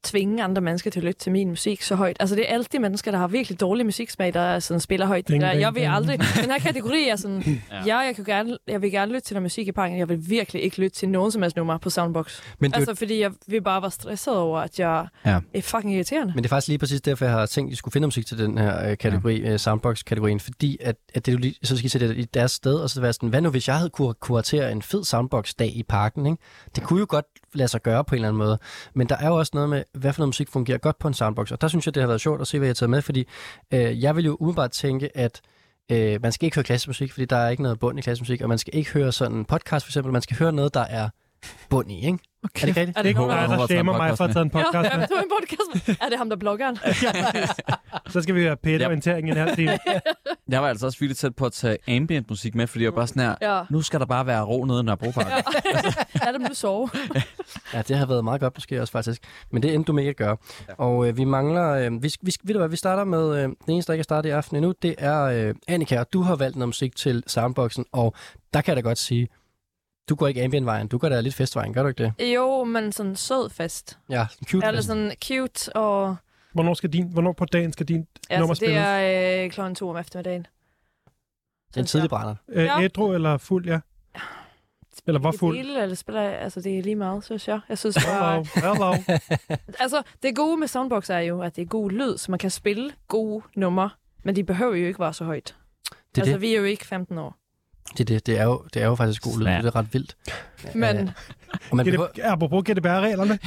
[SPEAKER 4] tvinge andre mennesker til at lytte til min musik så højt. Altså, det er alle de mennesker, der har virkelig dårlig musiksmag, der er sådan, spiller højt.
[SPEAKER 3] Ding,
[SPEAKER 4] der,
[SPEAKER 3] ding,
[SPEAKER 4] jeg vil
[SPEAKER 3] ding.
[SPEAKER 4] aldrig... Den her kategori er sådan... ja. jeg, jeg, kan gerne, jeg vil gerne lytte til noget musik i parken. Jeg vil virkelig ikke lytte til nogen som helst nummer på Soundbox.
[SPEAKER 2] men det, er jo-
[SPEAKER 4] Altså, fordi jeg vil bare være stresset over, at jeg
[SPEAKER 5] Ja.
[SPEAKER 4] er fucking irriterende.
[SPEAKER 2] Men det er faktisk lige præcis derfor, jeg har tænkt, at I skulle finde musik til den her øh, kategori, ja. soundbox-kategorien, fordi at, at det, er jo lige, så skal I sætte det i deres sted, og så være sådan, hvad nu hvis jeg havde kunne kuratere en fed soundbox-dag i parken? Ikke? Det kunne jo godt lade sig gøre på en eller anden måde, men der er jo også noget med, hvad for noget musik fungerer godt på en soundbox, og der synes jeg, det har været sjovt at se, hvad jeg har taget med, fordi øh, jeg vil jo umiddelbart tænke, at øh, man skal ikke høre klassisk musik, fordi der er ikke noget bund i klassisk musik, og man skal ikke høre sådan en podcast for eksempel, man skal høre noget, der er bund i, ikke? Okay. Er det ikke rigtigt?
[SPEAKER 4] Er
[SPEAKER 3] Det er
[SPEAKER 4] det,
[SPEAKER 3] ikke
[SPEAKER 4] nogen,
[SPEAKER 3] dig,
[SPEAKER 5] håber,
[SPEAKER 3] der
[SPEAKER 5] at der er
[SPEAKER 3] shamer
[SPEAKER 5] en
[SPEAKER 3] mig
[SPEAKER 5] podcast
[SPEAKER 3] for at tage en
[SPEAKER 4] Ja,
[SPEAKER 3] podcast
[SPEAKER 4] ja,
[SPEAKER 3] med.
[SPEAKER 4] det var en podcast. med. Er det ham, der bloggeren?
[SPEAKER 3] Så skal vi have pæt-orientering i en halv time.
[SPEAKER 5] Jeg var altså også vildt tæt på at tage ambient musik med, fordi jeg var bare sådan her,
[SPEAKER 4] Ja.
[SPEAKER 5] nu skal der bare være ro nede i Nørrebroparken. Ja.
[SPEAKER 4] Er det nu sove?
[SPEAKER 2] Ja, det har været meget godt måske også faktisk. Men det endte du med ikke at gøre. Ja. Og øh, vi mangler... Øh, vi, vi, ved du hvad, vi starter med... Øh, den eneste, der ikke er startet i aften endnu, det er øh, Annika. og Du har valgt noget musik til soundboxen, og der kan jeg da godt sige, du går ikke ambientvejen, du går da lidt festvejen, gør du ikke det?
[SPEAKER 4] Jo, men sådan sød fest.
[SPEAKER 2] Ja, cute.
[SPEAKER 4] Eller sådan cute, og
[SPEAKER 3] Hvornår, skal din, hvornår på dagen skal din nummer
[SPEAKER 4] altså, det
[SPEAKER 3] spilles?
[SPEAKER 4] er øh, klokken to om eftermiddagen.
[SPEAKER 2] en tidlig brænder.
[SPEAKER 3] Øh,
[SPEAKER 4] Ja.
[SPEAKER 3] ædru eller fuld, ja? Eller var
[SPEAKER 4] I
[SPEAKER 3] fuld.
[SPEAKER 4] Dele, eller spiller, altså, det er lige meget, synes jeg. Jeg synes bare,
[SPEAKER 3] Hello, hello.
[SPEAKER 4] Altså, det gode med soundbox er jo, at det er god lyd, så man kan spille gode numre, men de behøver jo ikke være så højt.
[SPEAKER 2] Det er
[SPEAKER 4] altså,
[SPEAKER 2] det.
[SPEAKER 4] vi er jo ikke 15 år.
[SPEAKER 2] Det er, det. Det er, jo, det er jo faktisk god lyd.
[SPEAKER 5] Snap.
[SPEAKER 2] Det er ret vildt.
[SPEAKER 4] Men,
[SPEAKER 2] Ja, Og man behøver,
[SPEAKER 3] Get it, apropos GDPR-reglerne.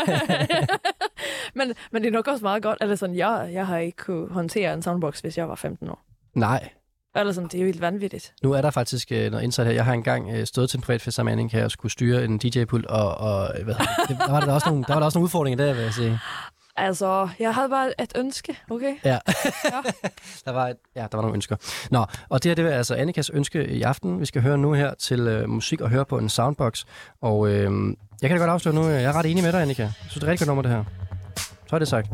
[SPEAKER 4] men, men det er nok også meget godt, eller sådan, jeg, jeg har ikke kunne håndtere en soundbox, hvis jeg var 15 år.
[SPEAKER 2] nej,
[SPEAKER 4] Eller sådan, det er jo helt vanvittigt.
[SPEAKER 2] Nu er der faktisk øh, noget insight her. Jeg har engang øh, stået til en privat festsamling, her og skulle styre en DJ-pult, og, og hvad hedder det, der, var der, også nogle, der var der også nogle udfordringer der, vil jeg sige.
[SPEAKER 4] Altså, jeg havde bare et ønske, okay?
[SPEAKER 2] Ja. der, var et, ja, der var nogle ønsker. Nå, og det her, det var altså Annikas ønske i aften. Vi skal høre nu her til øh, musik og høre på en soundbox. Og øh, jeg kan da godt afsløre nu, øh, jeg er ret enig med dig, Annika. Jeg synes, det er et rigtig godt nummer, det her. Så er det sagt.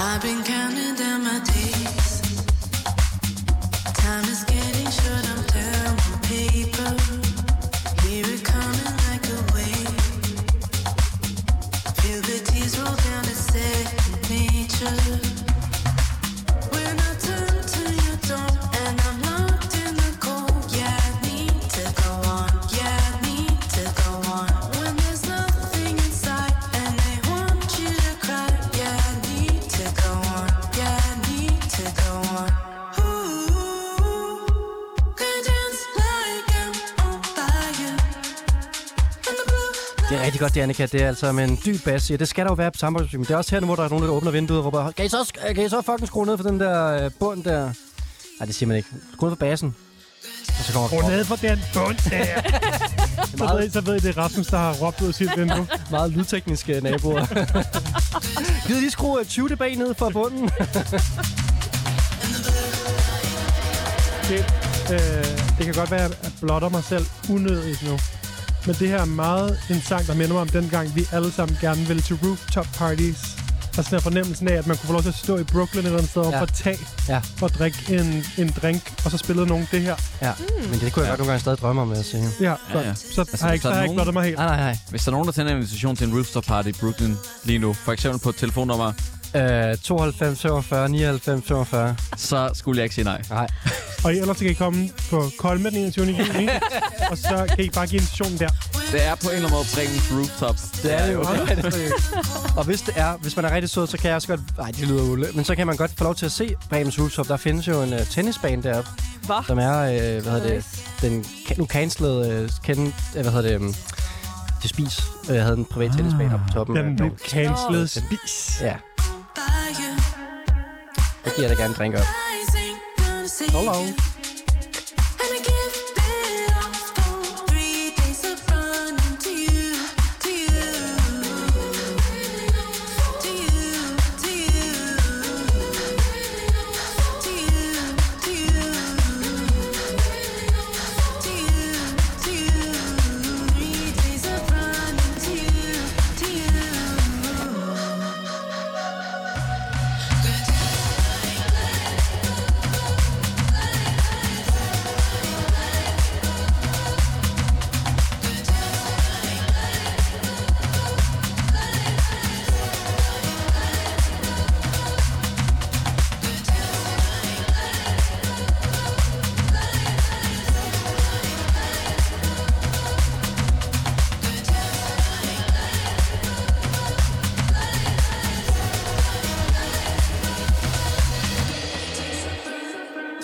[SPEAKER 6] I've been counting down my days. Time is getting short, I'm down on paper. Hear it coming like a wave. Feel the tears roll down, it's second nature. When I turn to you, don't, and I'm locked in the cold. Yeah, I need to go on. Yeah, I need to go on. When there's nothing inside, and they want you to cry. Yeah, I need to go on. Yeah, I need to go on. Ooh, could dance like I'm on fire. In the blue
[SPEAKER 2] Det er rigtig godt, det Annika. Det er altså med en dyb bass. Ja, det skal der jo være på samarbejdsmusik, men det er også her, hvor der er nogen, der åbner vinduet og råber, kan I så, sk- kan I så fucking skrue ned for den der øh, bund der? Nej, det siger man ikke. Skru ned for bassen. Og så kommer
[SPEAKER 3] Gå ned for den bund der. så, ved, I-
[SPEAKER 2] meget,
[SPEAKER 3] så ved I, det er Rasmus, der har råbt ud af sit vindue.
[SPEAKER 2] meget lydtekniske naboer. Gider de skrue øh, 20 dB ned fra bunden?
[SPEAKER 3] Det, øh, det kan godt være, at jeg blotter mig selv unødigt nu. Men det her er meget en sang, der minder mig om dengang, vi alle sammen gerne ville til rooftop parties. Og sådan her fornemmelsen af, at man kunne få lov til at stå i Brooklyn et eller andet sted ja.
[SPEAKER 2] Ja.
[SPEAKER 3] på et tag
[SPEAKER 2] Ja.
[SPEAKER 3] og drikke en, en drink, og så spillede nogen det her.
[SPEAKER 2] ja, men det kunne jeg godt nogle gange stadig drømme om, vil jeg sige. Nej,
[SPEAKER 3] Ja, så,
[SPEAKER 5] Ja, ja. Altså,
[SPEAKER 3] så, altså, har jeg
[SPEAKER 5] hvis
[SPEAKER 3] ikke,
[SPEAKER 5] der
[SPEAKER 3] så
[SPEAKER 5] er
[SPEAKER 3] har jeg ikke
[SPEAKER 5] nogen-
[SPEAKER 3] blottet mig helt.
[SPEAKER 2] nej, nej.
[SPEAKER 5] Hvis der er nogen, der tænder en invitation til en rooftop party i Brooklyn lige nu, for eksempel på et telefonnummer,
[SPEAKER 2] Øh, 92, 45, 99, 45.
[SPEAKER 5] så skulle jeg ikke sige nej.
[SPEAKER 2] Nej.
[SPEAKER 3] Og ellers så kan I komme på Kolme den 21. juni, og så kan I bare give invitationen der.
[SPEAKER 5] Det er på en eller anden måde Bremens rooftop.
[SPEAKER 2] Det er det jo. og hvis det er, hvis man er rigtig sød, så kan jeg også godt... Nej, det lyder ulle. Men så kan man godt få lov til at se Bremens Rooftop. Der findes jo en uh, tennisbane deroppe,
[SPEAKER 4] Hva?
[SPEAKER 2] som er, uh, hvad hedder det, den ka- nu cancelede, uh, ken, uh, hvad hedder det, um, til spis. Uh, havde en privat tennisbane oppe på toppen.
[SPEAKER 3] Den
[SPEAKER 2] af-
[SPEAKER 3] blev cancelet
[SPEAKER 2] Nå.
[SPEAKER 3] spis.
[SPEAKER 2] Ja,
[SPEAKER 6] fire.
[SPEAKER 2] det giver jeg da gerne en drink op.
[SPEAKER 6] Hello.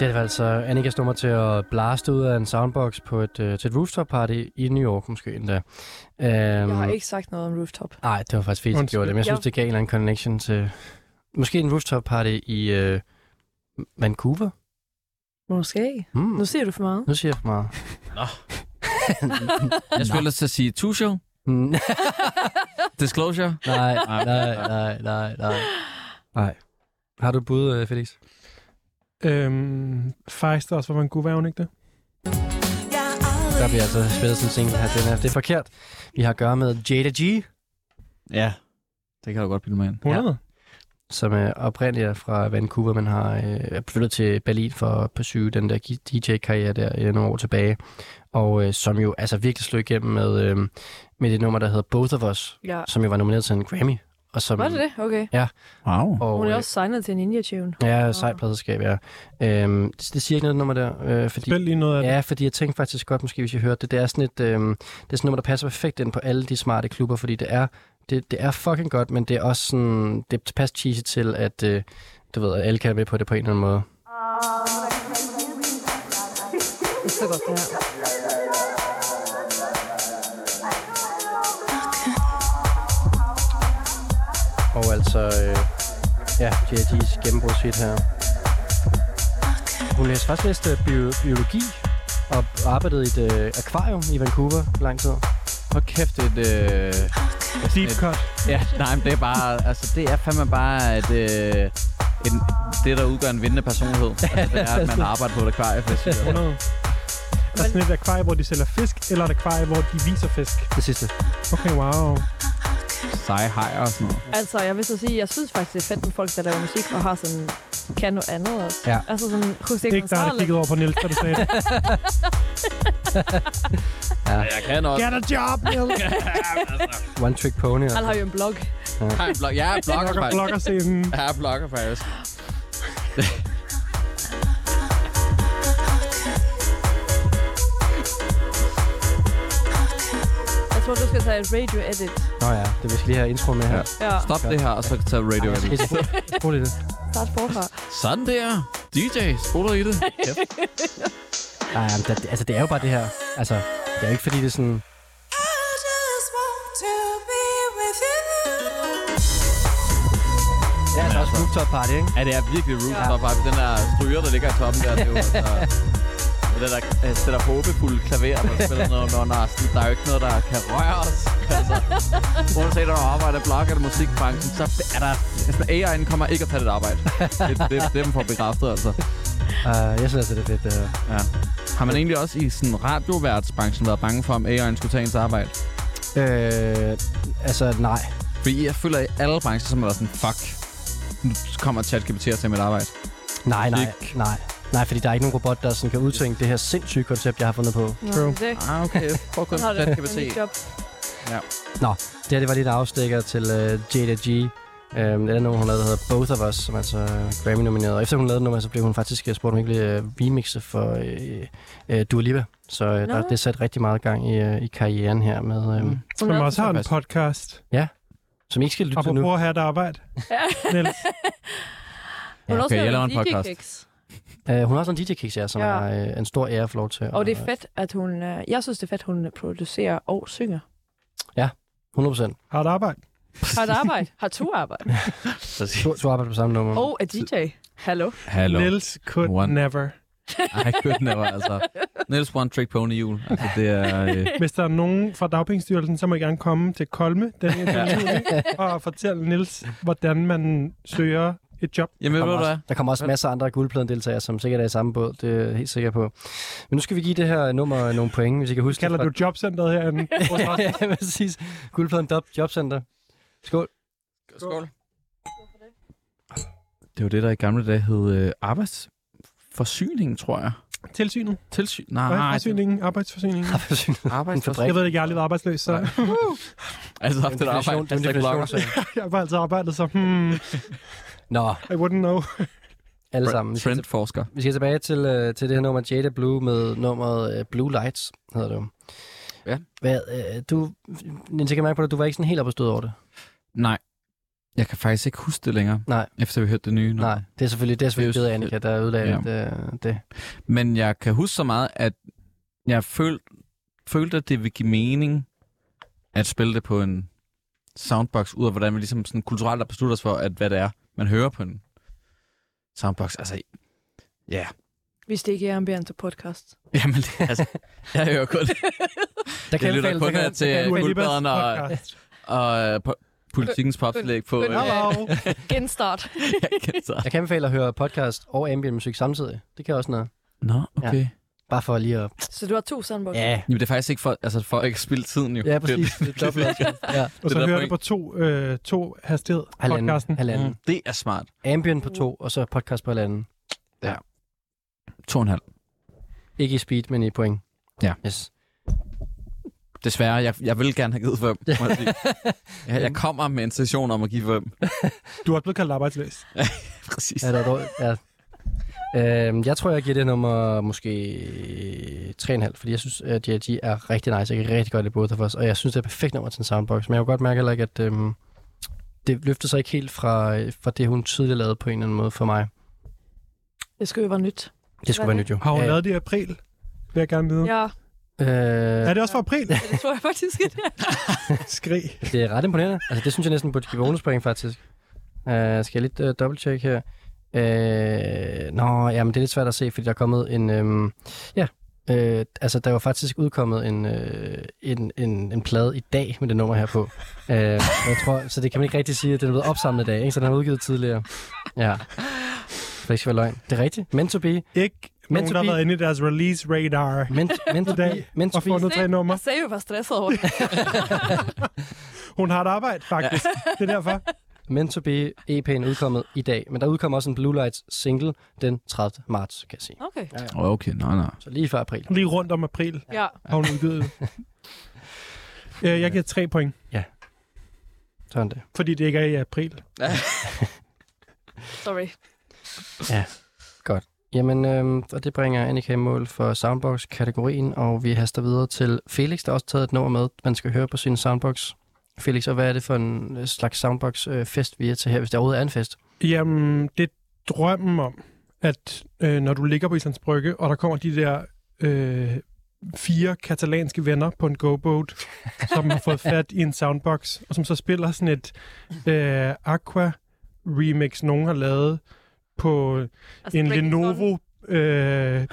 [SPEAKER 2] Det var altså Annikas nummer til at blaste ud af en soundbox på et, uh, til et rooftop party i New York måske endda. Um,
[SPEAKER 4] Jeg har ikke sagt noget om rooftop.
[SPEAKER 2] Nej, det var faktisk fedt, at
[SPEAKER 3] Undskyld.
[SPEAKER 2] gjorde det, men jeg synes,
[SPEAKER 4] Ja.
[SPEAKER 2] det gav en eller anden connection til... Måske en rooftop party i øh, Vancouver?
[SPEAKER 4] Måske.
[SPEAKER 2] Hmm.
[SPEAKER 4] Nu siger du for meget.
[SPEAKER 2] Nu siger jeg for meget.
[SPEAKER 5] Jeg skulle ellers til at sige Tusho,
[SPEAKER 2] Mm,
[SPEAKER 5] Disclosure.
[SPEAKER 2] nej, nej, nej, nej, nej. Nej. Har du et bud, øh, Felix?
[SPEAKER 3] Øhm, Fejst også, hvor man kunne være, hun ikke det?
[SPEAKER 2] Der bliver altså spillet sådan en single her. Den er, det er forkert. Vi har at gøre med Jada G.
[SPEAKER 5] Ja, det kan du godt bilde mig ind.
[SPEAKER 3] 100? Ja.
[SPEAKER 2] som øh, oprindeligt er fra Vancouver, men har øh, er flyttet til Berlin for at pursue den der DJ-karriere der øh, nogle år tilbage, og øh, som jo altså virkelig slog igennem med, øh, med det nummer, der hedder Both of Us,
[SPEAKER 4] Ja.
[SPEAKER 2] som jo var nomineret til en Grammy. Og som,
[SPEAKER 4] Var det det? Okay.
[SPEAKER 5] Wow.
[SPEAKER 2] Og,
[SPEAKER 4] Hun er
[SPEAKER 2] øh,
[SPEAKER 4] også signet til en India-tune.
[SPEAKER 2] Ja, sejt pladserskab, ja. Øhm, det, det siger ikke noget nummer der, øh, fordi...
[SPEAKER 3] Spil lige noget af det.
[SPEAKER 2] Ja, fordi jeg tænkte faktisk godt, måske hvis jeg hørte det, det er sådan et, øhm, det er sådan et nummer, der passer perfekt ind på alle de smarte klubber, fordi det er, det, det er fucking godt, men det er også sådan, det passer cheesy til, at øh, du ved, at alle kan være med på det på en eller anden måde.
[SPEAKER 4] Det er så godt, det her.
[SPEAKER 2] Og altså, øh, ja, J.D.'s gennembrudshit her. Hun læste faktisk læste bio- biologi og arbejdede i et øh, akvarium i Vancouver lang tid.
[SPEAKER 5] Hvor kæft et... Øh,
[SPEAKER 3] Deep
[SPEAKER 5] et-
[SPEAKER 3] cut.
[SPEAKER 5] Ja, nej, men det er bare... Altså, det er fandme bare, at... Øh, en, det, der udgør en vindende personlighed. Altså, det er, at man arbejder på et akvarie. for at sige det.
[SPEAKER 3] 100. Der er sådan et akvarie, hvor de sælger fisk, eller et akvarie, hvor de viser fisk.
[SPEAKER 2] Det sidste.
[SPEAKER 3] Okay, wow.
[SPEAKER 5] Seje hajer og sådan noget.
[SPEAKER 4] Altså, jeg vil så sige, jeg synes faktisk, det er fedt med folk, der laver musik og har sådan kan noget andet også.
[SPEAKER 2] Ja.
[SPEAKER 4] Altså sådan, husk ikke,
[SPEAKER 3] Ikke dig, der kiggede over på Niels, da du sagde det.
[SPEAKER 5] Ja, jeg kan også.
[SPEAKER 3] Get a job, Niels!
[SPEAKER 2] One Trick Pony.
[SPEAKER 4] Han
[SPEAKER 2] Altså.
[SPEAKER 4] har jo en blog.
[SPEAKER 5] Jeg er en blog- Jeg er blogger, faktisk.
[SPEAKER 3] Blokker scenen.
[SPEAKER 5] Jeg er blogger, faktisk.
[SPEAKER 4] Jeg tror, du skal tage et radio edit.
[SPEAKER 2] Nå ja, det vi skal lige have intro med her.
[SPEAKER 5] Ja.
[SPEAKER 4] Ja,
[SPEAKER 5] Stop det her, og så tage radio.
[SPEAKER 2] Ej,
[SPEAKER 5] ind.
[SPEAKER 2] skal I- Prøv lige det.
[SPEAKER 4] start forfra.
[SPEAKER 5] Sådan der. DJ, spoler i det. Kæft.
[SPEAKER 2] Nej, men der, altså det er jo bare det her. Altså, det er jo ikke fordi, det er sådan... Det er altså også rooftop party, ikke?
[SPEAKER 5] Ja, det er virkelig rooftop ja. Den der stryger, der ligger i toppen der, det er jo altså... Og det der øh, sætter håbefulde klaver, der spiller noget om Andersen. Der er jo ikke noget, der kan røre os. Altså, uanset om du arbejder i blog eller musikbranchen, så er der... Altså, AI'en kommer ikke at tage dit arbejde. Det, det, det er dem for bekræftet, altså.
[SPEAKER 2] Uh, jeg synes altså, det er fedt. Uh,
[SPEAKER 5] Ja. Har man egentlig også i sådan radioværtsbranchen været bange for, om AI'en skulle tage ens arbejde?
[SPEAKER 2] øh, altså, nej.
[SPEAKER 5] Fordi jeg føler, at i alle brancher, som har været sådan, fuck, nu kommer ChatGPT og tager mit arbejde.
[SPEAKER 2] Nej, nej,
[SPEAKER 5] Ikke.
[SPEAKER 2] nej. Nej, fordi der er ikke nogen robot, der sådan kan udtænke det her sindssyge koncept, jeg har fundet på.
[SPEAKER 4] Nå,
[SPEAKER 3] True.
[SPEAKER 4] det.
[SPEAKER 5] Ah, okay. Prøv at gå
[SPEAKER 4] Han har det. Han
[SPEAKER 5] ChatGPT.
[SPEAKER 4] er i job.
[SPEAKER 2] Det her, det var lige en afstikker til uh, Jada G. Øhm, det er nummer, hun lavede, der hedder Both of Us, som altså er Grammy-nomineret. Og efter hun lavede nummer, så blev hun faktisk øh, spurgt, om hun ikke ville øh, remixe for øh, øh, Dua Lipa. Så øh, der,
[SPEAKER 4] Nå. Mm.
[SPEAKER 2] det satte rigtig meget gang i, øh, i karrieren her med... Øhm,
[SPEAKER 4] Hun
[SPEAKER 3] Som
[SPEAKER 4] er
[SPEAKER 3] også har en podcast.
[SPEAKER 2] Som I ikke skal lytte til nu.
[SPEAKER 3] Apropos at have et arbejde. Niels,
[SPEAKER 4] Hun er også
[SPEAKER 5] Okay, jeg
[SPEAKER 4] med
[SPEAKER 5] laver
[SPEAKER 4] i
[SPEAKER 5] en podcast.
[SPEAKER 4] DJ-kiks.
[SPEAKER 2] Uh, hun har også en DJ-kiks her, som ja.
[SPEAKER 4] Ja.
[SPEAKER 2] er uh, en stor ære at få lov til.
[SPEAKER 4] Og det er fedt, at hun... øh, Jeg synes, det er fedt, hun producerer og synger.
[SPEAKER 2] 100
[SPEAKER 3] har et arbejde.
[SPEAKER 4] Har et arbejde. Har to arbejde.
[SPEAKER 2] Du, du arbejder på samme nummer.
[SPEAKER 4] Og er DJ. Hallo.
[SPEAKER 5] Hallo.
[SPEAKER 3] Niels could
[SPEAKER 5] One.
[SPEAKER 3] never.
[SPEAKER 5] I couldn't never, altså. Niels One Trick Pony Jul. Altså, det er... Øh,
[SPEAKER 3] Hvis der er nogen fra Dagpengestyrelsen, så må I gerne komme til Kolme den ene og fortælle Niels, hvordan man søger et job.
[SPEAKER 5] jamen,
[SPEAKER 2] Der
[SPEAKER 5] ved du
[SPEAKER 2] kommer,
[SPEAKER 5] hvad?
[SPEAKER 2] også, der kommer også masser af andre guldpladendeltagere, som sikkert er i samme båd. Det er jeg helt sikker på. Men nu skal vi give det her nummer nogle point, hvis I kan huske
[SPEAKER 3] Kalder du
[SPEAKER 2] det.
[SPEAKER 3] jobcentret herinde?
[SPEAKER 2] fra- ja, præcis. Guldpladen Job, Jobcenter. Skål.
[SPEAKER 5] Skål. Det var det, der i gamle dage hed øh, arbejdsforsyning, tror jeg.
[SPEAKER 3] Tilsynet?
[SPEAKER 5] Tilsyn. Nej,
[SPEAKER 3] Nej, forsyningen? Arbejdsforsyningen?
[SPEAKER 5] arbejdsforsyning.
[SPEAKER 3] Jeg ved det ikke, jeg har aldrig været arbejdsløs, så
[SPEAKER 5] Jeg har haft et Altså, arbejde. Hashtag blogger.
[SPEAKER 3] jeg har altid arbejdet, så hmm,
[SPEAKER 2] Nå,
[SPEAKER 3] I wouldn't know.
[SPEAKER 2] alle sammen. Vi skal,
[SPEAKER 5] Trendforsker.
[SPEAKER 2] vi skal tilbage til, uh, til det her nummer Jada Blue med nummeret uh, Blue Lights, hedder det jo.
[SPEAKER 5] Ja.
[SPEAKER 2] Hvad, uh, du, Nins, jeg kan mærke på dig, du var ikke sådan helt opstået over det.
[SPEAKER 5] Nej. Jeg kan faktisk ikke huske det længere.
[SPEAKER 2] Nej.
[SPEAKER 5] Efter vi hørte det nye. nummer.
[SPEAKER 2] Nej, det er selvfølgelig, det er selvfølgelig
[SPEAKER 5] Det
[SPEAKER 2] det
[SPEAKER 5] er jo-
[SPEAKER 2] Annika, der ødelagde ja. øh, det, det.
[SPEAKER 5] Men jeg kan huske så meget, at jeg føl, følte, at det ville give mening at spille det på en soundbox, ud af hvordan vi ligesom sådan kulturelt har besluttet os for, at hvad det er, man hører på en soundbox. Altså, ja. Yeah.
[SPEAKER 4] Hvis det ikke er ambient til podcast.
[SPEAKER 5] Jamen, det, altså, jeg hører kun,
[SPEAKER 2] Der
[SPEAKER 5] jeg lytter
[SPEAKER 2] anbefales-
[SPEAKER 5] kun
[SPEAKER 2] der kan-
[SPEAKER 5] til
[SPEAKER 2] der kan-
[SPEAKER 5] øh,
[SPEAKER 3] Dua Lipas
[SPEAKER 5] guldbladeren og,
[SPEAKER 3] podcast.
[SPEAKER 5] og øh, po- politikens popslæg på. Øh,
[SPEAKER 4] Hello.
[SPEAKER 3] Hello.
[SPEAKER 4] Genstart.
[SPEAKER 5] jeg kan- så-
[SPEAKER 2] Jeg kan anbefale at høre podcast og ambient musik samtidig. Det kan også noget.
[SPEAKER 5] Nå, okay.
[SPEAKER 2] Bare for lige at...
[SPEAKER 4] Så du har to sandbokser?
[SPEAKER 2] Ja,
[SPEAKER 5] Jamen, det er faktisk ikke for, altså, for at ikke spille tiden, jo.
[SPEAKER 2] ja
[SPEAKER 5] Det er
[SPEAKER 2] præcis. Det, er det, ja.
[SPEAKER 3] Og
[SPEAKER 5] Det er
[SPEAKER 3] så
[SPEAKER 5] der
[SPEAKER 3] hører du
[SPEAKER 5] point.
[SPEAKER 3] på to, øh, to hastighed podcasten.
[SPEAKER 2] Halvanden. halvanden.
[SPEAKER 5] det. Det er smart.
[SPEAKER 2] Ambient på to, og så podcast på halvanden.
[SPEAKER 5] To og en halv.
[SPEAKER 2] Ikke i speed, men i point.
[SPEAKER 5] Ja.
[SPEAKER 2] Yes.
[SPEAKER 5] Desværre, jeg, jeg vil gerne have givet fem. må jeg sige. jeg, jeg kommer med en session om at give fem.
[SPEAKER 3] Du er også blevet kaldt arbejdslæs.
[SPEAKER 5] Præcis.
[SPEAKER 2] Ja, der er dog, ja. Øhm, jeg tror, jeg giver det nummer måske 3,5, fordi jeg synes, at DRG er rigtig nice. Jeg kan rigtig godt lide både af os, og jeg synes, det er et perfekt nummer til en soundbox. Men jeg kan godt mærke heller ikke, at øhm, det løfter sig ikke helt fra, øh, fra det, hun tidligere lavede på en eller anden måde for mig.
[SPEAKER 4] Det skulle jo være nyt.
[SPEAKER 2] Det skulle
[SPEAKER 4] Hvad
[SPEAKER 2] være
[SPEAKER 4] er
[SPEAKER 2] nyt jo.
[SPEAKER 3] Har hun
[SPEAKER 2] Ja,
[SPEAKER 3] lavet det i april? Vil jeg gerne vide. Ja.
[SPEAKER 4] Ja,
[SPEAKER 2] Øh,
[SPEAKER 3] Er det også for april?
[SPEAKER 4] det tror jeg faktisk, at det er.
[SPEAKER 3] Skrig.
[SPEAKER 2] Det er ret imponerende. Altså, det synes jeg næsten burde give bonuspoint, faktisk. Uh, skal jeg lidt uh, dobbelttjekke her? Uh, nå, jamen, det er lidt svært at se, fordi der er kommet en... Um, ja, uh, altså, der var faktisk udkommet en, uh, en, en, en plade i dag med det nummer her på. Uh, jeg tror, så det kan man ikke rigtig sige, at den er blevet opsamlet i dag, ikke? så den er udgivet tidligere. Ja. For ikke skal være løgn. Det er rigtigt. Meant to be.
[SPEAKER 3] Ikke nogen, der har
[SPEAKER 2] Tobi-
[SPEAKER 3] været inde i deres release radar
[SPEAKER 2] Meant, meant to be. Meant to
[SPEAKER 3] og
[SPEAKER 2] be.
[SPEAKER 3] fundet tre numre.
[SPEAKER 4] Jeg sagde jo, jeg var stresset over det.
[SPEAKER 3] Hun har et arbejde, faktisk. Det er derfor.
[SPEAKER 2] Meant to be. EP'en udkommet i dag. Men der udkommer også en Blue Lights single den 30. marts, kan jeg sige.
[SPEAKER 4] Okay.
[SPEAKER 5] Oh, okay, nej, nej.
[SPEAKER 2] Så lige før april.
[SPEAKER 3] Lige rundt om april
[SPEAKER 4] Ja.
[SPEAKER 3] har hun udgivet. det. Øh, Jeg giver tre point,
[SPEAKER 2] Sådan det.
[SPEAKER 3] fordi det ikke er i april.
[SPEAKER 4] Sorry.
[SPEAKER 2] Jamen, øhm, og det bringer Annika i mål for Soundbox-kategorien, og vi haster videre til Felix, der også har taget et nummer med, man skal høre på sin Soundbox. Felix, og hvad er det for en øh, slags Soundbox-fest, vi er til her, hvis der overhovedet er en fest?
[SPEAKER 3] Jamen, det er drømmen om, at øh, når du ligger på Islands Brygge, og der kommer de der øh, fire katalanske venner på en go-boat, som har fået fat i en soundbox, og som så spiller sådan et øh, Aqua-remix, nogen har lavet på
[SPEAKER 4] Altså,
[SPEAKER 3] en
[SPEAKER 4] Blake
[SPEAKER 3] Lenovo øh,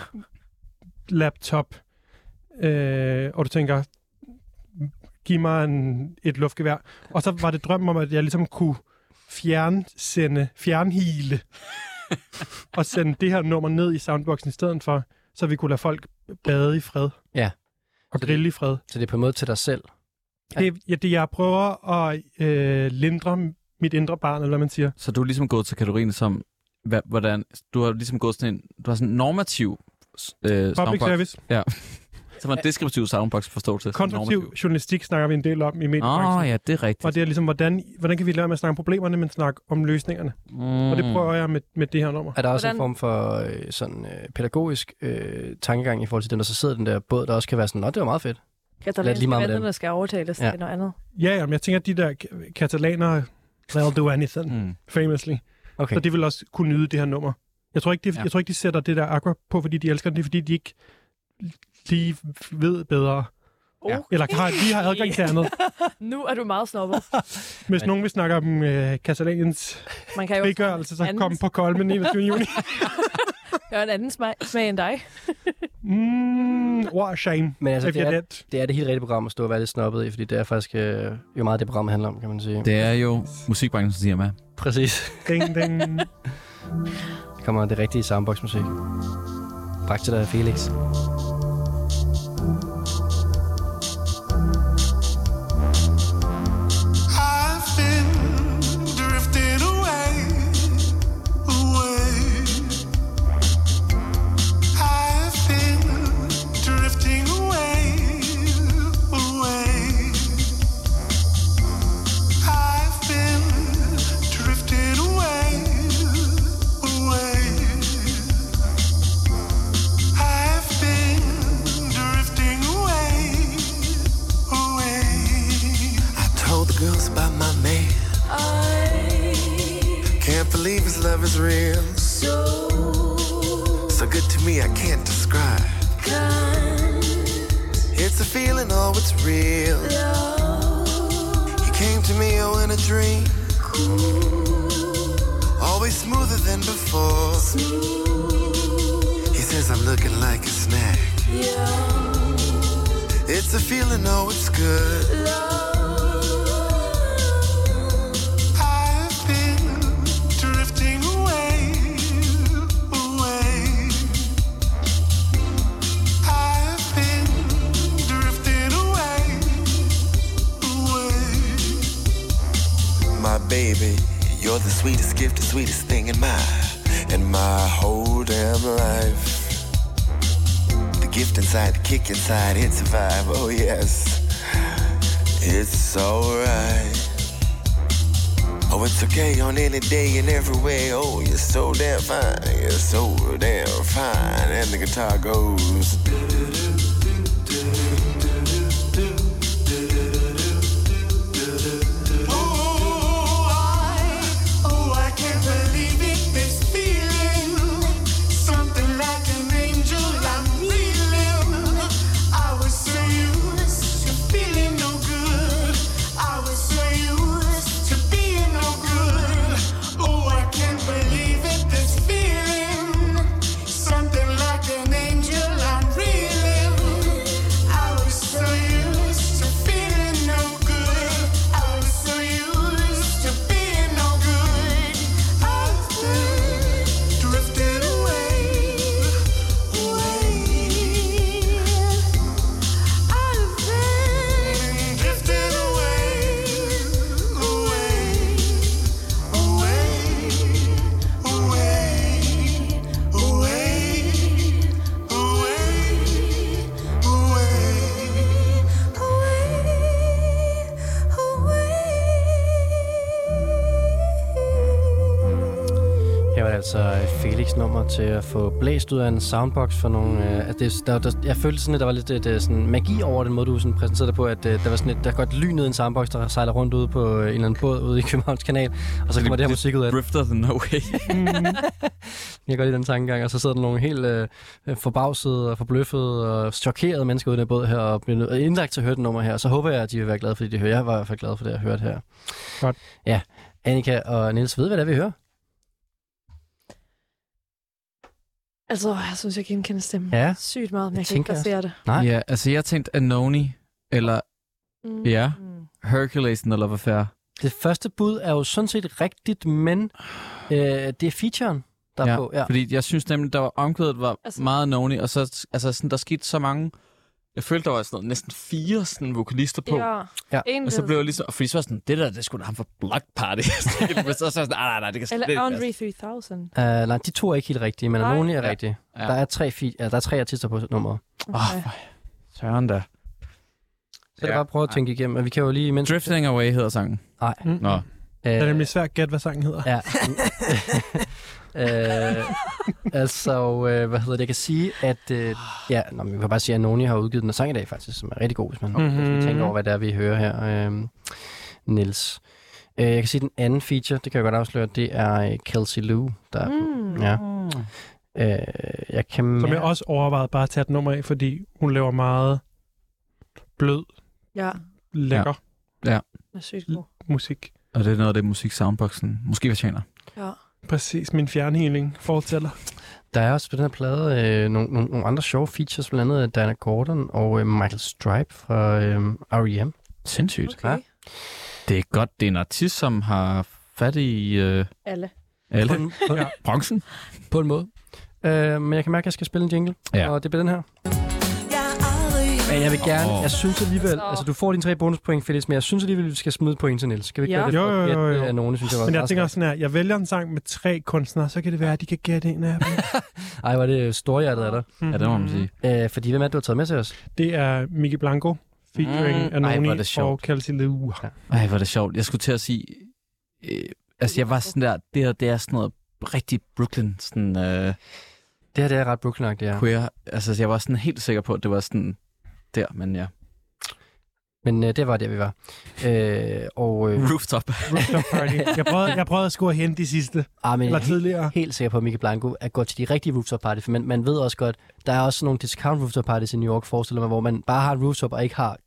[SPEAKER 3] laptop, øh, og du tænker, giv mig en, et luftgevær. Og så var det drømmen om, at jeg ligesom kunne fjernsende, fjernhile, og sende det her nummer ned i soundboxen i stedet for, så vi kunne lade folk bade i fred.
[SPEAKER 2] Ja. Så
[SPEAKER 3] Og
[SPEAKER 2] det-
[SPEAKER 3] grille i fred.
[SPEAKER 2] Så det er på en måde til dig selv.
[SPEAKER 3] Det, ja, det jeg prøver at øh, lindre mit indre barn, eller hvad man siger.
[SPEAKER 5] Så du er ligesom gået til kategorien som, hva- hvordan, du har ligesom gået sådan en, du har sådan en normativ øh,
[SPEAKER 3] Public
[SPEAKER 5] soundbox.
[SPEAKER 3] service.
[SPEAKER 5] Så var en deskriptiv soundbox forståelse.
[SPEAKER 3] Konstruktiv journalistik snakker vi en del om i mediebranchen.
[SPEAKER 5] Åh, oh, ja, det er rigtigt.
[SPEAKER 3] Og det er ligesom, hvordan, hvordan kan vi lade være med at snakke om problemerne, men snakke om løsningerne? Mm.
[SPEAKER 5] mm.
[SPEAKER 3] Og det prøver jeg med, med det her nummer.
[SPEAKER 2] Er der også Hvordan? en
[SPEAKER 4] Hvordan-
[SPEAKER 2] form for øh, sådan øh, pædagogisk øh, tankegang i forhold til dem, der så sidder i den der båd, der også kan være sådan, nå, det var meget fedt.
[SPEAKER 4] Katalanske
[SPEAKER 2] lige meget med
[SPEAKER 4] venner,
[SPEAKER 2] dem.
[SPEAKER 4] der skal overtales
[SPEAKER 2] Ja.
[SPEAKER 4] til noget andet.
[SPEAKER 3] Ja, ja, men jeg tænker, at de der k- katalanere, they'll do anything, mm.
[SPEAKER 5] Mm.
[SPEAKER 3] famously. Okay.
[SPEAKER 2] Okay,
[SPEAKER 3] Så de vil også kunne nyde det her nummer. Jeg tror, ikke, det,
[SPEAKER 5] Ja.
[SPEAKER 3] ja. jeg tror ikke, de sætter det der aqua på, fordi de elsker det. Det er, fordi de ikke lige ved bedre.
[SPEAKER 4] Okay.
[SPEAKER 3] Eller har, de har adgang til andet.
[SPEAKER 4] Nu er du meget snobber.
[SPEAKER 3] Hvis nogen vil snakke om øh, Katalaniens
[SPEAKER 4] Man kan jo
[SPEAKER 3] frigørelse, så
[SPEAKER 4] anden-
[SPEAKER 3] kom på Kolmen 21. juni.
[SPEAKER 4] gøre en anden smag, smag end dig.
[SPEAKER 3] Mm, what a shame.
[SPEAKER 2] men altså,
[SPEAKER 3] Altså,
[SPEAKER 2] det er,
[SPEAKER 3] det
[SPEAKER 2] det er det helt rigtige program at stå og være lidt snobbet i, fordi det er faktisk øh, jo meget det program handler om, kan man sige.
[SPEAKER 5] Det er jo musikbranchens dilemma.
[SPEAKER 2] Præcis.
[SPEAKER 3] ding, ding.
[SPEAKER 2] Der kommer det rigtige soundbox-musik. Bragt til dig af Felix.
[SPEAKER 9] I've been drifting away, away. I've been drifting away, away. I've been drifting away, away. I've been drifting away, away. I told the girls about my man. I can't believe his love is real. So, so good to me, I can't describe. It's a feeling, oh, it's real. He came to me, oh, in a dream. Always smoother than before. He says I'm looking like a snack. It's a feeling, oh, it's good. I've been drifting away, away. baby. You're the sweetest gift, the sweetest thing in my, in my whole damn life. The gift inside, the kick inside, it's a vibe. Oh yes, it's alright. Oh, it's okay on any day and every way. Oh, you're so damn fine. You're so damn fine. And the guitar goes.
[SPEAKER 6] Oh, I can't believe it, this feeling. Something like an angel, I'm reeling. I was so used to feeling no good. I was so used to being no good. Oh, I can't believe it, this feeling. Something like an angel, I'm reeling. I was so used to feeling no good. I was so used to being no good. I've been drifted away, away. I've been drifted away, away, away, away, away, away.
[SPEAKER 2] Her var det altså Felix nummer til at få blæst ud af en soundbox for nogle... Øh, at det, der, der, jeg følte sådan, at der var lidt et, øh, sådan, magi over den måde, du sådan præsenterede det på, at øh, der var sådan et, der godt lynede en soundbox, der sejler rundt ude på øh, en eller anden båd ude i Københavns Kanal, og så kommer det her musik ud af det.
[SPEAKER 5] Drifter the no way.
[SPEAKER 2] Jeg går i den tankegang, og så sidder der nogle helt øh, forbavsede og forbløffede og chokerede mennesker ude i den båd her, og bliver nødt- og indlagt til at høre det nummer her, og så håber jeg, at de vil være glade for det, de hører. Jeg var i hvert fald glad for det, jeg hørte her.
[SPEAKER 3] Godt.
[SPEAKER 2] Ja, Annika og Niels ved, hvad det er, vi hører.
[SPEAKER 4] Altså, jeg synes, jeg genkender stemmen.
[SPEAKER 2] Ja.
[SPEAKER 4] Sygt meget, men jeg
[SPEAKER 2] Det
[SPEAKER 4] kan ikke
[SPEAKER 2] tænker jeg
[SPEAKER 4] placere det.
[SPEAKER 2] Nej.
[SPEAKER 5] Ja, altså jeg tænkte Anoni, eller
[SPEAKER 4] Mm.
[SPEAKER 5] Ja.
[SPEAKER 4] Mm.
[SPEAKER 5] Hercules in the Love Affair.
[SPEAKER 2] Det første bud er jo sådan set rigtigt, men øh, det er featuren, der er på. Ja.
[SPEAKER 5] Fordi jeg synes nemlig, der var omkvædet var
[SPEAKER 4] Altså-
[SPEAKER 5] altså, meget Noni, og så altså, sådan, der skete så mange... Jeg følte, der var sådan noget, næsten fire sådan, vokalister på.
[SPEAKER 4] Ja.
[SPEAKER 2] Ja,
[SPEAKER 4] En
[SPEAKER 5] Og så
[SPEAKER 4] ved-
[SPEAKER 5] blev jeg ligesom... Og fordi så var jeg sådan, det der, det skulle da ham fra Block Party. så så var jeg sådan, nej, nej, nej, det kan slet
[SPEAKER 4] Eller
[SPEAKER 5] ikke passe."
[SPEAKER 4] Andre 3000.
[SPEAKER 2] Uh, nej, de to er ikke helt rigtige, men
[SPEAKER 4] Nej.
[SPEAKER 2] Anoni er
[SPEAKER 5] Ja.
[SPEAKER 2] rigtige.
[SPEAKER 5] Ja.
[SPEAKER 2] Der er tre, fi- ja, der er tre artister på nummeret.
[SPEAKER 5] Åh, oh, Søren da.
[SPEAKER 2] Så ja. det er bare at prøve at tænke igennem, og vi kan jo lige... Mens...
[SPEAKER 5] Drifting Away hedder sangen.
[SPEAKER 2] Nej.
[SPEAKER 3] Mm.
[SPEAKER 5] Nå.
[SPEAKER 2] Øh,
[SPEAKER 3] Det er nemlig svært at gætte, hvad sangen hedder.
[SPEAKER 2] Ja. øh, altså, øh, hvad hedder det? Jeg kan sige, at... Øh, ja, nå, men vi kan bare sige, at Noni har udgivet en sang i dag, faktisk, som er rigtig god, hvis man mm-hmm.
[SPEAKER 3] Mhm.
[SPEAKER 2] tænker over, hvad det er, vi hører her, øh, Niels. Øh, jeg kan sige, at den anden feature, det kan jeg godt afsløre, det er øh, Kelsey Lou, der er på.
[SPEAKER 4] Mm.
[SPEAKER 2] Ja. Øh, jeg kan
[SPEAKER 3] Som jeg
[SPEAKER 2] mærke-
[SPEAKER 3] også overvejede bare at tage et nummer af, fordi hun laver meget blød,
[SPEAKER 4] Ja,
[SPEAKER 3] lækker
[SPEAKER 4] den er sygt
[SPEAKER 3] Mm.
[SPEAKER 4] god.
[SPEAKER 3] musik.
[SPEAKER 5] Og det er noget af det musik soundboxen måske fortjener.
[SPEAKER 4] Ja.
[SPEAKER 3] Præcis, min fjernhealing fortæller.
[SPEAKER 2] Der er også på den her plade øh, nogle, nogle, nogle andre sjove features, blandt andet Diana Gordon og øh, Michael Stripe fra øh, R.E.M.
[SPEAKER 5] Sindssygt.
[SPEAKER 2] Ja.
[SPEAKER 4] Okay.
[SPEAKER 5] Det er godt, det er en artist, som har fat i øh,
[SPEAKER 4] Alle.
[SPEAKER 5] alle
[SPEAKER 2] På en- på-
[SPEAKER 3] Ja.
[SPEAKER 5] branchen.
[SPEAKER 2] På en måde. Øh, men jeg kan mærke, at jeg skal spille en jingle,
[SPEAKER 5] Ja.
[SPEAKER 2] og det bliver den her.
[SPEAKER 7] Jeg har aldrig
[SPEAKER 2] Men jeg vil gerne, oh.
[SPEAKER 5] Åh.
[SPEAKER 2] jeg synes alligevel,
[SPEAKER 4] Så.
[SPEAKER 2] altså du får dine tre bonuspoint, Felix, men jeg synes alligevel, vi skal smide et point til Niels. Skal vi ikke
[SPEAKER 4] Ja.
[SPEAKER 2] gøre det
[SPEAKER 3] Jo,
[SPEAKER 2] for
[SPEAKER 3] jo,
[SPEAKER 2] at
[SPEAKER 3] jo,
[SPEAKER 2] gætte,
[SPEAKER 3] jo.
[SPEAKER 2] øh, nogen, synes jeg var
[SPEAKER 3] Men jeg
[SPEAKER 2] meget
[SPEAKER 3] tænker også sådan her, jeg vælger en sang med tre kunstnere, så kan det være, at de kan gætte en af dem.
[SPEAKER 2] stærkt. Ej, var det øh, storhjertet af dig.
[SPEAKER 5] Ja, det må man sige.
[SPEAKER 2] Øh, fordi hvem er det, du har taget med til os?
[SPEAKER 3] Det er Miki Blanco, featuring
[SPEAKER 5] Mm.
[SPEAKER 3] mm.
[SPEAKER 5] Ej,
[SPEAKER 3] Anoni
[SPEAKER 5] hvor er det sjovt.
[SPEAKER 3] og Kelsey Lou.
[SPEAKER 5] Ej, hvor er det sjovt. Jeg skulle til at sige... Øh, altså, jeg var sådan der... Det her, det er sådan noget rigtig Brooklyn, sådan øh,
[SPEAKER 2] Det her, det er ret brooklyn det er.
[SPEAKER 5] queer. Altså, jeg var sådan helt sikker på, at det var sådan der, men ja.
[SPEAKER 2] Men øh, det var der, vi var. Øh, og, øh,
[SPEAKER 5] Rooftop.
[SPEAKER 3] Rooftop Party. Jeg prøvede, jeg prøvede at score hen de sidste,
[SPEAKER 2] ah, men
[SPEAKER 3] eller
[SPEAKER 2] helt,
[SPEAKER 3] tidligere.
[SPEAKER 2] helt sikker på, at Mikke Blanco er gået til de rigtige rooftop party, for man, man ved også godt, der er også sådan nogle discount rooftop parties i New York, forestiller mig, hvor man bare har en rooftop og ikke har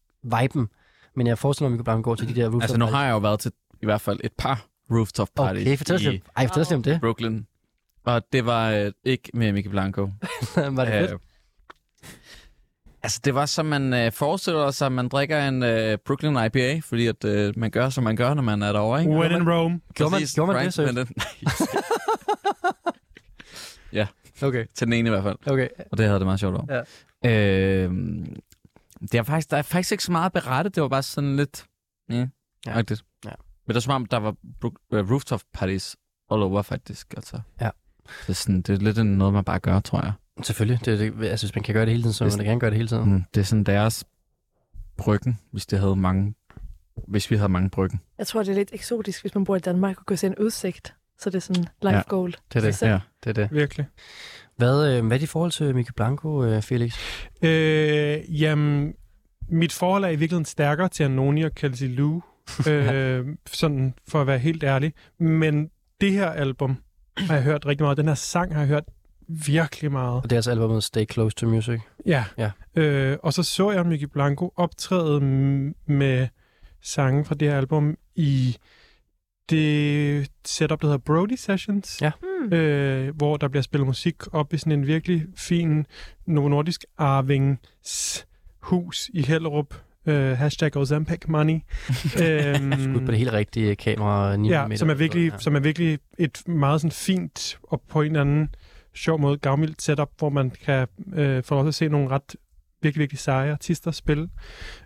[SPEAKER 2] viben. Men jeg forestiller mig, at Mikke Blanco går til de der rooftop
[SPEAKER 5] altså, nu har jeg jo været til i hvert fald et par rooftop
[SPEAKER 2] parties.
[SPEAKER 5] parties
[SPEAKER 2] Okay, fortæl os,
[SPEAKER 5] i
[SPEAKER 2] lidt- ej, fortæl os lidt om det.
[SPEAKER 5] Brooklyn. Og det var øh, ikke med Mickey Blanco.
[SPEAKER 2] var det fedt?
[SPEAKER 5] Øh, altså, det var som man øh, forestiller sig, at man drikker en øh, Brooklyn IPA, fordi at øh, man gør, som man gør, når man er derovre, ikke?
[SPEAKER 3] When in Rome.
[SPEAKER 2] Gjorde man-
[SPEAKER 5] Præcis,
[SPEAKER 2] gjorde man det,
[SPEAKER 5] Frank
[SPEAKER 2] seriøst?
[SPEAKER 5] med den- ja,
[SPEAKER 2] Okay,
[SPEAKER 5] til den ene i hvert fald.
[SPEAKER 2] okay.
[SPEAKER 5] Og det havde det meget sjovt om. Ja. Øh, det er faktisk, der er faktisk ikke så meget at berette. Det var bare sådan lidt... Ja,
[SPEAKER 2] Ja.
[SPEAKER 5] ja.
[SPEAKER 2] Ja.
[SPEAKER 5] Men det er som om, der var bro- øh, rooftop parties all over, faktisk. Altså.
[SPEAKER 2] Ja.
[SPEAKER 5] Det er, sådan, det er lidt en- noget, man bare gør, tror jeg.
[SPEAKER 2] Selvfølgelig. Det, det, altså, hvis man kan gøre det hele tiden, så vil
[SPEAKER 5] Hvis-
[SPEAKER 2] man da gerne gøre det hele tiden.
[SPEAKER 5] Mm. Det er sådan deres bryggen, hvis det havde mange hvis vi havde mange bryggen.
[SPEAKER 4] Jeg tror, det er lidt eksotisk, hvis man bor i Danmark og går til en udsigt. Så det er sådan life
[SPEAKER 5] Ja,
[SPEAKER 4] ja, goal.
[SPEAKER 2] Det er det.
[SPEAKER 4] Ja.
[SPEAKER 2] det, er det.
[SPEAKER 3] Virkelig.
[SPEAKER 2] Hvad, øh, hvad er dit forhold til Mickey Blanco, øh, Felix?
[SPEAKER 3] Øh, jamen, mit forhold er i virkeligheden stærkere til Anoni og Kelsey Lou, øh, sådan for at være helt ærlig. Men det her album har jeg hørt rigtig meget. Den her sang har jeg hørt virkelig meget.
[SPEAKER 2] Og det er altså albumet Stay Close to Music.
[SPEAKER 3] Ja.
[SPEAKER 2] Ja.
[SPEAKER 3] Øh, og så så jeg Mickey Blanco optræde m- med sange fra det her album i det setup, der hedder Brody Sessions.
[SPEAKER 2] Ja.
[SPEAKER 4] Mm.
[SPEAKER 3] Øh, hvor der bliver spillet musik op i sådan en virkelig fin Novo Nordisk arvings hus i Hellerup. Øh, hashtag Ozempic money.
[SPEAKER 2] Ud
[SPEAKER 3] øhm,
[SPEAKER 2] på det helt rigtige kamera. 9
[SPEAKER 3] Ja, som er, virkelig,
[SPEAKER 2] Ja.
[SPEAKER 3] som er virkelig et meget sådan fint og på en eller anden sjov måde gavmildt setup, hvor man kan øh, få lov til at se nogle ret virkelig, virkelig seje artister spille.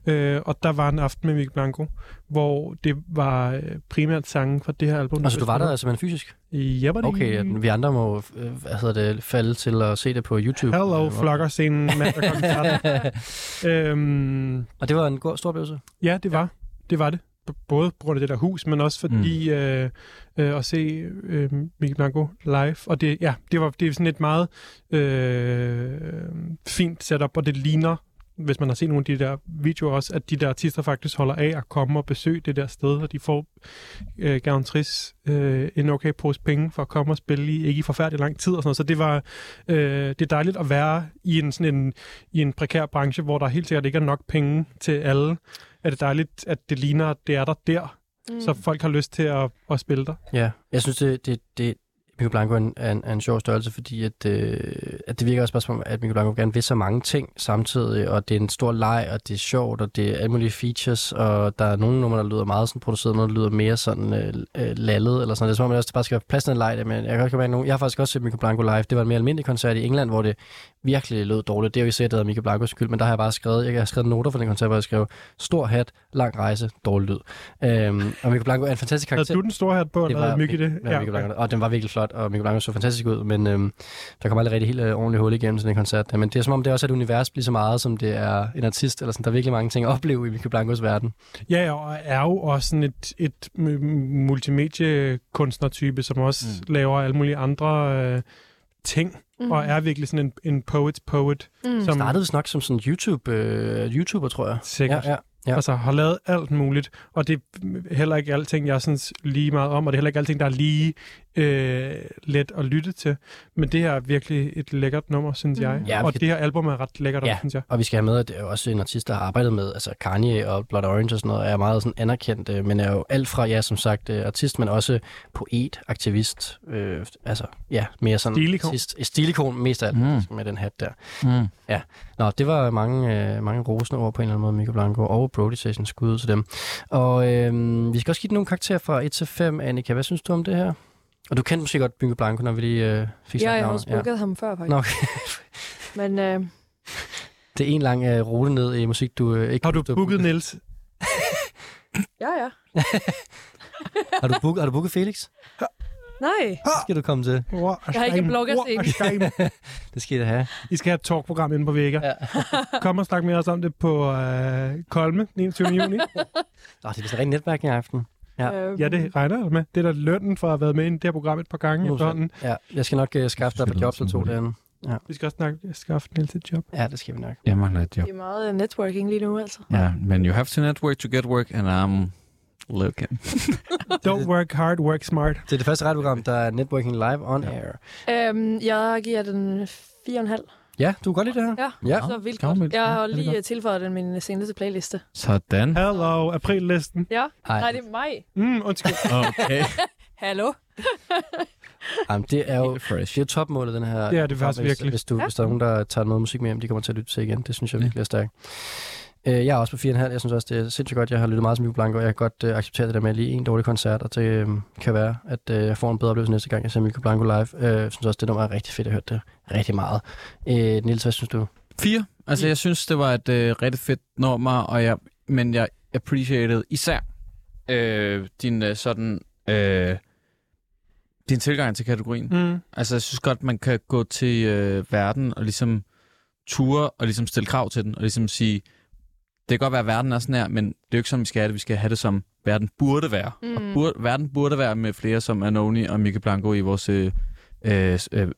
[SPEAKER 3] Øh, og der var en aften med Mikkel Blanco, hvor det var øh, primært sangen fra det her album.
[SPEAKER 2] Altså, du var der simpelthen fysisk?
[SPEAKER 3] Ja, var det
[SPEAKER 2] Okay, ja, vi andre må øh, hvad hedder det, falde til at se det på YouTube.
[SPEAKER 3] Hello,
[SPEAKER 2] Øh, hvor-
[SPEAKER 3] flokkerscenen. mandag klokken 13. øhm,
[SPEAKER 2] Og det var en god stor oplevelse.
[SPEAKER 3] Ja, det var. Ja. Det var det. B- Både på grund af det der hus, men også fordi mm. øh, øh, at se øh, Mikkel Blanco live. Og det, ja, det var det er sådan et meget øh, fint setup, og det ligner, hvis man har set nogle af de der videoer også, at de der artister faktisk holder af at komme og besøge det der sted, og de får øh, gerne tris øh, en okay pose penge for at komme og spille i, ikke i forfærdelig lang tid og sådan noget. Så det var øh, det er dejligt at være i en, sådan en, i en prekær branche, hvor der helt sikkert ikke er nok penge til alle er det dejligt, at det ligner, at det er der der, mm. så folk har lyst til at, at spille der.
[SPEAKER 2] Ja, jeg synes, det, det, det Mikko Blanco er en, er, en, er en sjov størrelse, fordi at, øh, at det virker også bare som om, at Mikko Blanco gerne vil så mange ting samtidig, og det er en stor leg, og det er sjovt, og det er alle mulige features, og der er nogle numre, der lyder meget sådan produceret, og nogle der lyder mere sådan øh, øh, lallet, eller sådan noget. Det er som om, at der også bare skal være plads til en leg, der, men jeg kan også komme af nogen. Jeg har faktisk også set Mikko Blanco live. Det var en mere almindelig koncert i England, hvor det virkelig lød dårligt. Det er jo især, det er Mikko Blancos skyld, men der har jeg bare skrevet, jeg har skrevet noter for den koncert, hvor jeg skrev, stor hat, lang rejse, dårlig lyd. Øhm, og Mikko Blanco er en fantastisk karakter.
[SPEAKER 3] Havde du den store hat på, eller havde Mygge det?
[SPEAKER 2] Ja, Mikkel Blanco. Og den var virkelig flot, og Mikkel Blanco så fantastisk ud, men øhm, der kom aldrig rigtig helt øh, ordentligt hul igennem sådan en koncert. der. Men det er som om, det også er et univers lige så meget, som det er en artist, eller sådan, der er virkelig mange ting at opleve i Mikkel Blancos
[SPEAKER 3] Mm.
[SPEAKER 2] verden.
[SPEAKER 3] Ja, ja, og er jo også sådan et, et m- multimediekunstnertype, som også mm. laver alle mulige andre øh, ting, mm. og er virkelig sådan en, en poets poet,
[SPEAKER 4] Mm.
[SPEAKER 3] mm.
[SPEAKER 2] Som...
[SPEAKER 3] som
[SPEAKER 2] Startede vist nok som sådan YouTube, øh, YouTuber, tror jeg.
[SPEAKER 3] sikkert
[SPEAKER 2] Ja, ja.
[SPEAKER 3] Ja. Altså har lavet alt muligt, og det er heller ikke alting, jeg synes lige meget om, og det er heller ikke alting, der er lige øh, let at lytte til. Men det her er virkelig et lækkert nummer, synes
[SPEAKER 4] Mm.
[SPEAKER 3] mm. jeg.
[SPEAKER 2] Ja, vi
[SPEAKER 3] og
[SPEAKER 2] kan-
[SPEAKER 3] det her album er ret lækkert,
[SPEAKER 2] Ja.
[SPEAKER 3] ja. synes jeg.
[SPEAKER 2] Og vi skal have med, at det er jo også en artist, der har arbejdet med, altså Kanye og Blood Orange og sådan noget, er meget sådan anerkendt, øh, men er jo alt fra, ja, som sagt, øh, artist, men også poet, aktivist, øh, altså, ja, mere sådan
[SPEAKER 3] Stilikon.
[SPEAKER 2] artist. Stilikon mest af alt,
[SPEAKER 5] Mm.
[SPEAKER 2] mm. med den hat der.
[SPEAKER 5] Mm.
[SPEAKER 2] Nå, det var mange, øh, mange rosende ord på en eller anden måde, Mikko Blanco og Brody Session skud ud til dem. Og øh, vi skal også give den nogle karakterer fra 1 til 5. Annika, hvad synes du om det her? Og du kendte måske godt Mikko Blanco, når vi lige øh, fik sagt
[SPEAKER 4] Ja, jeg har
[SPEAKER 2] navnet.
[SPEAKER 4] også booket ja. ham før, faktisk.
[SPEAKER 2] Nå,
[SPEAKER 4] Nå.
[SPEAKER 2] okay.
[SPEAKER 4] Men øh,
[SPEAKER 2] Det er en lang øh, rute ned i musik, du øh, ikke...
[SPEAKER 3] Har du booket Niels?
[SPEAKER 4] ja, ja.
[SPEAKER 2] Har du booket, har du booket Felix?
[SPEAKER 4] Nej,
[SPEAKER 2] Det skal du komme til.
[SPEAKER 4] Jeg har ikke en blogger
[SPEAKER 2] Det skal I da have.
[SPEAKER 3] I skal have et talkprogram inde på Vega. Ja. Kom og snak med os om det på øh, Kolme den 21. juni.
[SPEAKER 2] Nå, det er vist en ren netværk i aften. Ja.
[SPEAKER 4] øh,
[SPEAKER 3] Ja, det regner jeg med. Det er da lønnen for at have været med i det her program et par gange efterhånden.
[SPEAKER 2] Ja, jeg skal nok øh, skaffe dig på job, så to derinde.
[SPEAKER 3] Vi skal også snakke, skaffe Niels et job.
[SPEAKER 2] Ja, det skal vi nok.
[SPEAKER 5] Jeg mangler et job.
[SPEAKER 4] det er meget øh, networking lige nu, altså.
[SPEAKER 5] Ja, men you have to network to get work, and I'm looking.
[SPEAKER 3] Don't work hard, work smart.
[SPEAKER 2] Det er det første radioprogram, der er networking live on
[SPEAKER 5] Ja.
[SPEAKER 2] air.
[SPEAKER 4] Øhm, jeg giver den 4,5.
[SPEAKER 2] Ja, du kan godt lide det her.
[SPEAKER 4] Ja,
[SPEAKER 2] Ja.
[SPEAKER 4] så vildt
[SPEAKER 5] Gammel.
[SPEAKER 4] godt. Jeg
[SPEAKER 5] Ja,
[SPEAKER 4] har
[SPEAKER 5] det er
[SPEAKER 4] lige
[SPEAKER 5] godt.
[SPEAKER 4] øh, tilføjet den min seneste playliste.
[SPEAKER 5] Sådan.
[SPEAKER 3] Hello, aprillisten.
[SPEAKER 4] Ja,
[SPEAKER 2] Ej.
[SPEAKER 4] nej, det er mig.
[SPEAKER 3] Mm, undskyld.
[SPEAKER 5] Okay.
[SPEAKER 4] Hallo?
[SPEAKER 2] Jamen, det er jo
[SPEAKER 5] Helt fresh.
[SPEAKER 2] Det er jo topmålet, den her.
[SPEAKER 3] Det er det faktisk
[SPEAKER 2] hvis,
[SPEAKER 3] virkelig.
[SPEAKER 2] Hvis, du,
[SPEAKER 4] Ja.
[SPEAKER 2] hvis der er nogen, der tager noget musik med hjem, de kommer til at lytte til igen. Det synes jeg
[SPEAKER 5] Ja.
[SPEAKER 2] virkelig er stærkt. Øh, Jeg er også på 4,5. Jeg synes også, det er sindssygt godt. Jeg har lyttet meget til Mikko Blanco, og jeg kan godt øh, acceptere det der med lige en dårlig koncert, og det øh, kan være, at øh, jeg får en bedre oplevelse næste gang, jeg ser Mikko Blanco live. Øh, Jeg synes også, det nummer er rigtig fedt. Jeg hørte det rigtig meget. Øh, Nils, hvad synes du?
[SPEAKER 5] Fire. Altså, jeg synes, det var et øh, rigtig fedt nummer, og jeg, men jeg appreciated især øh, din øh, sådan... Øh, din tilgang til kategorien.
[SPEAKER 3] Mm.
[SPEAKER 5] Altså, jeg synes godt, man kan gå til øh, verden og ligesom ture og ligesom stille krav til den, og ligesom sige, det kan godt være, at verden er sådan her, men det er jo ikke sådan, vi skal have det. Vi skal have det, som verden burde være. Mm. Og burde, verden burde være med flere som Anoni og Mikke Blanco i vores øh, øh, øh,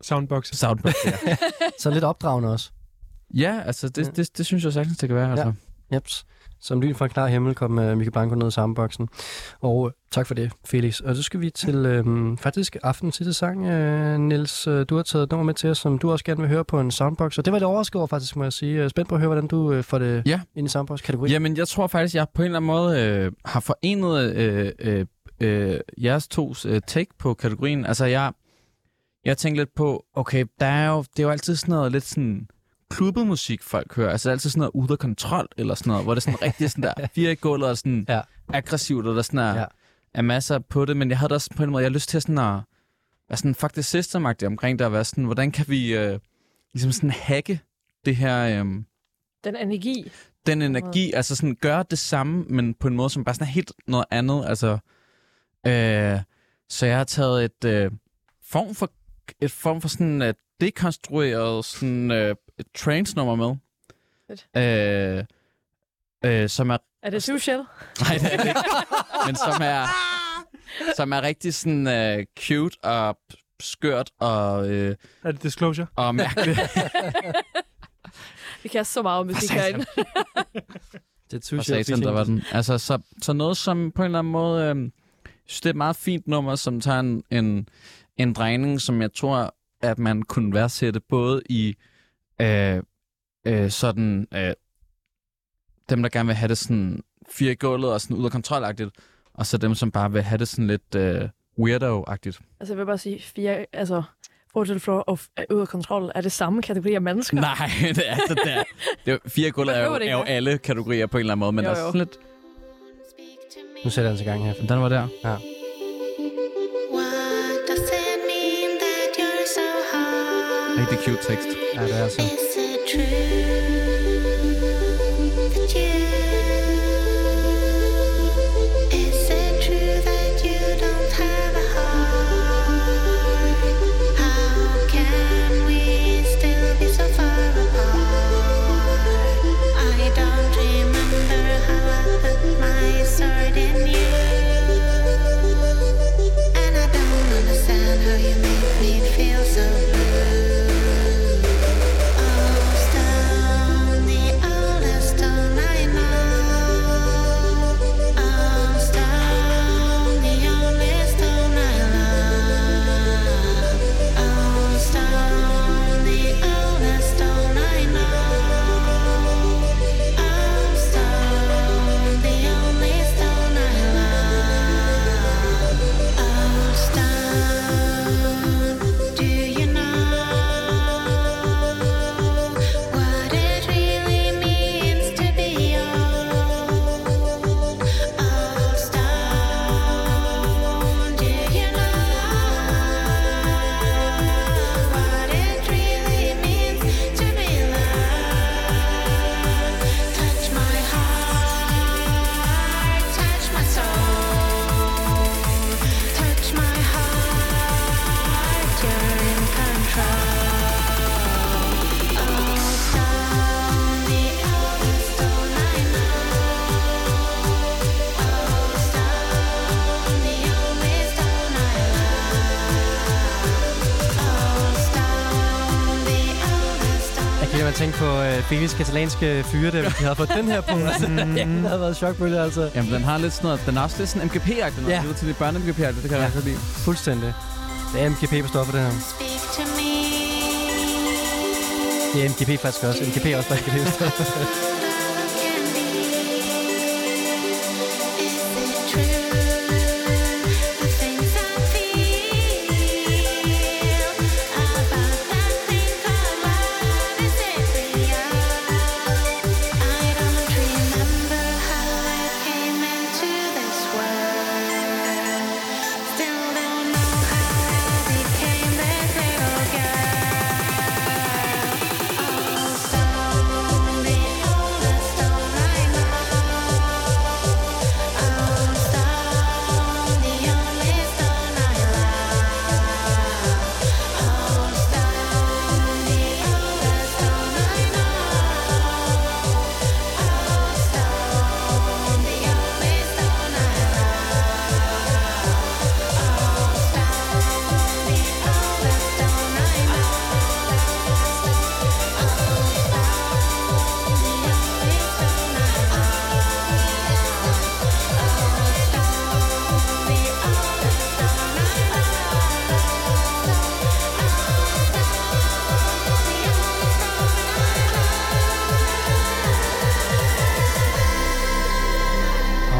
[SPEAKER 3] Soundbox.
[SPEAKER 5] soundbox. her.
[SPEAKER 2] Så lidt opdragende også.
[SPEAKER 5] ja, altså, det, det, det, synes jeg sagtens, det kan være. Altså.
[SPEAKER 2] Jeps. Som lyn fra en klar himmel kom uh, Mikke Blanco ned i samboksen. Og uh, tak for det, Felix. Og så skal vi til øhm, faktisk aftenens sidste sang. Uh, Nils, uh, du har taget et nummer med til os, som du også gerne vil høre på en soundbox. Og det var lidt overrasket over, faktisk, må jeg sige. Uh, spændt på at høre, hvordan du uh, får det
[SPEAKER 5] Ja.
[SPEAKER 2] ind i soundbox-kategorien.
[SPEAKER 5] Jamen, jeg tror faktisk, jeg på en eller anden måde øh, har forenet øh, øh, øh, jeres tos øh, take på kategorien. Altså, jeg, jeg tænkte lidt på, okay, der er jo, det er jo altid sådan noget lidt sådan klubbet musik, folk hører. Altså, det er altid sådan noget ude af kontrol, eller sådan noget, hvor det er sådan rigtig sådan der fire i gulvet, og sådan
[SPEAKER 2] Ja.
[SPEAKER 5] ja. aggressivt, og der sådan er,
[SPEAKER 2] Ja.
[SPEAKER 5] ja. er masser på det. Men jeg havde da også på en eller anden måde, jeg har lyst til sådan at være sådan faktisk systemagtig omkring det, og være sådan, hvordan kan vi øh, ligesom sådan hacke det her... Øh,
[SPEAKER 4] Den energi.
[SPEAKER 5] den energi, altså sådan gøre det samme, men på en måde, som bare sådan er helt noget andet. Altså, øh, så jeg har taget et øh, form for et form for sådan øh, dekonstrueret sådan øh, et trance nummer med. Øh, øh, som er
[SPEAKER 4] Er det social?
[SPEAKER 5] Nej, det er det ikke. Men som er, som er rigtig sådan øh, cute og skørt og, øh,
[SPEAKER 3] Er det Disclosure?
[SPEAKER 5] og mærkeligt.
[SPEAKER 4] Vi kan så meget om musik herinde.
[SPEAKER 2] Det
[SPEAKER 5] For satan, der var den. Altså, så, så noget, som på en eller anden måde... Øh, jeg synes, det er et meget fint nummer, som tager en, en, en drejning, som jeg tror, at man kunne værdsætte både i øh, øh, sådan... Øh, dem, der gerne vil have det sådan fire i gulvet og sådan ud af kontrolagtigt, og så dem, som bare vil have det sådan lidt øh, weirdo-agtigt.
[SPEAKER 4] Altså, jeg vil bare sige, fire, altså, Bortel Floor og f- er ude af kontrol er det samme kategori af mennesker.
[SPEAKER 5] Nej, det er altså der. Det er, fire i gulvet er jo,
[SPEAKER 4] Behøver det ikke
[SPEAKER 5] er jo
[SPEAKER 4] være.
[SPEAKER 5] alle kategorier på en eller anden måde, men
[SPEAKER 4] Jo,
[SPEAKER 5] der er
[SPEAKER 4] jo.
[SPEAKER 5] sådan lidt...
[SPEAKER 2] Nu sætter jeg altså i gang her.
[SPEAKER 5] Den var der.
[SPEAKER 6] What does it mean that you're so hot?
[SPEAKER 5] Rigtig cute tekst.
[SPEAKER 2] Ja, det er altså.
[SPEAKER 6] Is it true that you? Is it true that you don't have a heart? How can we still be so far apart? I don't remember how I put my sword in you, and I don't understand how you make me feel so blue. Oh, stone, the oldest stone I know. Oh, stone, the only stone I love. Oh, stone, the oldest stone I know. Oh, stone, the only stone I love. Oh, stone, do you know? What it really means to be old, old stone. Do you know what it really means to be loved? Touch my heart, touch my soul, touch my heart. You're in control. Oh,
[SPEAKER 2] Jeg kan man tænke på øh, Felix katalanske fyre, der vi havde fået den her på. Altså,
[SPEAKER 5] Mm.
[SPEAKER 2] det havde været chokbølge, altså.
[SPEAKER 5] Jamen, den har lidt sådan noget... Den er også lidt sådan MGP-agtig, når
[SPEAKER 2] Ja.
[SPEAKER 5] ja. det er til det børne-MGP-agtigt, det kan jeg
[SPEAKER 2] Ja.
[SPEAKER 5] ja. lide.
[SPEAKER 2] Fuldstændig. Det er MGP på stoffet, det her.
[SPEAKER 6] Speak to me.
[SPEAKER 2] Det er MGP faktisk også. MGP er også bare MGP på stoffet.
[SPEAKER 6] Still don't know how I became this little girl. Oh, so the old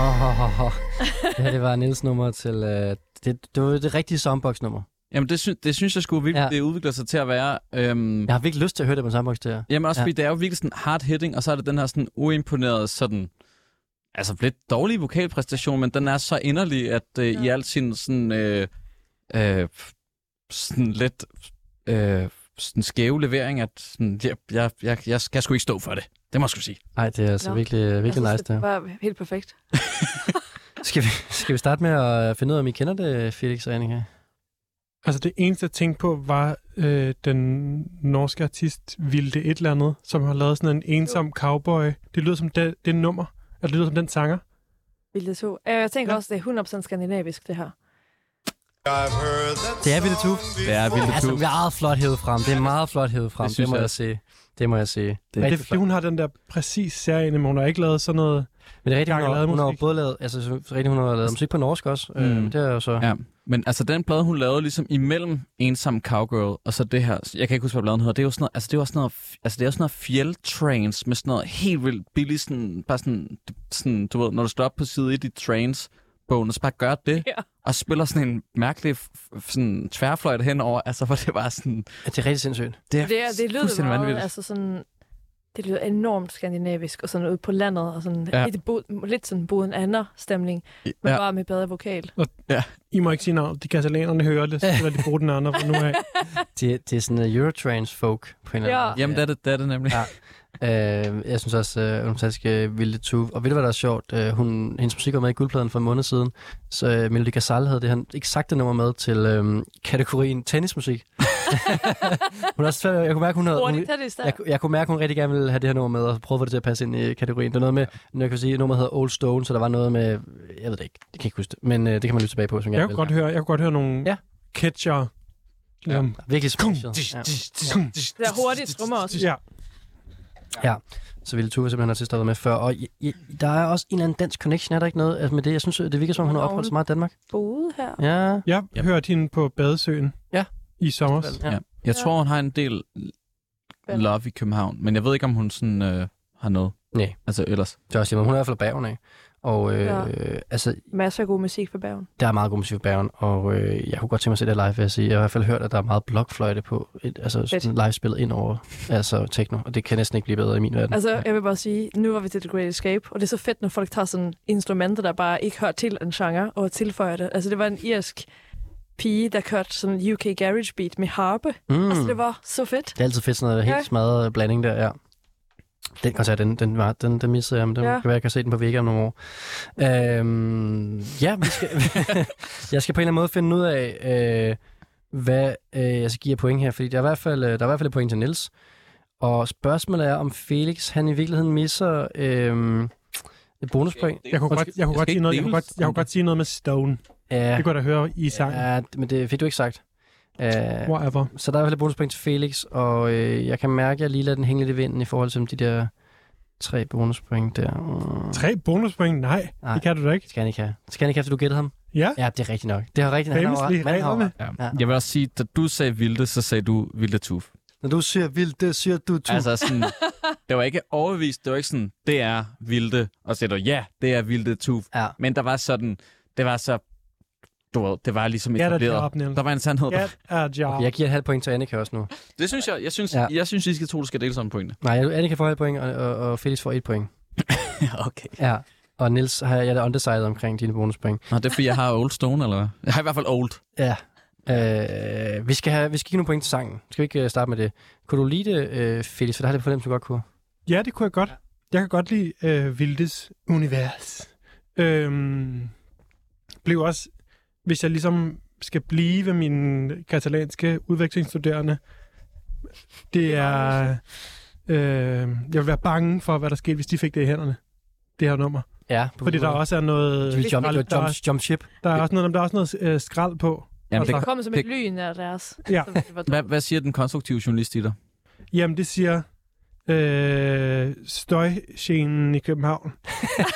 [SPEAKER 2] Oh, det her det var Niels nummer til... Øh, det, det var det rigtige soundbox-nummer.
[SPEAKER 5] Jamen, det, sy- det synes jeg skulle virkelig,
[SPEAKER 2] Ja.
[SPEAKER 5] ja. det udvikler sig til at være... Øhm,
[SPEAKER 2] Jeg har virkelig lyst til at høre det på en soundbox, det her.
[SPEAKER 5] Jamen også,
[SPEAKER 2] Ja.
[SPEAKER 5] ja. fordi det er jo virkelig sådan hard hitting, og så er det den her sådan uimponeret sådan... Altså lidt dårlig vokalpræstation, men den er så inderlig, at øh, ja. i al sin sådan... Øh, øh, sådan lidt øh, sådan skæve levering, at sådan, jeg, jeg, jeg, jeg skal sgu ikke stå for det. Det må jeg sgu sige.
[SPEAKER 2] Nej, det er altså
[SPEAKER 4] Nå.
[SPEAKER 2] virkelig, virkelig
[SPEAKER 4] Jeg synes,
[SPEAKER 2] nice, det
[SPEAKER 4] det
[SPEAKER 2] her.
[SPEAKER 4] var helt perfekt.
[SPEAKER 2] Skal vi, skal vi starte med at øh, finde ud af, om I kender det, Felix og Annika?
[SPEAKER 3] Altså det eneste, jeg tænkte på, var øh, den norske artist Vilde et eller andet, som har lavet sådan en ensom cowboy. Det lyder som det, det nummer, eller det lyder som den sanger.
[SPEAKER 4] Vilde to. Øh, Jeg tænker
[SPEAKER 3] Ja.
[SPEAKER 4] også, det er 100% skandinavisk, det her.
[SPEAKER 2] Det er Vilde Tuf.
[SPEAKER 5] Det er vildt.
[SPEAKER 2] Altså, meget flot hævet frem. Det er meget flot hævet frem.
[SPEAKER 5] Det
[SPEAKER 2] Det,
[SPEAKER 5] synes
[SPEAKER 2] må
[SPEAKER 5] jeg
[SPEAKER 2] jeg,
[SPEAKER 5] også.
[SPEAKER 2] sige. Det må jeg sige. Det
[SPEAKER 3] Men det er fordi, hun har den der præcis særlige, men hun har ikke lavet sådan noget...
[SPEAKER 2] Men det er rigtigt, hun
[SPEAKER 3] Gang
[SPEAKER 2] har,
[SPEAKER 3] lavet
[SPEAKER 2] hun har
[SPEAKER 3] musik.
[SPEAKER 2] både lavet, altså, så- så rigtigt, hun har lavet musik på norsk også. Mm. Øh,
[SPEAKER 5] Mm.
[SPEAKER 2] det er jo så...
[SPEAKER 5] Ja. Men altså, den plade, hun lavede ligesom imellem Ensom Cowgirl, og så det her, jeg kan ikke huske, hvad pladen hedder, det er jo sådan noget, altså det er jo også sådan noget, altså det er jo sådan noget fjeldtrains med sådan noget helt vildt billigt, sådan, bare sådan, sådan, du ved, når du står op på side 1 i trains, bogen, og så bare gør det,
[SPEAKER 4] Ja.
[SPEAKER 5] og spiller sådan en mærkelig f- f- sådan tværfløjt henover, altså hvor det var sådan,
[SPEAKER 2] Det er rigtig sindssygt.
[SPEAKER 5] det er,
[SPEAKER 4] Det, er, det lyder
[SPEAKER 5] fuldstændig
[SPEAKER 4] meget,
[SPEAKER 5] vanvittigt.
[SPEAKER 4] altså sådan, det lyder enormt skandinavisk, og sådan ude på landet, og sådan
[SPEAKER 5] Ja.
[SPEAKER 4] ja. lidt, bo, lidt sådan boden ander stemning, men ja.
[SPEAKER 5] ja,
[SPEAKER 4] bare med bedre vokal.
[SPEAKER 3] I må ikke sige navn. De katalanerne hører det, så skal de bruge den andre fra nu af.
[SPEAKER 2] Det, det er sådan uh, Eurotrans-folk på en eller
[SPEAKER 4] Ja.
[SPEAKER 2] anden måde.
[SPEAKER 5] jamen det er det, det er det nemlig.
[SPEAKER 2] Ja. Øh, jeg synes også, øh, hun er fantastisk øh, vildt tuf. Og ved du, hvad der er sjovt? Øh, hun, hendes musik var med i guldpladen for en måned siden. Så øh, Melody Casal havde det her eksakte nummer med til øh, kategorien tennismusik. hun er også, svært- jeg kunne mærke, hun havde... Hun,
[SPEAKER 4] Hurtigt, tag det i
[SPEAKER 2] jeg,
[SPEAKER 4] stedet.
[SPEAKER 2] jeg kunne mærke, hun rigtig gerne ville have det her nummer med, og prøvede at få det til at passe ind i kategorien. Der er noget med, jeg kan sige, at nummeret hedder Old Stone, så der var noget med, jeg ved det ikke, jeg kan ikke huske det, men øh, det kan man lytte tilbage på, hvis man
[SPEAKER 3] Jeg
[SPEAKER 2] gerne
[SPEAKER 3] kunne
[SPEAKER 2] vil.
[SPEAKER 3] godt høre, jeg kunne godt høre nogle
[SPEAKER 2] Ja.
[SPEAKER 3] ja. catcher. Ligesom,
[SPEAKER 2] Virkelig special. Ja.
[SPEAKER 4] Det er hurtigt trummer også.
[SPEAKER 3] ja.
[SPEAKER 2] Så ville Tuva simpelthen artist, der har været med før. Og i, i, der er også en eller anden dansk connection, er der ikke noget altså med det? Jeg synes, det virker som, om hun har opholdt sig meget i Danmark.
[SPEAKER 4] Bode her.
[SPEAKER 2] Ja.
[SPEAKER 3] Jeg
[SPEAKER 5] Ja.
[SPEAKER 3] hørte hende på Badesøen
[SPEAKER 2] Ja.
[SPEAKER 3] i sommer.
[SPEAKER 5] Ja. Jeg tror, hun har en del love i København, men jeg ved ikke, om hun sådan øh, har noget.
[SPEAKER 2] Nej.
[SPEAKER 5] Altså ellers.
[SPEAKER 2] Det er også lige meget. Hun er i hvert fald bagen af. Og øh, ja.
[SPEAKER 4] Ja.
[SPEAKER 2] altså,
[SPEAKER 4] Masser af god musik fra Bergen.
[SPEAKER 2] der er meget god musik i Bergen, og øh, jeg kunne godt tænke mig at se det live, vil jeg sige. Jeg har i hvert fald hørt, at der er meget blokfløjte på, et, altså sådan live spillet ind over altså, techno, og det kan næsten ikke blive bedre i min verden.
[SPEAKER 4] Altså, jeg vil bare sige, nu var vi til The Great Escape, og det er så fedt, når folk tager sådan instrumenter, der bare ikke hører til en genre, og tilføjer det. Altså, det var en irsk pige, der kørte sådan en UK Garage Beat med harpe. Mm.
[SPEAKER 2] mm.
[SPEAKER 4] Altså, det var så fedt.
[SPEAKER 2] Det er altid fedt sådan noget helt
[SPEAKER 4] Ja.
[SPEAKER 2] smadret blanding der, ja. Den koncert, den, den, var, den, den missede jeg, men den ja.
[SPEAKER 4] Ja.
[SPEAKER 2] kan være, jeg kan se den på Vega om nogle år. Øhm, ja, vi skal, jeg skal på en eller anden måde finde ud af, øh, hvad øh, jeg skal give af point her, fordi der er, i hvert fald, øh, der er i hvert fald et point til Niels. Og spørgsmålet er, om Felix han i virkeligheden misser øh, et bonuspoint.
[SPEAKER 3] Jeg kunne godt, jeg kunne godt sige noget. Jeg kunne godt, jeg kunne godt sige noget med Stone.
[SPEAKER 2] Ja,
[SPEAKER 3] Det kunne jeg da høre i sangen.
[SPEAKER 2] ja, men det fik du ikke sagt. Øh,
[SPEAKER 3] Whatever.
[SPEAKER 2] så der er i hvert fald et bonuspoint til Felix, og øh, jeg kan mærke, at jeg lige lader den hænge lidt i vinden i forhold til de der tre bonuspoint der. Mm,
[SPEAKER 3] Tre bonuspoint? Nej,
[SPEAKER 2] Nej.
[SPEAKER 3] Nej, det kan du da ikke.
[SPEAKER 2] det skal han ikke have. Det skal han ikke have, fordi du gættede ham.
[SPEAKER 3] Ja,
[SPEAKER 2] Ja, det er rigtigt nok. Det har rigtigt. Han har,
[SPEAKER 3] Famously
[SPEAKER 2] ret. Manden har
[SPEAKER 3] reglerne.
[SPEAKER 2] ret.
[SPEAKER 5] Ja.
[SPEAKER 2] Ja.
[SPEAKER 5] Jeg vil også sige, da du sagde Vilde, så sagde du Vilde Tuf.
[SPEAKER 2] Når du siger vildt, det siger du to. Altså,
[SPEAKER 5] Altså sådan, det var ikke overvist, det var ikke sådan, det er Vilde, og så sagde du, ja, det er Vilde Tuf.
[SPEAKER 2] ja.
[SPEAKER 5] Men der var sådan, det var så, du ved, det var ligesom
[SPEAKER 3] get a
[SPEAKER 5] etableret.
[SPEAKER 3] job, Niels.
[SPEAKER 5] Der var en sandhed.
[SPEAKER 3] Get a job.
[SPEAKER 2] Okay, jeg giver et halvt point til Annika også nu.
[SPEAKER 5] Det synes jeg, jeg synes,
[SPEAKER 2] Ja.
[SPEAKER 5] ja. jeg synes, I skal to, der skal dele sammen pointene.
[SPEAKER 2] Nej, Annika får et point, og, og, og Felix får et point.
[SPEAKER 5] okay.
[SPEAKER 2] Ja. Og Nils har jeg er undecided omkring dine bonuspoint.
[SPEAKER 5] Nå, det er fordi, jeg har Old Stone, eller hvad? Jeg har i hvert fald Old.
[SPEAKER 2] Ja. Øh, vi, skal have, vi skal give nogle point til sangen. Skal vi ikke øh, starte med det? Kunne du lide det, øh, Felix? For der har jeg det fornemt, du godt kunne.
[SPEAKER 3] Ja, det kunne jeg godt. Jeg kan godt lide øh, Vildes univers. Øhm, blev også, hvis jeg ligesom skal blive ved mine katalanske udvekslingsstuderende, det er, øh, jeg vil være bange for, hvad der skete, hvis de fik det i hænderne. Det her nummer.
[SPEAKER 2] Ja. på-
[SPEAKER 3] Fordi der også er noget...
[SPEAKER 2] De vil jump,
[SPEAKER 3] skrald.
[SPEAKER 2] jump,
[SPEAKER 3] der,
[SPEAKER 2] jump,
[SPEAKER 3] er,
[SPEAKER 2] jump ship.
[SPEAKER 3] der er også noget, der er også noget øh, skrald på.
[SPEAKER 5] Jamen, det,
[SPEAKER 4] Det kom som et lyn af deres.
[SPEAKER 3] Ja.
[SPEAKER 4] som det var dumt.
[SPEAKER 5] hvad, hvad siger den konstruktive journalist i dig?
[SPEAKER 3] Jamen, det siger øh, støjscenen i København.
[SPEAKER 2] Det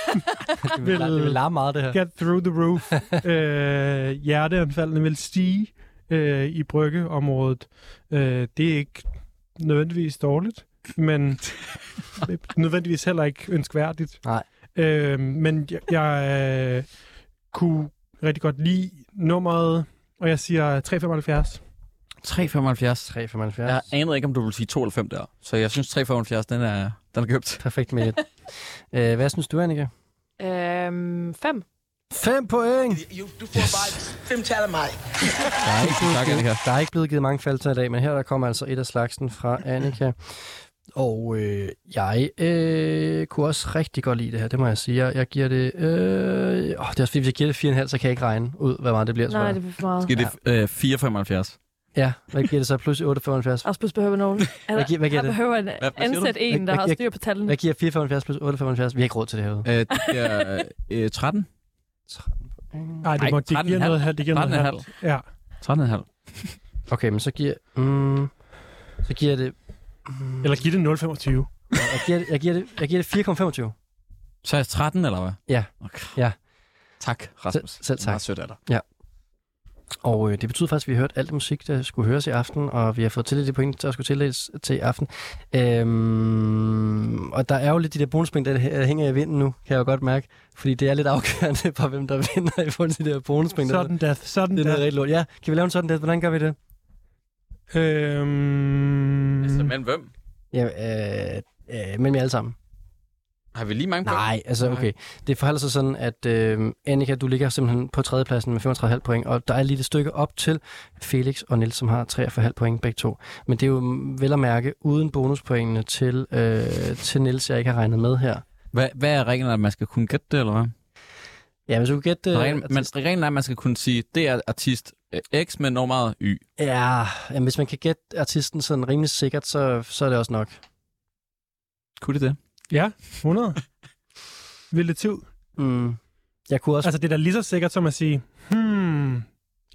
[SPEAKER 2] vil,
[SPEAKER 3] Vil-
[SPEAKER 2] det vil larme meget, det her.
[SPEAKER 3] Get through the roof. øh, hjerteanfaldene vil stige øh, i bryggeområdet. Øh, det er ikke nødvendigvis dårligt, men nødvendigvis heller ikke ønskværdigt.
[SPEAKER 2] Nej.
[SPEAKER 3] Øh, men jeg, jeg øh, kunne rigtig godt lide nummeret, og jeg siger 375.
[SPEAKER 5] 375.
[SPEAKER 2] 375.
[SPEAKER 5] Jeg anede ikke, om du ville sige 92 der. Så jeg synes 375, den er, den er købt.
[SPEAKER 2] Perfekt med et. øh, hvad synes du, Annika?
[SPEAKER 4] Øhm, fem.
[SPEAKER 2] 5 point!
[SPEAKER 8] You, du får yes. bare fem tal af mig.
[SPEAKER 5] Der er ikke blevet tak, Annika.
[SPEAKER 2] Der er ikke blevet givet mange falter i dag, men her der kommer altså et af slagsen fra Annika. Og øh, jeg øh, kunne også rigtig godt lide det her, det må jeg sige. Jeg, jeg giver det... Øh, åh, det er også fordi, hvis jeg giver det 4,5, så kan jeg ikke regne ud, hvor meget det bliver. tror
[SPEAKER 4] Nej,
[SPEAKER 2] jeg.
[SPEAKER 4] det bliver for meget.
[SPEAKER 5] Skal det øh, 475?
[SPEAKER 2] Ja, hvad giver det så? Plus 8,75.
[SPEAKER 4] Også pludselig behøver nogen. Er
[SPEAKER 2] Hvad
[SPEAKER 4] der,
[SPEAKER 2] giver, hvad giver
[SPEAKER 4] der
[SPEAKER 2] det?
[SPEAKER 4] behøver en
[SPEAKER 5] hvad siger du?
[SPEAKER 4] ansat en, der
[SPEAKER 2] Hvad-
[SPEAKER 4] har
[SPEAKER 2] hvad-
[SPEAKER 4] styr på tallene.
[SPEAKER 2] Hvad giver 4,75 plus 8,75? Vi har ikke råd til det herude.
[SPEAKER 5] Øh, det er øh, 13?
[SPEAKER 3] Nej, det
[SPEAKER 5] Ej,
[SPEAKER 3] må det giver
[SPEAKER 5] 13,5.
[SPEAKER 3] noget her. Det giver noget her.
[SPEAKER 5] 13,5.
[SPEAKER 3] Ja.
[SPEAKER 5] 13,5.
[SPEAKER 2] Okay, men så giver... Mm, så giver det... Mm,
[SPEAKER 3] Eller giv det 025.
[SPEAKER 2] jeg, giver det, jeg, giver det, jeg giver det 4,25.
[SPEAKER 5] Så er jeg 13, eller hvad?
[SPEAKER 2] Ja.
[SPEAKER 5] Okay.
[SPEAKER 2] Ja.
[SPEAKER 5] Tak, Rasmus.
[SPEAKER 2] Selv- selv
[SPEAKER 5] Det er
[SPEAKER 2] tak.
[SPEAKER 5] Meget sødt af
[SPEAKER 3] Mm.
[SPEAKER 5] dig.
[SPEAKER 2] Og øh, det betyder faktisk, at vi har hørt alt det musik, der skulle høres i aften, og vi har fået tildelt de point, der skulle tildeles til i aften. Øhm, og der er jo lidt de der bonuspoint, der hæ- hænger i vinden nu, kan jeg jo godt mærke. Fordi det er lidt afgørende for, hvem der vinder i forhold til de der bonuspoint.
[SPEAKER 3] Sådan death. Sådan
[SPEAKER 2] Det er noget
[SPEAKER 3] death.
[SPEAKER 2] rigtig lort. Ja, kan vi lave en sådan der? Hvordan gør vi det?
[SPEAKER 3] Øhm,
[SPEAKER 5] Altså, men hvem?
[SPEAKER 2] Ja, øh, øh, men vi alle sammen.
[SPEAKER 5] Har vi lige mange point?
[SPEAKER 2] Nej, altså
[SPEAKER 5] Nej.
[SPEAKER 2] okay. Det forholder sig sådan, at øh, Annika, du ligger simpelthen på tredjepladsen med 35,5 point, og der er lige et stykke op til Felix og Nils, som har 43,5 point begge to. Men det er jo mm, vel at mærke uden bonuspointene til, øh, til Nils, jeg ikke har regnet med her.
[SPEAKER 5] Hvad, hvad er reglen, at man skal kunne gætte det, eller hvad?
[SPEAKER 2] Ja, men så kan du
[SPEAKER 5] Øh,
[SPEAKER 2] gætte...
[SPEAKER 5] reglen, men reglen er, at man skal kunne sige, det er artist øh, X med nummeret Y.
[SPEAKER 2] Ja, jamen, hvis man kan gætte artisten sådan rimelig sikkert, så, så er det også nok.
[SPEAKER 5] Kunne det det?
[SPEAKER 3] ja, 100. Villetiv.
[SPEAKER 2] Mm. Jeg kunne også...
[SPEAKER 3] Altså, det er da lige så sikkert som at sige, hmm,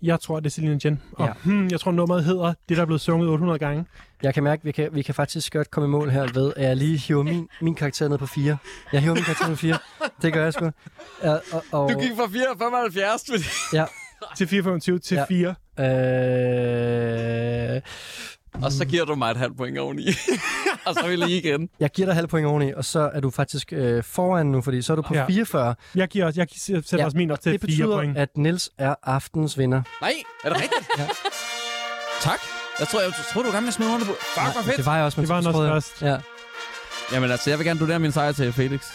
[SPEAKER 3] jeg tror, det er Celine Dion.
[SPEAKER 2] Ja.
[SPEAKER 3] Og ja. hmm, jeg tror, nummeret hedder det, der er blevet sunget 800 gange.
[SPEAKER 2] Jeg kan mærke, at vi kan, vi kan faktisk godt komme i mål her ved, at jeg lige hiver min, min karakter ned på 4. Jeg hiver min karakter ned på 4. Det gør jeg sgu. Og, og, og,
[SPEAKER 5] fra 475 til...
[SPEAKER 3] Til 425 til
[SPEAKER 2] Ja.
[SPEAKER 3] ja. 4.
[SPEAKER 2] Øh,
[SPEAKER 5] Og så giver du mig et halvt point oveni. og så er vi lige igen.
[SPEAKER 2] jeg giver dig halv point oveni, og så er du faktisk øh, foran nu, fordi så er du på ja.
[SPEAKER 3] Ja.
[SPEAKER 2] 44.
[SPEAKER 3] Jeg, giver også, jeg sætter
[SPEAKER 2] Ja,
[SPEAKER 3] ja. også min op
[SPEAKER 2] Det
[SPEAKER 3] til 4
[SPEAKER 2] betyder,
[SPEAKER 3] point.
[SPEAKER 2] at Nils er aftens vinder.
[SPEAKER 5] Nej, er det rigtigt?
[SPEAKER 2] Ja.
[SPEAKER 5] Tak. Jeg tror, jeg, jeg tror du gerne vil smide under på. Fuck, hvor
[SPEAKER 2] Nej,
[SPEAKER 5] fedt.
[SPEAKER 2] det var jeg også, men
[SPEAKER 3] Det var
[SPEAKER 2] så
[SPEAKER 3] han også
[SPEAKER 2] troede jeg-
[SPEAKER 3] først.
[SPEAKER 2] Ja.
[SPEAKER 5] Jamen altså, jeg vil gerne donere min sejr til Felix.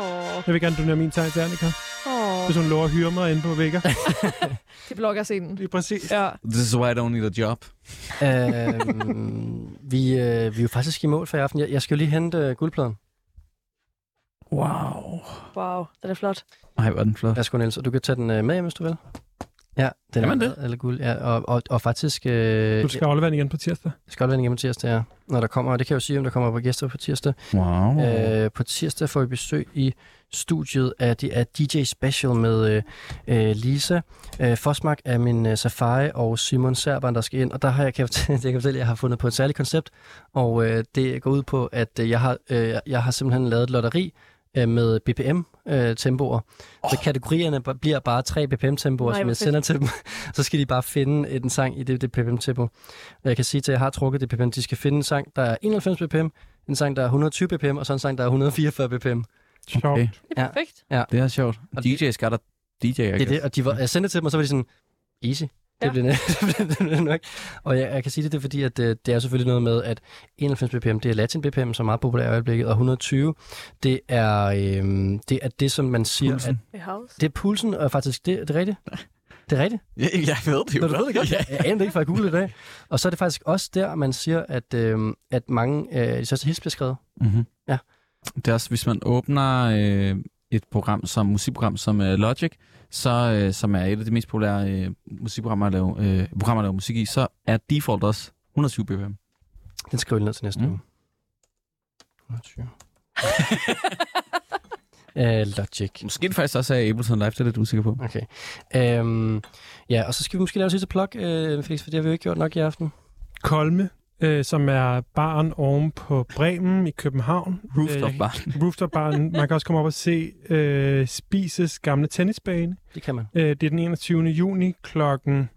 [SPEAKER 4] Åh,
[SPEAKER 3] Jeg vil gerne donere min tegn til Annika,
[SPEAKER 4] åh.
[SPEAKER 3] hvis hun lover at hyre mig inde på Vega.
[SPEAKER 4] Det blokker scenen.
[SPEAKER 3] Det er præcis.
[SPEAKER 4] Ja.
[SPEAKER 5] This is why I don't need a job.
[SPEAKER 2] øhm, vi, øh, vi er jo faktisk i mål for i aften. Jeg, jeg skal jo lige hente øh, guldpladen.
[SPEAKER 5] Wow.
[SPEAKER 4] Wow, den er flot.
[SPEAKER 5] Nej, hvor er den flot.
[SPEAKER 2] Værsgo, Niels, og du kan tage den øh, med hjem, hvis du vil. Ja, den
[SPEAKER 5] Kan man
[SPEAKER 2] er,
[SPEAKER 5] det?
[SPEAKER 2] Eller guld, ja, og, og, og faktisk... Øh,
[SPEAKER 3] Du skal aflevere den igen på tirsdag.
[SPEAKER 2] Jeg skal godt vende hjemme tirsdag, ja. Når der kommer, og det kan jeg jo sige, om der kommer på gæster på tirsdag.
[SPEAKER 5] Wow. Øh,
[SPEAKER 2] Øh, på tirsdag får vi besøg i studiet af, de, af DJ Special med øh, øh, Lisa. Øh, Fosmark er min øh, Safari og Simon Serban, der skal ind. Og der har jeg, kan jeg, fortælle, jeg kan fortælle, at jeg har fundet på et særligt koncept. Og øh, det går ud på, at øh, jeg, har, øh, jeg har simpelthen lavet et lotteri øh, med BPM-tempoer. Øh, oh. Så kategorierne b- bliver bare tre BPM-tempoer,
[SPEAKER 4] Nej,
[SPEAKER 2] som
[SPEAKER 4] hvor
[SPEAKER 2] jeg
[SPEAKER 4] fedt.
[SPEAKER 2] sender til dem. Så skal de bare finde en sang i det, det BPM-tempo. Og jeg kan sige til, at jeg har trukket det BPM. De skal finde en sang, der er 91 BPM, en sang, der er 120 BPM, og så en sang, der er 144 BPM.
[SPEAKER 3] Sjovt.
[SPEAKER 5] Okay.
[SPEAKER 3] Okay.
[SPEAKER 4] Det er
[SPEAKER 2] Ja.
[SPEAKER 4] perfekt.
[SPEAKER 5] det er sjovt.
[SPEAKER 2] Og det-
[SPEAKER 5] DJ skal der DJ, jeg
[SPEAKER 2] Det er det, og de var, jeg sendte det til dem, og så var de sådan, easy. Det
[SPEAKER 4] Ja.
[SPEAKER 2] bliver, det, bliver, det bliver nok. Og jeg, jeg kan sige det, det er fordi, at øh, det er selvfølgelig noget med, at 91 bpm, det er latin bpm, som er meget populært i øjeblikket, og 120, det er, øhm, det, er det, som man siger.
[SPEAKER 5] Pulsen.
[SPEAKER 2] At,
[SPEAKER 4] Det er house.
[SPEAKER 2] det er pulsen, og faktisk, det, det er rigtigt. Det er rigtigt.
[SPEAKER 5] Jeg, jeg ved det jo.
[SPEAKER 2] Nå, du ved det godt. Jeg aner det ikke, for jeg googlede i dag. Og så er det faktisk også der, man siger, at, øhm, at mange øh, de største hits bliver skrevet.
[SPEAKER 5] Mm-hmm.
[SPEAKER 2] Ja.
[SPEAKER 5] Det er også, hvis man åbner øh, et program som musikprogram som øh, Logic, så, øh, som er et af de mest populære øh, musikprogrammer at lave, øh, programmer at lave musik i, så er default også 120 bpm.
[SPEAKER 2] Den skriver jeg ned til næste mm.
[SPEAKER 5] Mm.
[SPEAKER 2] uge. 120. øh, Logic.
[SPEAKER 5] Måske det faktisk også er Ableton Live, det er lidt usikker på.
[SPEAKER 2] Okay. Øhm, ja, og så skal vi måske lave sidste plug, øh, Felix, for det har vi jo ikke gjort nok i aften.
[SPEAKER 3] Kolme, øh, som er baren oven på Bremen i København.
[SPEAKER 5] Rooftop bar.
[SPEAKER 3] Øh, rooftop-baren. Man kan også komme op og se øh, Spises gamle tennisbane.
[SPEAKER 2] Det kan man.
[SPEAKER 3] Øh, det er den 21. juni klokken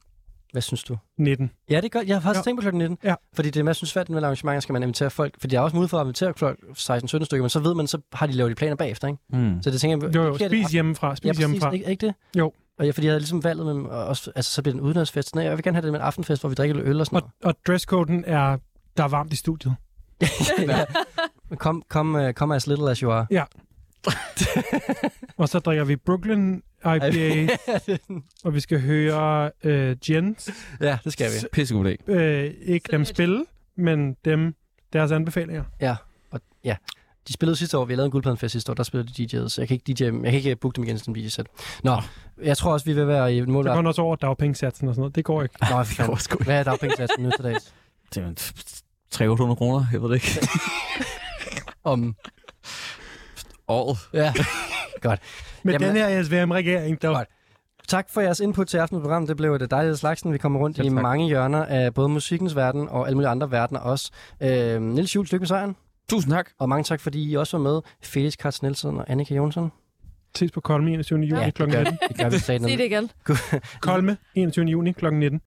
[SPEAKER 2] Hvad synes du?
[SPEAKER 3] 19.
[SPEAKER 2] Ja, det er godt. Jeg har faktisk ja.
[SPEAKER 3] Ja.
[SPEAKER 2] tænkt på klokken 19.
[SPEAKER 3] Ja.
[SPEAKER 2] Fordi det er meget svært med arrangementer, skal man invitere folk. Fordi jeg er også mulighed for at invitere folk 16-17 stykker, men så ved man, så har de lavet de planer bagefter, ikke?
[SPEAKER 5] Mm.
[SPEAKER 2] Så det tænker jeg...
[SPEAKER 3] Jo, jo,
[SPEAKER 2] forkert-
[SPEAKER 3] spis hjemmefra, spis
[SPEAKER 2] ja,
[SPEAKER 3] ja,
[SPEAKER 2] præcis,
[SPEAKER 3] hjemmefra.
[SPEAKER 2] Ikke, ikke, det?
[SPEAKER 3] Jo.
[SPEAKER 2] Og jeg, fordi jeg havde ligesom valget med, og også, altså så bliver det en udenlandsfest. Nej, jeg vil gerne have det med en aftenfest, hvor vi drikker lidt øl og sådan
[SPEAKER 3] Og,
[SPEAKER 2] noget.
[SPEAKER 3] og dresscoden er, der er varmt i studiet.
[SPEAKER 2] ja. Men Kom, kom, uh, kom as little as you are.
[SPEAKER 3] Og så drikker vi Brooklyn IPA, og vi skal høre øh, Jens.
[SPEAKER 2] ja, det skal vi.
[SPEAKER 5] Pissegod idé.
[SPEAKER 3] Øh, ikke dem spille, men dem deres anbefalinger.
[SPEAKER 2] De spillede sidste år, vi lavede en guldpladefest sidste år, der spillede de DJ'et, så jeg kan ikke, DJ, jeg kan ikke booke dem igen til en DJ-sæt. Nå, jeg tror også, vi vil være i mål.
[SPEAKER 3] Så går den også over dagpengesatsen og sådan noget. Det går ikke.
[SPEAKER 2] Nå, for fanden. Hvad er dagpengesatsen nu til dags?
[SPEAKER 5] Det er jo en t- t- 300 kroner, jeg ved det ikke.
[SPEAKER 2] Om,
[SPEAKER 5] Året.
[SPEAKER 2] ja.
[SPEAKER 3] Men
[SPEAKER 2] Jamen-
[SPEAKER 3] Jamen, den her SVM-regering, der
[SPEAKER 2] Godt. Tak for jeres input til aftenens program. Det blev det dejlige slagsen. Vi kommer rundt
[SPEAKER 5] Selv
[SPEAKER 2] i
[SPEAKER 5] tak.
[SPEAKER 2] mange hjørner af både musikkens verden og alle mulige andre verdener også. Øh, Niels Juhl, lykke med sejren.
[SPEAKER 5] Tusind tak.
[SPEAKER 2] Og mange tak, fordi I også var med. Felix Karts Nielsen og Annika Jonsson.
[SPEAKER 3] ses på Kolme 21. juni
[SPEAKER 2] Ja,
[SPEAKER 3] ja,
[SPEAKER 2] det
[SPEAKER 3] kl.
[SPEAKER 2] gør
[SPEAKER 3] 19.
[SPEAKER 2] Det gør vi
[SPEAKER 4] Sig
[SPEAKER 2] satme.
[SPEAKER 4] det igen.
[SPEAKER 3] Kolme 21. juni kl. 19.